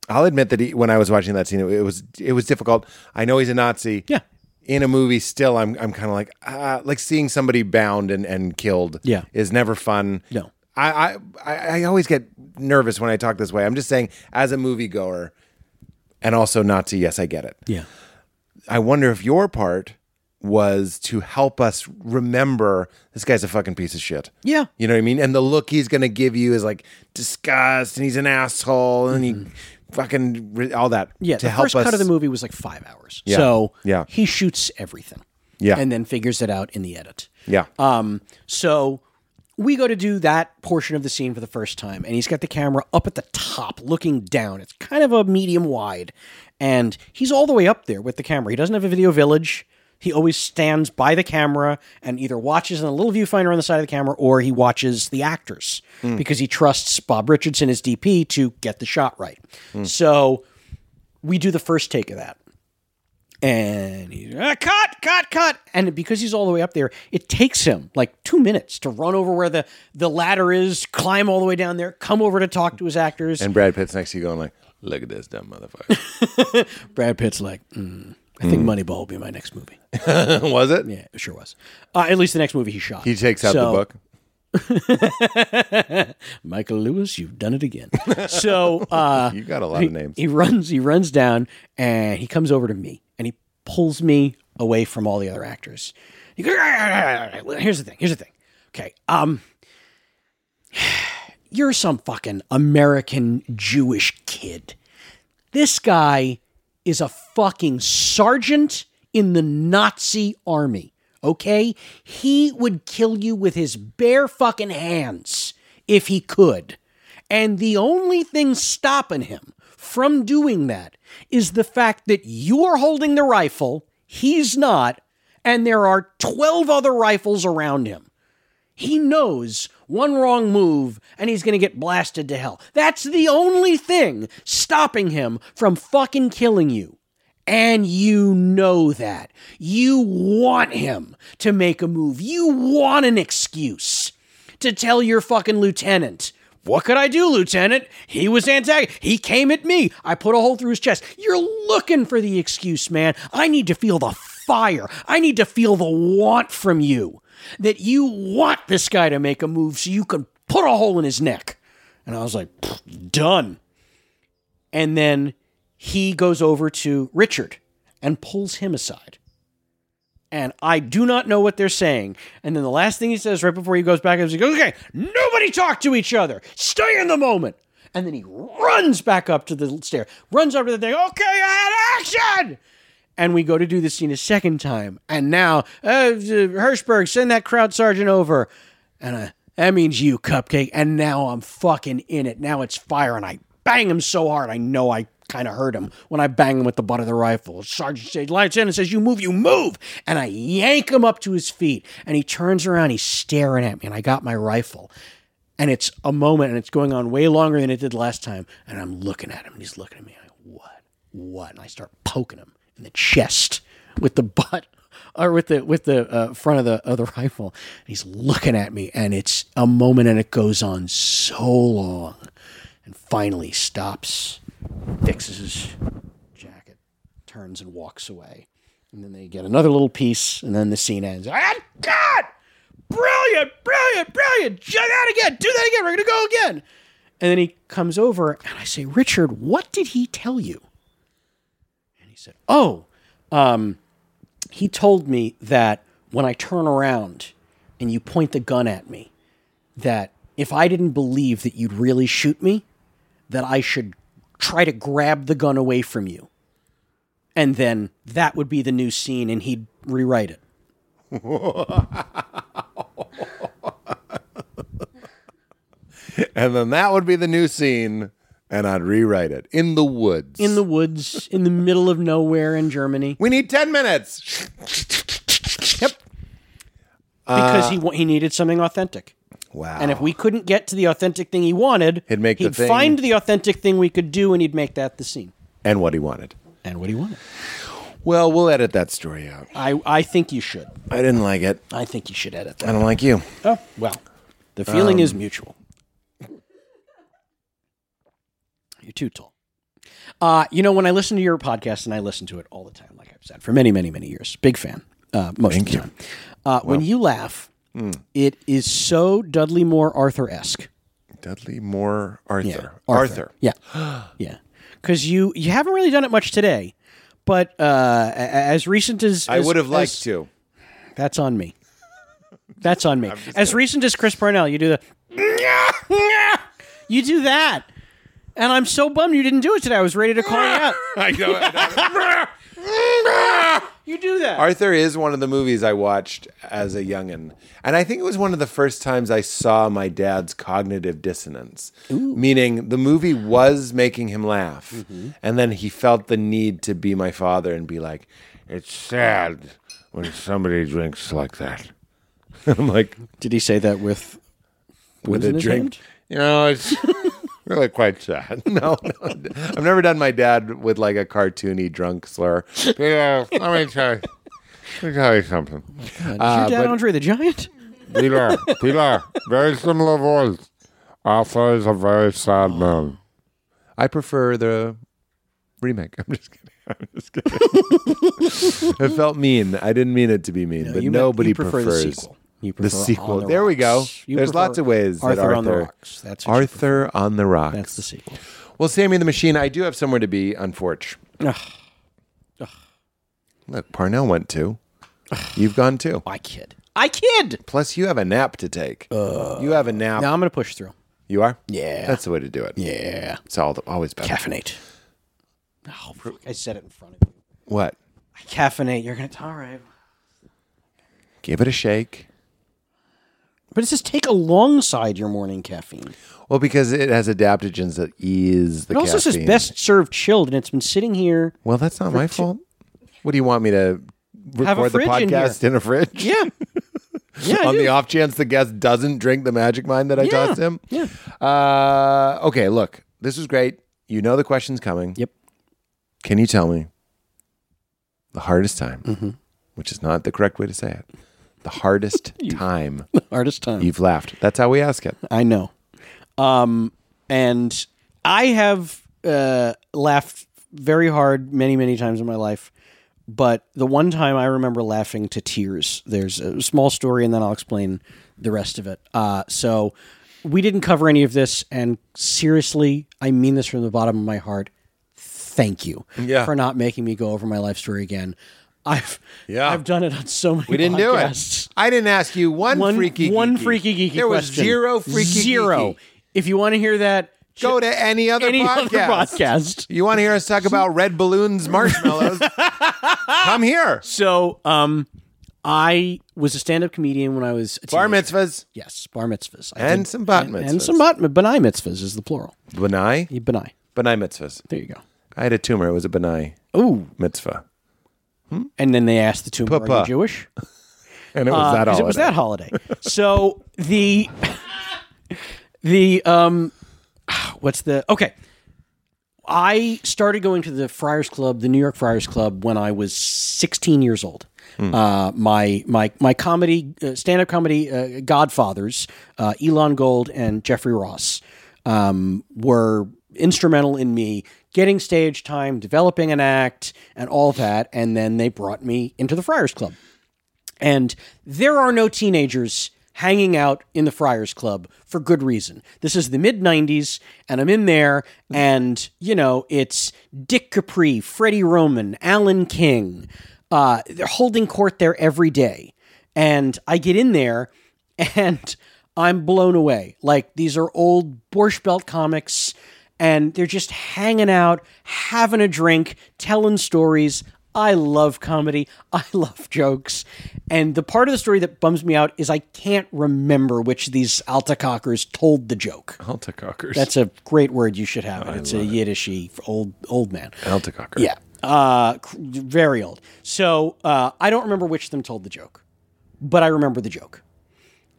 [SPEAKER 1] I'll admit that he, when I was watching that scene, it, it was it was difficult. I know he's a Nazi.
[SPEAKER 2] Yeah.
[SPEAKER 1] In a movie, still, I'm I'm kind of like ah, like seeing somebody bound and, and killed.
[SPEAKER 2] Yeah.
[SPEAKER 1] Is never fun.
[SPEAKER 2] No.
[SPEAKER 1] I, I- I I always get nervous when I talk this way. I'm just saying, as a moviegoer, and also Nazi. Yes, I get it.
[SPEAKER 2] yeah
[SPEAKER 1] I wonder if your part was to help us remember this guy's a fucking piece of shit.
[SPEAKER 2] Yeah.
[SPEAKER 1] You know what I mean? And the look he's going to give you is like disgust and he's an asshole and he fucking re- all that.
[SPEAKER 2] Mm-hmm. Yeah,
[SPEAKER 1] To
[SPEAKER 2] the
[SPEAKER 1] help
[SPEAKER 2] first
[SPEAKER 1] us.
[SPEAKER 2] cut of the movie was like five hours. So
[SPEAKER 1] yeah.
[SPEAKER 2] he shoots everything.
[SPEAKER 1] Yeah.
[SPEAKER 2] And then figures it out in the edit.
[SPEAKER 1] Yeah.
[SPEAKER 2] Um, so we go to do that portion of the scene for the first time, and he's got the camera up at the top looking down. It's kind of a medium wide, and he's all the way up there with the camera. He doesn't have a video village. He always stands by the camera and either watches in a little viewfinder on the side of the camera or he watches the actors
[SPEAKER 1] Hmm.
[SPEAKER 2] because he trusts Bob Richardson as DP to get the shot right.
[SPEAKER 1] Hmm.
[SPEAKER 2] So we do the first take of that. And he's ah, cut, cut, cut. And because he's all the way up there, it takes him like two minutes to run over where the, the ladder is, climb all the way down there, come over to talk to his actors.
[SPEAKER 1] and Brad Pitt's next to you going like, look at this dumb motherfucker.
[SPEAKER 2] Brad Pitt's like, mm, I
[SPEAKER 1] Hmm.
[SPEAKER 2] think Moneyball will be my next movie.
[SPEAKER 1] was it?
[SPEAKER 2] Yeah, it sure was. Uh, at least the next movie he shot.
[SPEAKER 1] He takes out
[SPEAKER 2] So-
[SPEAKER 1] the book.
[SPEAKER 2] Michael Lewis, you've done it again. so uh,
[SPEAKER 1] You got a lot
[SPEAKER 2] he,
[SPEAKER 1] of names.
[SPEAKER 2] he runs, he runs down, and he comes over to me, and he pulls me away from all the other actors. He goes, "Well, here's the thing. Here's the thing. Okay, um, you're some fucking American Jewish kid. This guy is a fucking sergeant in the Nazi army. Okay? He would kill you with his bare fucking hands if he could. And the only thing stopping him from doing that is the fact that you're holding the rifle, he's not, and there are 12 other rifles around him. He knows one wrong move and he's going to get blasted to hell. That's the only thing stopping him from fucking killing you. And you know that. You want him to make a move. You want an excuse to tell your fucking lieutenant. What could I do, Lieutenant? He was antagonistic. He came at me. I put a hole through his chest. You're looking for the excuse, man. I need to feel the fire. I need to feel the want from you that you want this guy to make a move so you can put a hole in his neck. And I was like, "Pfft, done. And then he goes over to Richard and pulls him aside and I do not know what they're saying. And then the last thing he says right before he goes back is he goes, okay, nobody talk to each other. Stay in the moment. And then he runs back up to the stair, runs up to the thing, okay, and action! And we go to do the scene a second time. And now, uh, Hirschberg, send that crowd sergeant over. And uh, that means you, Cupcake. And now I'm fucking in it. Now it's fire. And I bang him so hard, I know I kind of hurt him when I bang him with the butt of the rifle. Sergeant says, Lieutenant says, You move, you move. And I yank him up to his feet. And he turns around, he's staring at me. And I got my rifle. And it's a moment, and it's going on way longer than it did last time. And I'm looking at him, and he's looking at me. I go, What? What? And I start poking him in the chest with the butt. Or with the with the uh, front of the of the rifle, and he's looking at me, and it's a moment, and it goes on so long, and finally stops fixes his jacket, turns and walks away. And then they get another little piece, and then the scene ends. And God! Brilliant, brilliant, brilliant! Do that again! Do that again! We're gonna go again! And then he comes over, and I say, Richard, what did he tell you? And he said, Oh, um, he told me that when I turn around and you point the gun at me, that if I didn't believe that you'd really shoot me, that I should try to grab the gun away from you. And then that would be the new scene, and he'd rewrite it.
[SPEAKER 1] And then that would be the new scene, and I'd rewrite it in the woods.
[SPEAKER 2] In the woods, in the middle of nowhere in Germany,
[SPEAKER 1] we need 10 minutes.
[SPEAKER 2] because
[SPEAKER 1] Uh,
[SPEAKER 2] he wa- he needed something authentic.
[SPEAKER 1] Wow.
[SPEAKER 2] And if we couldn't get to the authentic thing he wanted,
[SPEAKER 1] He'd make the
[SPEAKER 2] he'd
[SPEAKER 1] thing.
[SPEAKER 2] find the authentic thing we could do, and he'd make that the scene.
[SPEAKER 1] and what he wanted.
[SPEAKER 2] And what he wanted.
[SPEAKER 1] Well, we'll edit that story out.
[SPEAKER 2] I, I think you should.
[SPEAKER 1] I didn't like it.
[SPEAKER 2] I think you should edit
[SPEAKER 1] I
[SPEAKER 2] that.
[SPEAKER 1] don't like you.
[SPEAKER 2] Oh, well, the feeling is
[SPEAKER 1] Um,
[SPEAKER 2] mutual. You're too tall. Uh, you know, when I listen to your podcast, and I listen to it all the time, like I've said, for many, many, many years, big fan, uh, most of the time. Uh, When you laugh,
[SPEAKER 1] Hmm.
[SPEAKER 2] it is so Dudley Moore Arthur esque.
[SPEAKER 1] Dudley Moore Arthur.
[SPEAKER 2] Arthur. Yeah, yeah. Because you you haven't really done it much today, but uh, a- a- as recent as,
[SPEAKER 1] I
[SPEAKER 2] as-
[SPEAKER 1] would have liked
[SPEAKER 2] as-
[SPEAKER 1] to.
[SPEAKER 2] that's on me. That's on me. As recent as Chris Parnell, you do the. You do that. And I'm so bummed you didn't do it today. I was ready to call you out.
[SPEAKER 1] I know,
[SPEAKER 2] You do that.
[SPEAKER 1] Arthur is one of the movies I watched as a youngin, and I think it was one of the first times I saw my dad's cognitive dissonance, meaning the movie was making him laugh, and then he felt the need to be my father and be like,
[SPEAKER 4] It's sad when somebody drinks like that.
[SPEAKER 1] "I'm like
[SPEAKER 2] Did he say that with
[SPEAKER 1] with a drink."
[SPEAKER 4] You know, it's really quite sad.
[SPEAKER 1] No, no, I've never done my dad with like a cartoony drunk slur.
[SPEAKER 4] Peter, let me tell you, let me tell you something.
[SPEAKER 1] Uh,
[SPEAKER 2] your dad Andre the Giant?
[SPEAKER 4] Peter, Peter, very similar voice. Arthur is a very sad man.
[SPEAKER 1] I prefer the remake. I'm just kidding.
[SPEAKER 4] Just kidding.
[SPEAKER 1] It felt mean. I didn't mean it to be mean, but
[SPEAKER 2] you meant-
[SPEAKER 1] nobody
[SPEAKER 2] you prefer the
[SPEAKER 1] prefers
[SPEAKER 2] sequel. You
[SPEAKER 1] the
[SPEAKER 2] prefer
[SPEAKER 1] sequel.
[SPEAKER 2] On the
[SPEAKER 1] there we go.
[SPEAKER 2] Rocks. You
[SPEAKER 1] There's
[SPEAKER 2] prefer
[SPEAKER 1] lots of ways that
[SPEAKER 2] Arthur
[SPEAKER 1] Arthur
[SPEAKER 2] on the Rocks. That's what you
[SPEAKER 1] Arthur on the Rocks.
[SPEAKER 2] That's the sequel.
[SPEAKER 1] Well, Sammy the Machine, I do have somewhere to be on Forge.
[SPEAKER 2] Ugh.
[SPEAKER 1] Look, Parnell went too. You've gone too.
[SPEAKER 2] I kid. I kid.
[SPEAKER 1] Plus, you have a nap to take. you have a nap.
[SPEAKER 2] Uh, Now I'm going to push through.
[SPEAKER 1] You are?
[SPEAKER 2] Yeah.
[SPEAKER 1] That's the way to do it.
[SPEAKER 2] yeah.
[SPEAKER 1] It's all always better.
[SPEAKER 2] Caffeinate. Oh, fuck, I said it in front of you.
[SPEAKER 1] What?
[SPEAKER 2] Caffeinate. You're going to. All right.
[SPEAKER 1] Give it a shake.
[SPEAKER 2] But it says take alongside your morning caffeine.
[SPEAKER 1] Well, because it has adaptogens that ease the
[SPEAKER 2] It also says
[SPEAKER 1] caffeine.
[SPEAKER 2] best served chilled, and it's been sitting here.
[SPEAKER 1] Well, that's not my fault. What do you want me to
[SPEAKER 2] Have a
[SPEAKER 1] record the
[SPEAKER 2] fridge in here.
[SPEAKER 1] podcast in, a fridge?
[SPEAKER 2] Yeah. yeah. I
[SPEAKER 1] On
[SPEAKER 2] do.
[SPEAKER 1] the off chance the guest doesn't drink the magic mind that I tossed him.
[SPEAKER 2] Yeah.
[SPEAKER 1] Uh, okay, look, this was great. You know the question's coming.
[SPEAKER 2] Yep.
[SPEAKER 1] Can you tell me the hardest time,
[SPEAKER 2] Mm-hmm.
[SPEAKER 1] which is not the correct way to say it, the hardest time
[SPEAKER 2] Artist time.
[SPEAKER 1] you've laughed? That's how we ask it.
[SPEAKER 2] I know. Um, and I have uh, laughed very hard many, many times in my life. But the one time I remember laughing to tears, there's a small story, and then I'll explain the rest of it. Uh, so we didn't cover any of this. And seriously, I mean this from the bottom of my heart. Thank you
[SPEAKER 1] Yeah.
[SPEAKER 2] for not making me go over my life story again. I've
[SPEAKER 1] Yeah.
[SPEAKER 2] I've done it on so many.
[SPEAKER 1] We didn't
[SPEAKER 2] podcasts
[SPEAKER 1] do it. I didn't ask you one,
[SPEAKER 2] one
[SPEAKER 1] freaky
[SPEAKER 2] one
[SPEAKER 1] geeky.
[SPEAKER 2] freaky geeky
[SPEAKER 1] There was
[SPEAKER 2] question.
[SPEAKER 1] zero freaky
[SPEAKER 2] zero.
[SPEAKER 1] geeky.
[SPEAKER 2] If you want to hear that,
[SPEAKER 1] Go to any other
[SPEAKER 2] any
[SPEAKER 1] podcast.
[SPEAKER 2] other podcast.
[SPEAKER 1] You want to hear us talk about red balloons, marshmallows? Come here.
[SPEAKER 2] So, um, I was a stand-up comedian when I was a
[SPEAKER 1] Bar
[SPEAKER 2] teenager.
[SPEAKER 1] mitzvahs
[SPEAKER 2] Yes, bar mitzvahs I
[SPEAKER 1] and
[SPEAKER 2] did-
[SPEAKER 1] some bat mitzvahs.
[SPEAKER 2] and some bat benai mitzvahs is the plural.
[SPEAKER 1] Benai?
[SPEAKER 2] Benai.
[SPEAKER 1] Benai mitzvahs.
[SPEAKER 2] There you go.
[SPEAKER 1] I had a tumor. It was a benai
[SPEAKER 2] Ooh,
[SPEAKER 1] mitzvah.
[SPEAKER 2] and then they asked the two "Are
[SPEAKER 1] Puh-puh.
[SPEAKER 2] you Jewish?"
[SPEAKER 1] And it was that
[SPEAKER 2] because
[SPEAKER 1] all.
[SPEAKER 2] Uh, it was that holiday. So the the um what's the okay. I started going to the Friars Club, the New York Friars Club, when I was 16 years old. Uh, my my my comedy, uh, stand up comedy uh, godfathers, uh, Elon Gold and Jeffrey Ross, um, were instrumental in me getting stage time, developing an act, and all that. And then they brought me into the Friars Club. And there are no teenagers hanging out in the Friars Club for good reason. This is the mid 90s, and I'm in there, and, you know, it's Dick Capri, Freddie Roman, Alan King. Uh, they're holding court there every day. And I get in there, and I'm blown away. Like, these are old Borscht Belt comics, and they're just hanging out, having a drink, telling stories. I love comedy. I love jokes. And the part of the story that bums me out is I can't remember which of these Altacockers told the joke.
[SPEAKER 1] Altacockers.
[SPEAKER 2] That's a great word you should have. It. It's a Yiddishy old old man.
[SPEAKER 1] Altacocker.
[SPEAKER 2] Yeah. Uh, cr- very old. So uh, I don't remember which of them told the joke, but I remember the joke.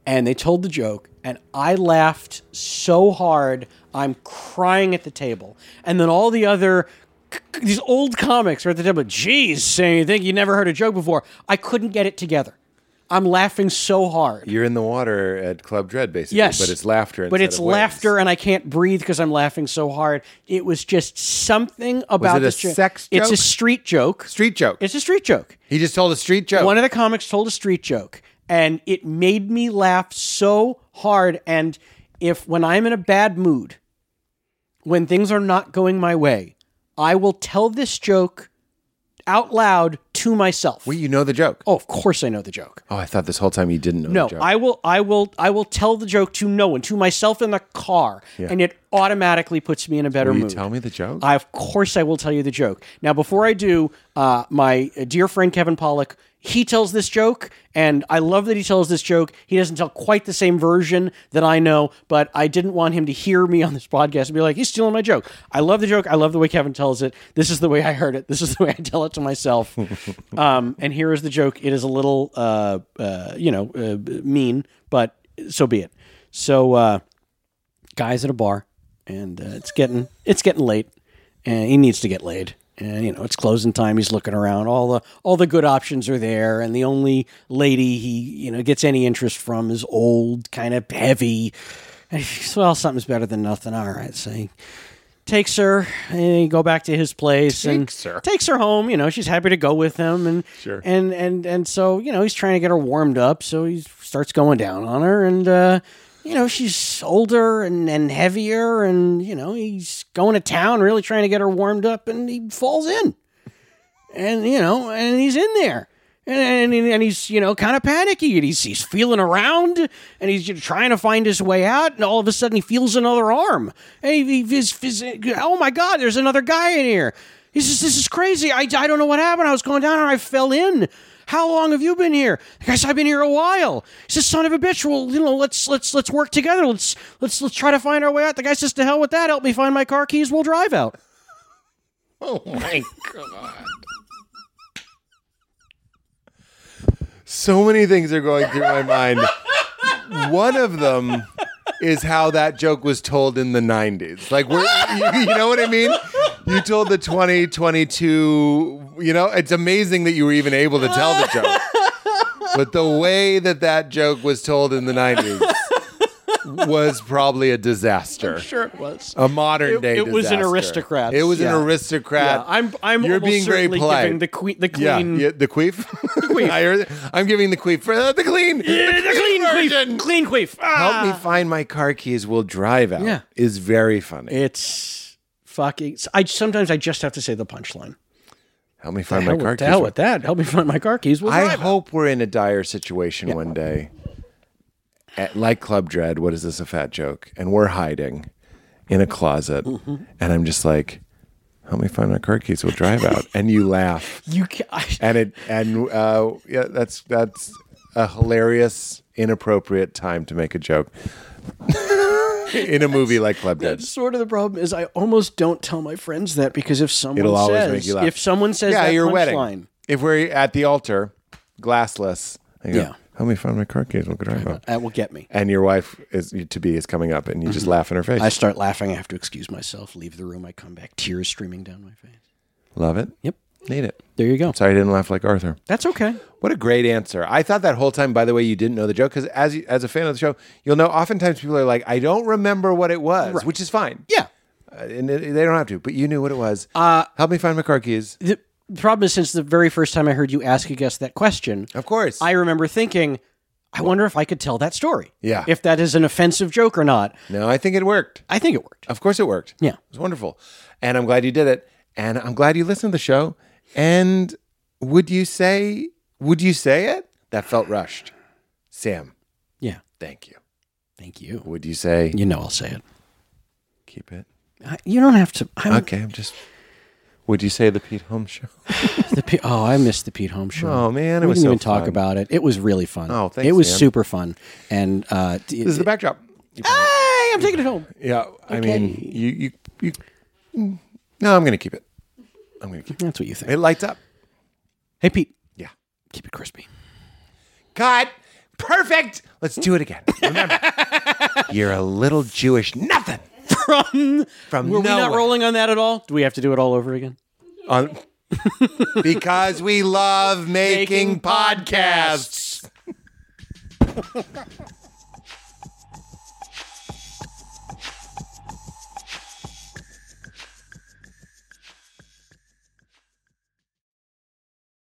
[SPEAKER 2] And they told the joke, and I laughed so hard, I'm crying at the table. And then all the other, c- c- these old comics are at the table, geez, saying, you think you never heard a joke before. I couldn't get it together. I'm laughing so hard.
[SPEAKER 1] You're in the water at Club Dread, basically.
[SPEAKER 2] Yes,
[SPEAKER 1] But it's laughter.
[SPEAKER 2] But
[SPEAKER 1] instead
[SPEAKER 2] it's
[SPEAKER 1] of waves.
[SPEAKER 2] laughter, and I can't breathe because I'm laughing so hard. It was just something about
[SPEAKER 1] it a
[SPEAKER 2] this jo-
[SPEAKER 1] sex
[SPEAKER 2] It's a
[SPEAKER 1] joke?
[SPEAKER 2] street joke.
[SPEAKER 1] Street joke.
[SPEAKER 2] It's a street joke.
[SPEAKER 1] he just told a street joke.
[SPEAKER 2] One of the comics told a street joke, and it made me laugh so hard. And if when I'm in a bad mood, when things are not going my way, I will tell this joke out loud to myself.
[SPEAKER 1] Wait, you know the joke.
[SPEAKER 2] oh, of course I know the joke.
[SPEAKER 1] Oh, I thought this whole time you didn't know
[SPEAKER 2] No,
[SPEAKER 1] the joke.
[SPEAKER 2] I will, I will, I will tell the joke to no one, to myself in the car, and it automatically puts me in a better
[SPEAKER 1] Will you
[SPEAKER 2] mood.
[SPEAKER 1] tell me the joke?
[SPEAKER 2] I, of course, I will tell you the joke. Now, before I do, uh, my dear friend Kevin Pollock, he tells this joke, and I love that he tells this joke. He doesn't tell quite the same version that I know, but I didn't want him to hear me on this podcast and be like, he's stealing my joke. I love the joke. I love the way Kevin tells it. This is the way I heard it. This is the way I tell it to myself. um, and here is the joke. It is a little, uh, uh, you know, uh, mean, but so be it. So, uh, guys at a bar, and uh, it's getting it's getting late, and he needs to get laid. And you know it's closing time. He's looking around. All the all the good options are there, and the only lady he you know gets any interest from is old, kind of heavy. And he thinks, well, something's better than nothing. All right, so he takes her and they go back to his place
[SPEAKER 5] Takes
[SPEAKER 2] and
[SPEAKER 5] her.
[SPEAKER 2] takes her home. You know, she's happy to go with him and
[SPEAKER 5] Sure.
[SPEAKER 2] and and and so you know he's trying to get her warmed up, so he starts going down on her and. uh you know she's older and, and heavier and you know he's going to town really trying to get her warmed up and he falls in and you know, and he's in there. And, and, and he's you know kind of panicky and he's, he's feeling around and he's just trying to find his way out and all of a sudden he feels another arm and he, he- his, his, oh my god there's another guy in here he says this is crazy I, I don't know what happened I was going down and I fell in how long have you been here the guy said I've been here a while he says son of a bitch well you know let's let's let's work together let's let's let's try to find our way out the guy says to hell with that help me find my car keys we'll drive out
[SPEAKER 5] Oh my god.
[SPEAKER 1] So many things are going through my mind. One of them is how that joke was told in the 90s. Like, we're, you, you know what I mean? You told the 20, 22, you know, it's amazing that you were even able to tell the joke. But the way that that joke was told in the 90s was probably a disaster.
[SPEAKER 2] sure it was
[SPEAKER 1] A modern
[SPEAKER 2] It-
[SPEAKER 1] day
[SPEAKER 2] it was an
[SPEAKER 1] disaster.
[SPEAKER 2] aristocrat.
[SPEAKER 1] It was
[SPEAKER 2] Yeah.
[SPEAKER 1] an aristocrat.
[SPEAKER 2] Yeah, I'm I'm
[SPEAKER 1] You're
[SPEAKER 2] almost
[SPEAKER 1] being very
[SPEAKER 2] certainly
[SPEAKER 1] polite.
[SPEAKER 2] giving the queen the
[SPEAKER 1] Yeah,
[SPEAKER 2] queen
[SPEAKER 1] yeah, the queef. I heard- I'm giving the queef for uh, the clean.
[SPEAKER 2] the clean queef, clean queef.
[SPEAKER 1] Help
[SPEAKER 2] Ah!
[SPEAKER 1] me find my car keys. We'll drive out.
[SPEAKER 2] Yeah.
[SPEAKER 1] is very funny.
[SPEAKER 2] It's fucking. I sometimes I just have to say the punchline.
[SPEAKER 1] Help me find
[SPEAKER 2] Hell
[SPEAKER 1] my
[SPEAKER 2] with-
[SPEAKER 1] car
[SPEAKER 2] the hell
[SPEAKER 1] keys.
[SPEAKER 2] with that. Help me find my car keys. We'll
[SPEAKER 1] I
[SPEAKER 2] drive.
[SPEAKER 1] hope we're in a dire situation one day. At, like Club Dread, what is this? A fat joke? And we're hiding in a closet,
[SPEAKER 2] Mm-hmm.
[SPEAKER 1] and I'm just like, "Help me find my car keys. We'll drive out." and you laugh,
[SPEAKER 2] you. Can, I,
[SPEAKER 1] and it, and uh, yeah, that's that's a hilarious, inappropriate time to make a joke in a movie like Club Dread.
[SPEAKER 2] sort of the problem is I almost don't tell my friends that because if someone
[SPEAKER 1] It'll always
[SPEAKER 2] says
[SPEAKER 1] make you laugh.
[SPEAKER 2] if someone says
[SPEAKER 1] yeah,
[SPEAKER 2] that
[SPEAKER 1] your wedding.
[SPEAKER 2] punchline,
[SPEAKER 1] If we're at the altar, glassless. I go,
[SPEAKER 2] Yeah.
[SPEAKER 1] Help me find my car keys. We'll go drive out.
[SPEAKER 2] that will uh, get me.
[SPEAKER 1] And your wife is to be is coming up, and you just laugh in her face.
[SPEAKER 2] Mm-hmm. I start laughing. I have to excuse myself. Leave the room. I come back, tears streaming down my face.
[SPEAKER 1] Love it.
[SPEAKER 2] Yep.
[SPEAKER 1] Need it.
[SPEAKER 2] There you go.
[SPEAKER 1] Sorry, I didn't laugh like Arthur.
[SPEAKER 2] That's okay.
[SPEAKER 1] What a great answer! I thought that whole time. By the way, you didn't know the joke because as you- as a fan of the show, you'll know. Oftentimes, people are like, "I don't remember what it was," which is fine.
[SPEAKER 2] Yeah.
[SPEAKER 1] Uh, and it- they don't have to. But you knew what it was. Uh, Help me find my car keys.
[SPEAKER 2] The the problem is since the very first time I heard you ask a guest that question,
[SPEAKER 1] Of course.
[SPEAKER 2] I remember thinking, I wonder if I could tell that story.
[SPEAKER 1] Yeah.
[SPEAKER 2] If that is an offensive joke or not.
[SPEAKER 1] no, I think it worked.
[SPEAKER 2] I think it worked.
[SPEAKER 1] Of course it worked.
[SPEAKER 2] Yeah.
[SPEAKER 1] It was wonderful. And I'm glad you did it. And I'm glad you listened to the show. And would you say would you say it? That felt rushed. Sam,
[SPEAKER 2] Yeah.
[SPEAKER 1] thank you.
[SPEAKER 2] Thank you.
[SPEAKER 1] Would you say
[SPEAKER 2] You know I'll say it.
[SPEAKER 1] keep it?
[SPEAKER 2] I, you don't have to. I don't,
[SPEAKER 1] Okay, I'm just would you say the Pete Holmes show?
[SPEAKER 2] the P- oh, I missed the Pete Holmes show.
[SPEAKER 1] Oh, man, it
[SPEAKER 2] we
[SPEAKER 1] was
[SPEAKER 2] didn't
[SPEAKER 1] so
[SPEAKER 2] even talk
[SPEAKER 1] fun.
[SPEAKER 2] about it. It was really fun.
[SPEAKER 1] Oh, thanks,
[SPEAKER 2] It was
[SPEAKER 1] Sam.
[SPEAKER 2] super fun. And uh, d-
[SPEAKER 1] This is the backdrop.
[SPEAKER 2] Ah! hey, I'm taking it home.
[SPEAKER 1] Yeah. I mean you you you mm, No, I'm gonna keep it. I'm gonna keep
[SPEAKER 2] That's what you think.
[SPEAKER 1] it. It lights up.
[SPEAKER 2] Hey, Pete.
[SPEAKER 1] Yeah.
[SPEAKER 2] Keep it crispy.
[SPEAKER 1] Cut. Perfect. Let's do it again. Remember, you're a little Jewish nothing
[SPEAKER 2] From
[SPEAKER 1] from
[SPEAKER 2] were we
[SPEAKER 1] nowhere.
[SPEAKER 2] not rolling on that at all? Do we have to do it all over again?
[SPEAKER 1] on because we love making podcasts.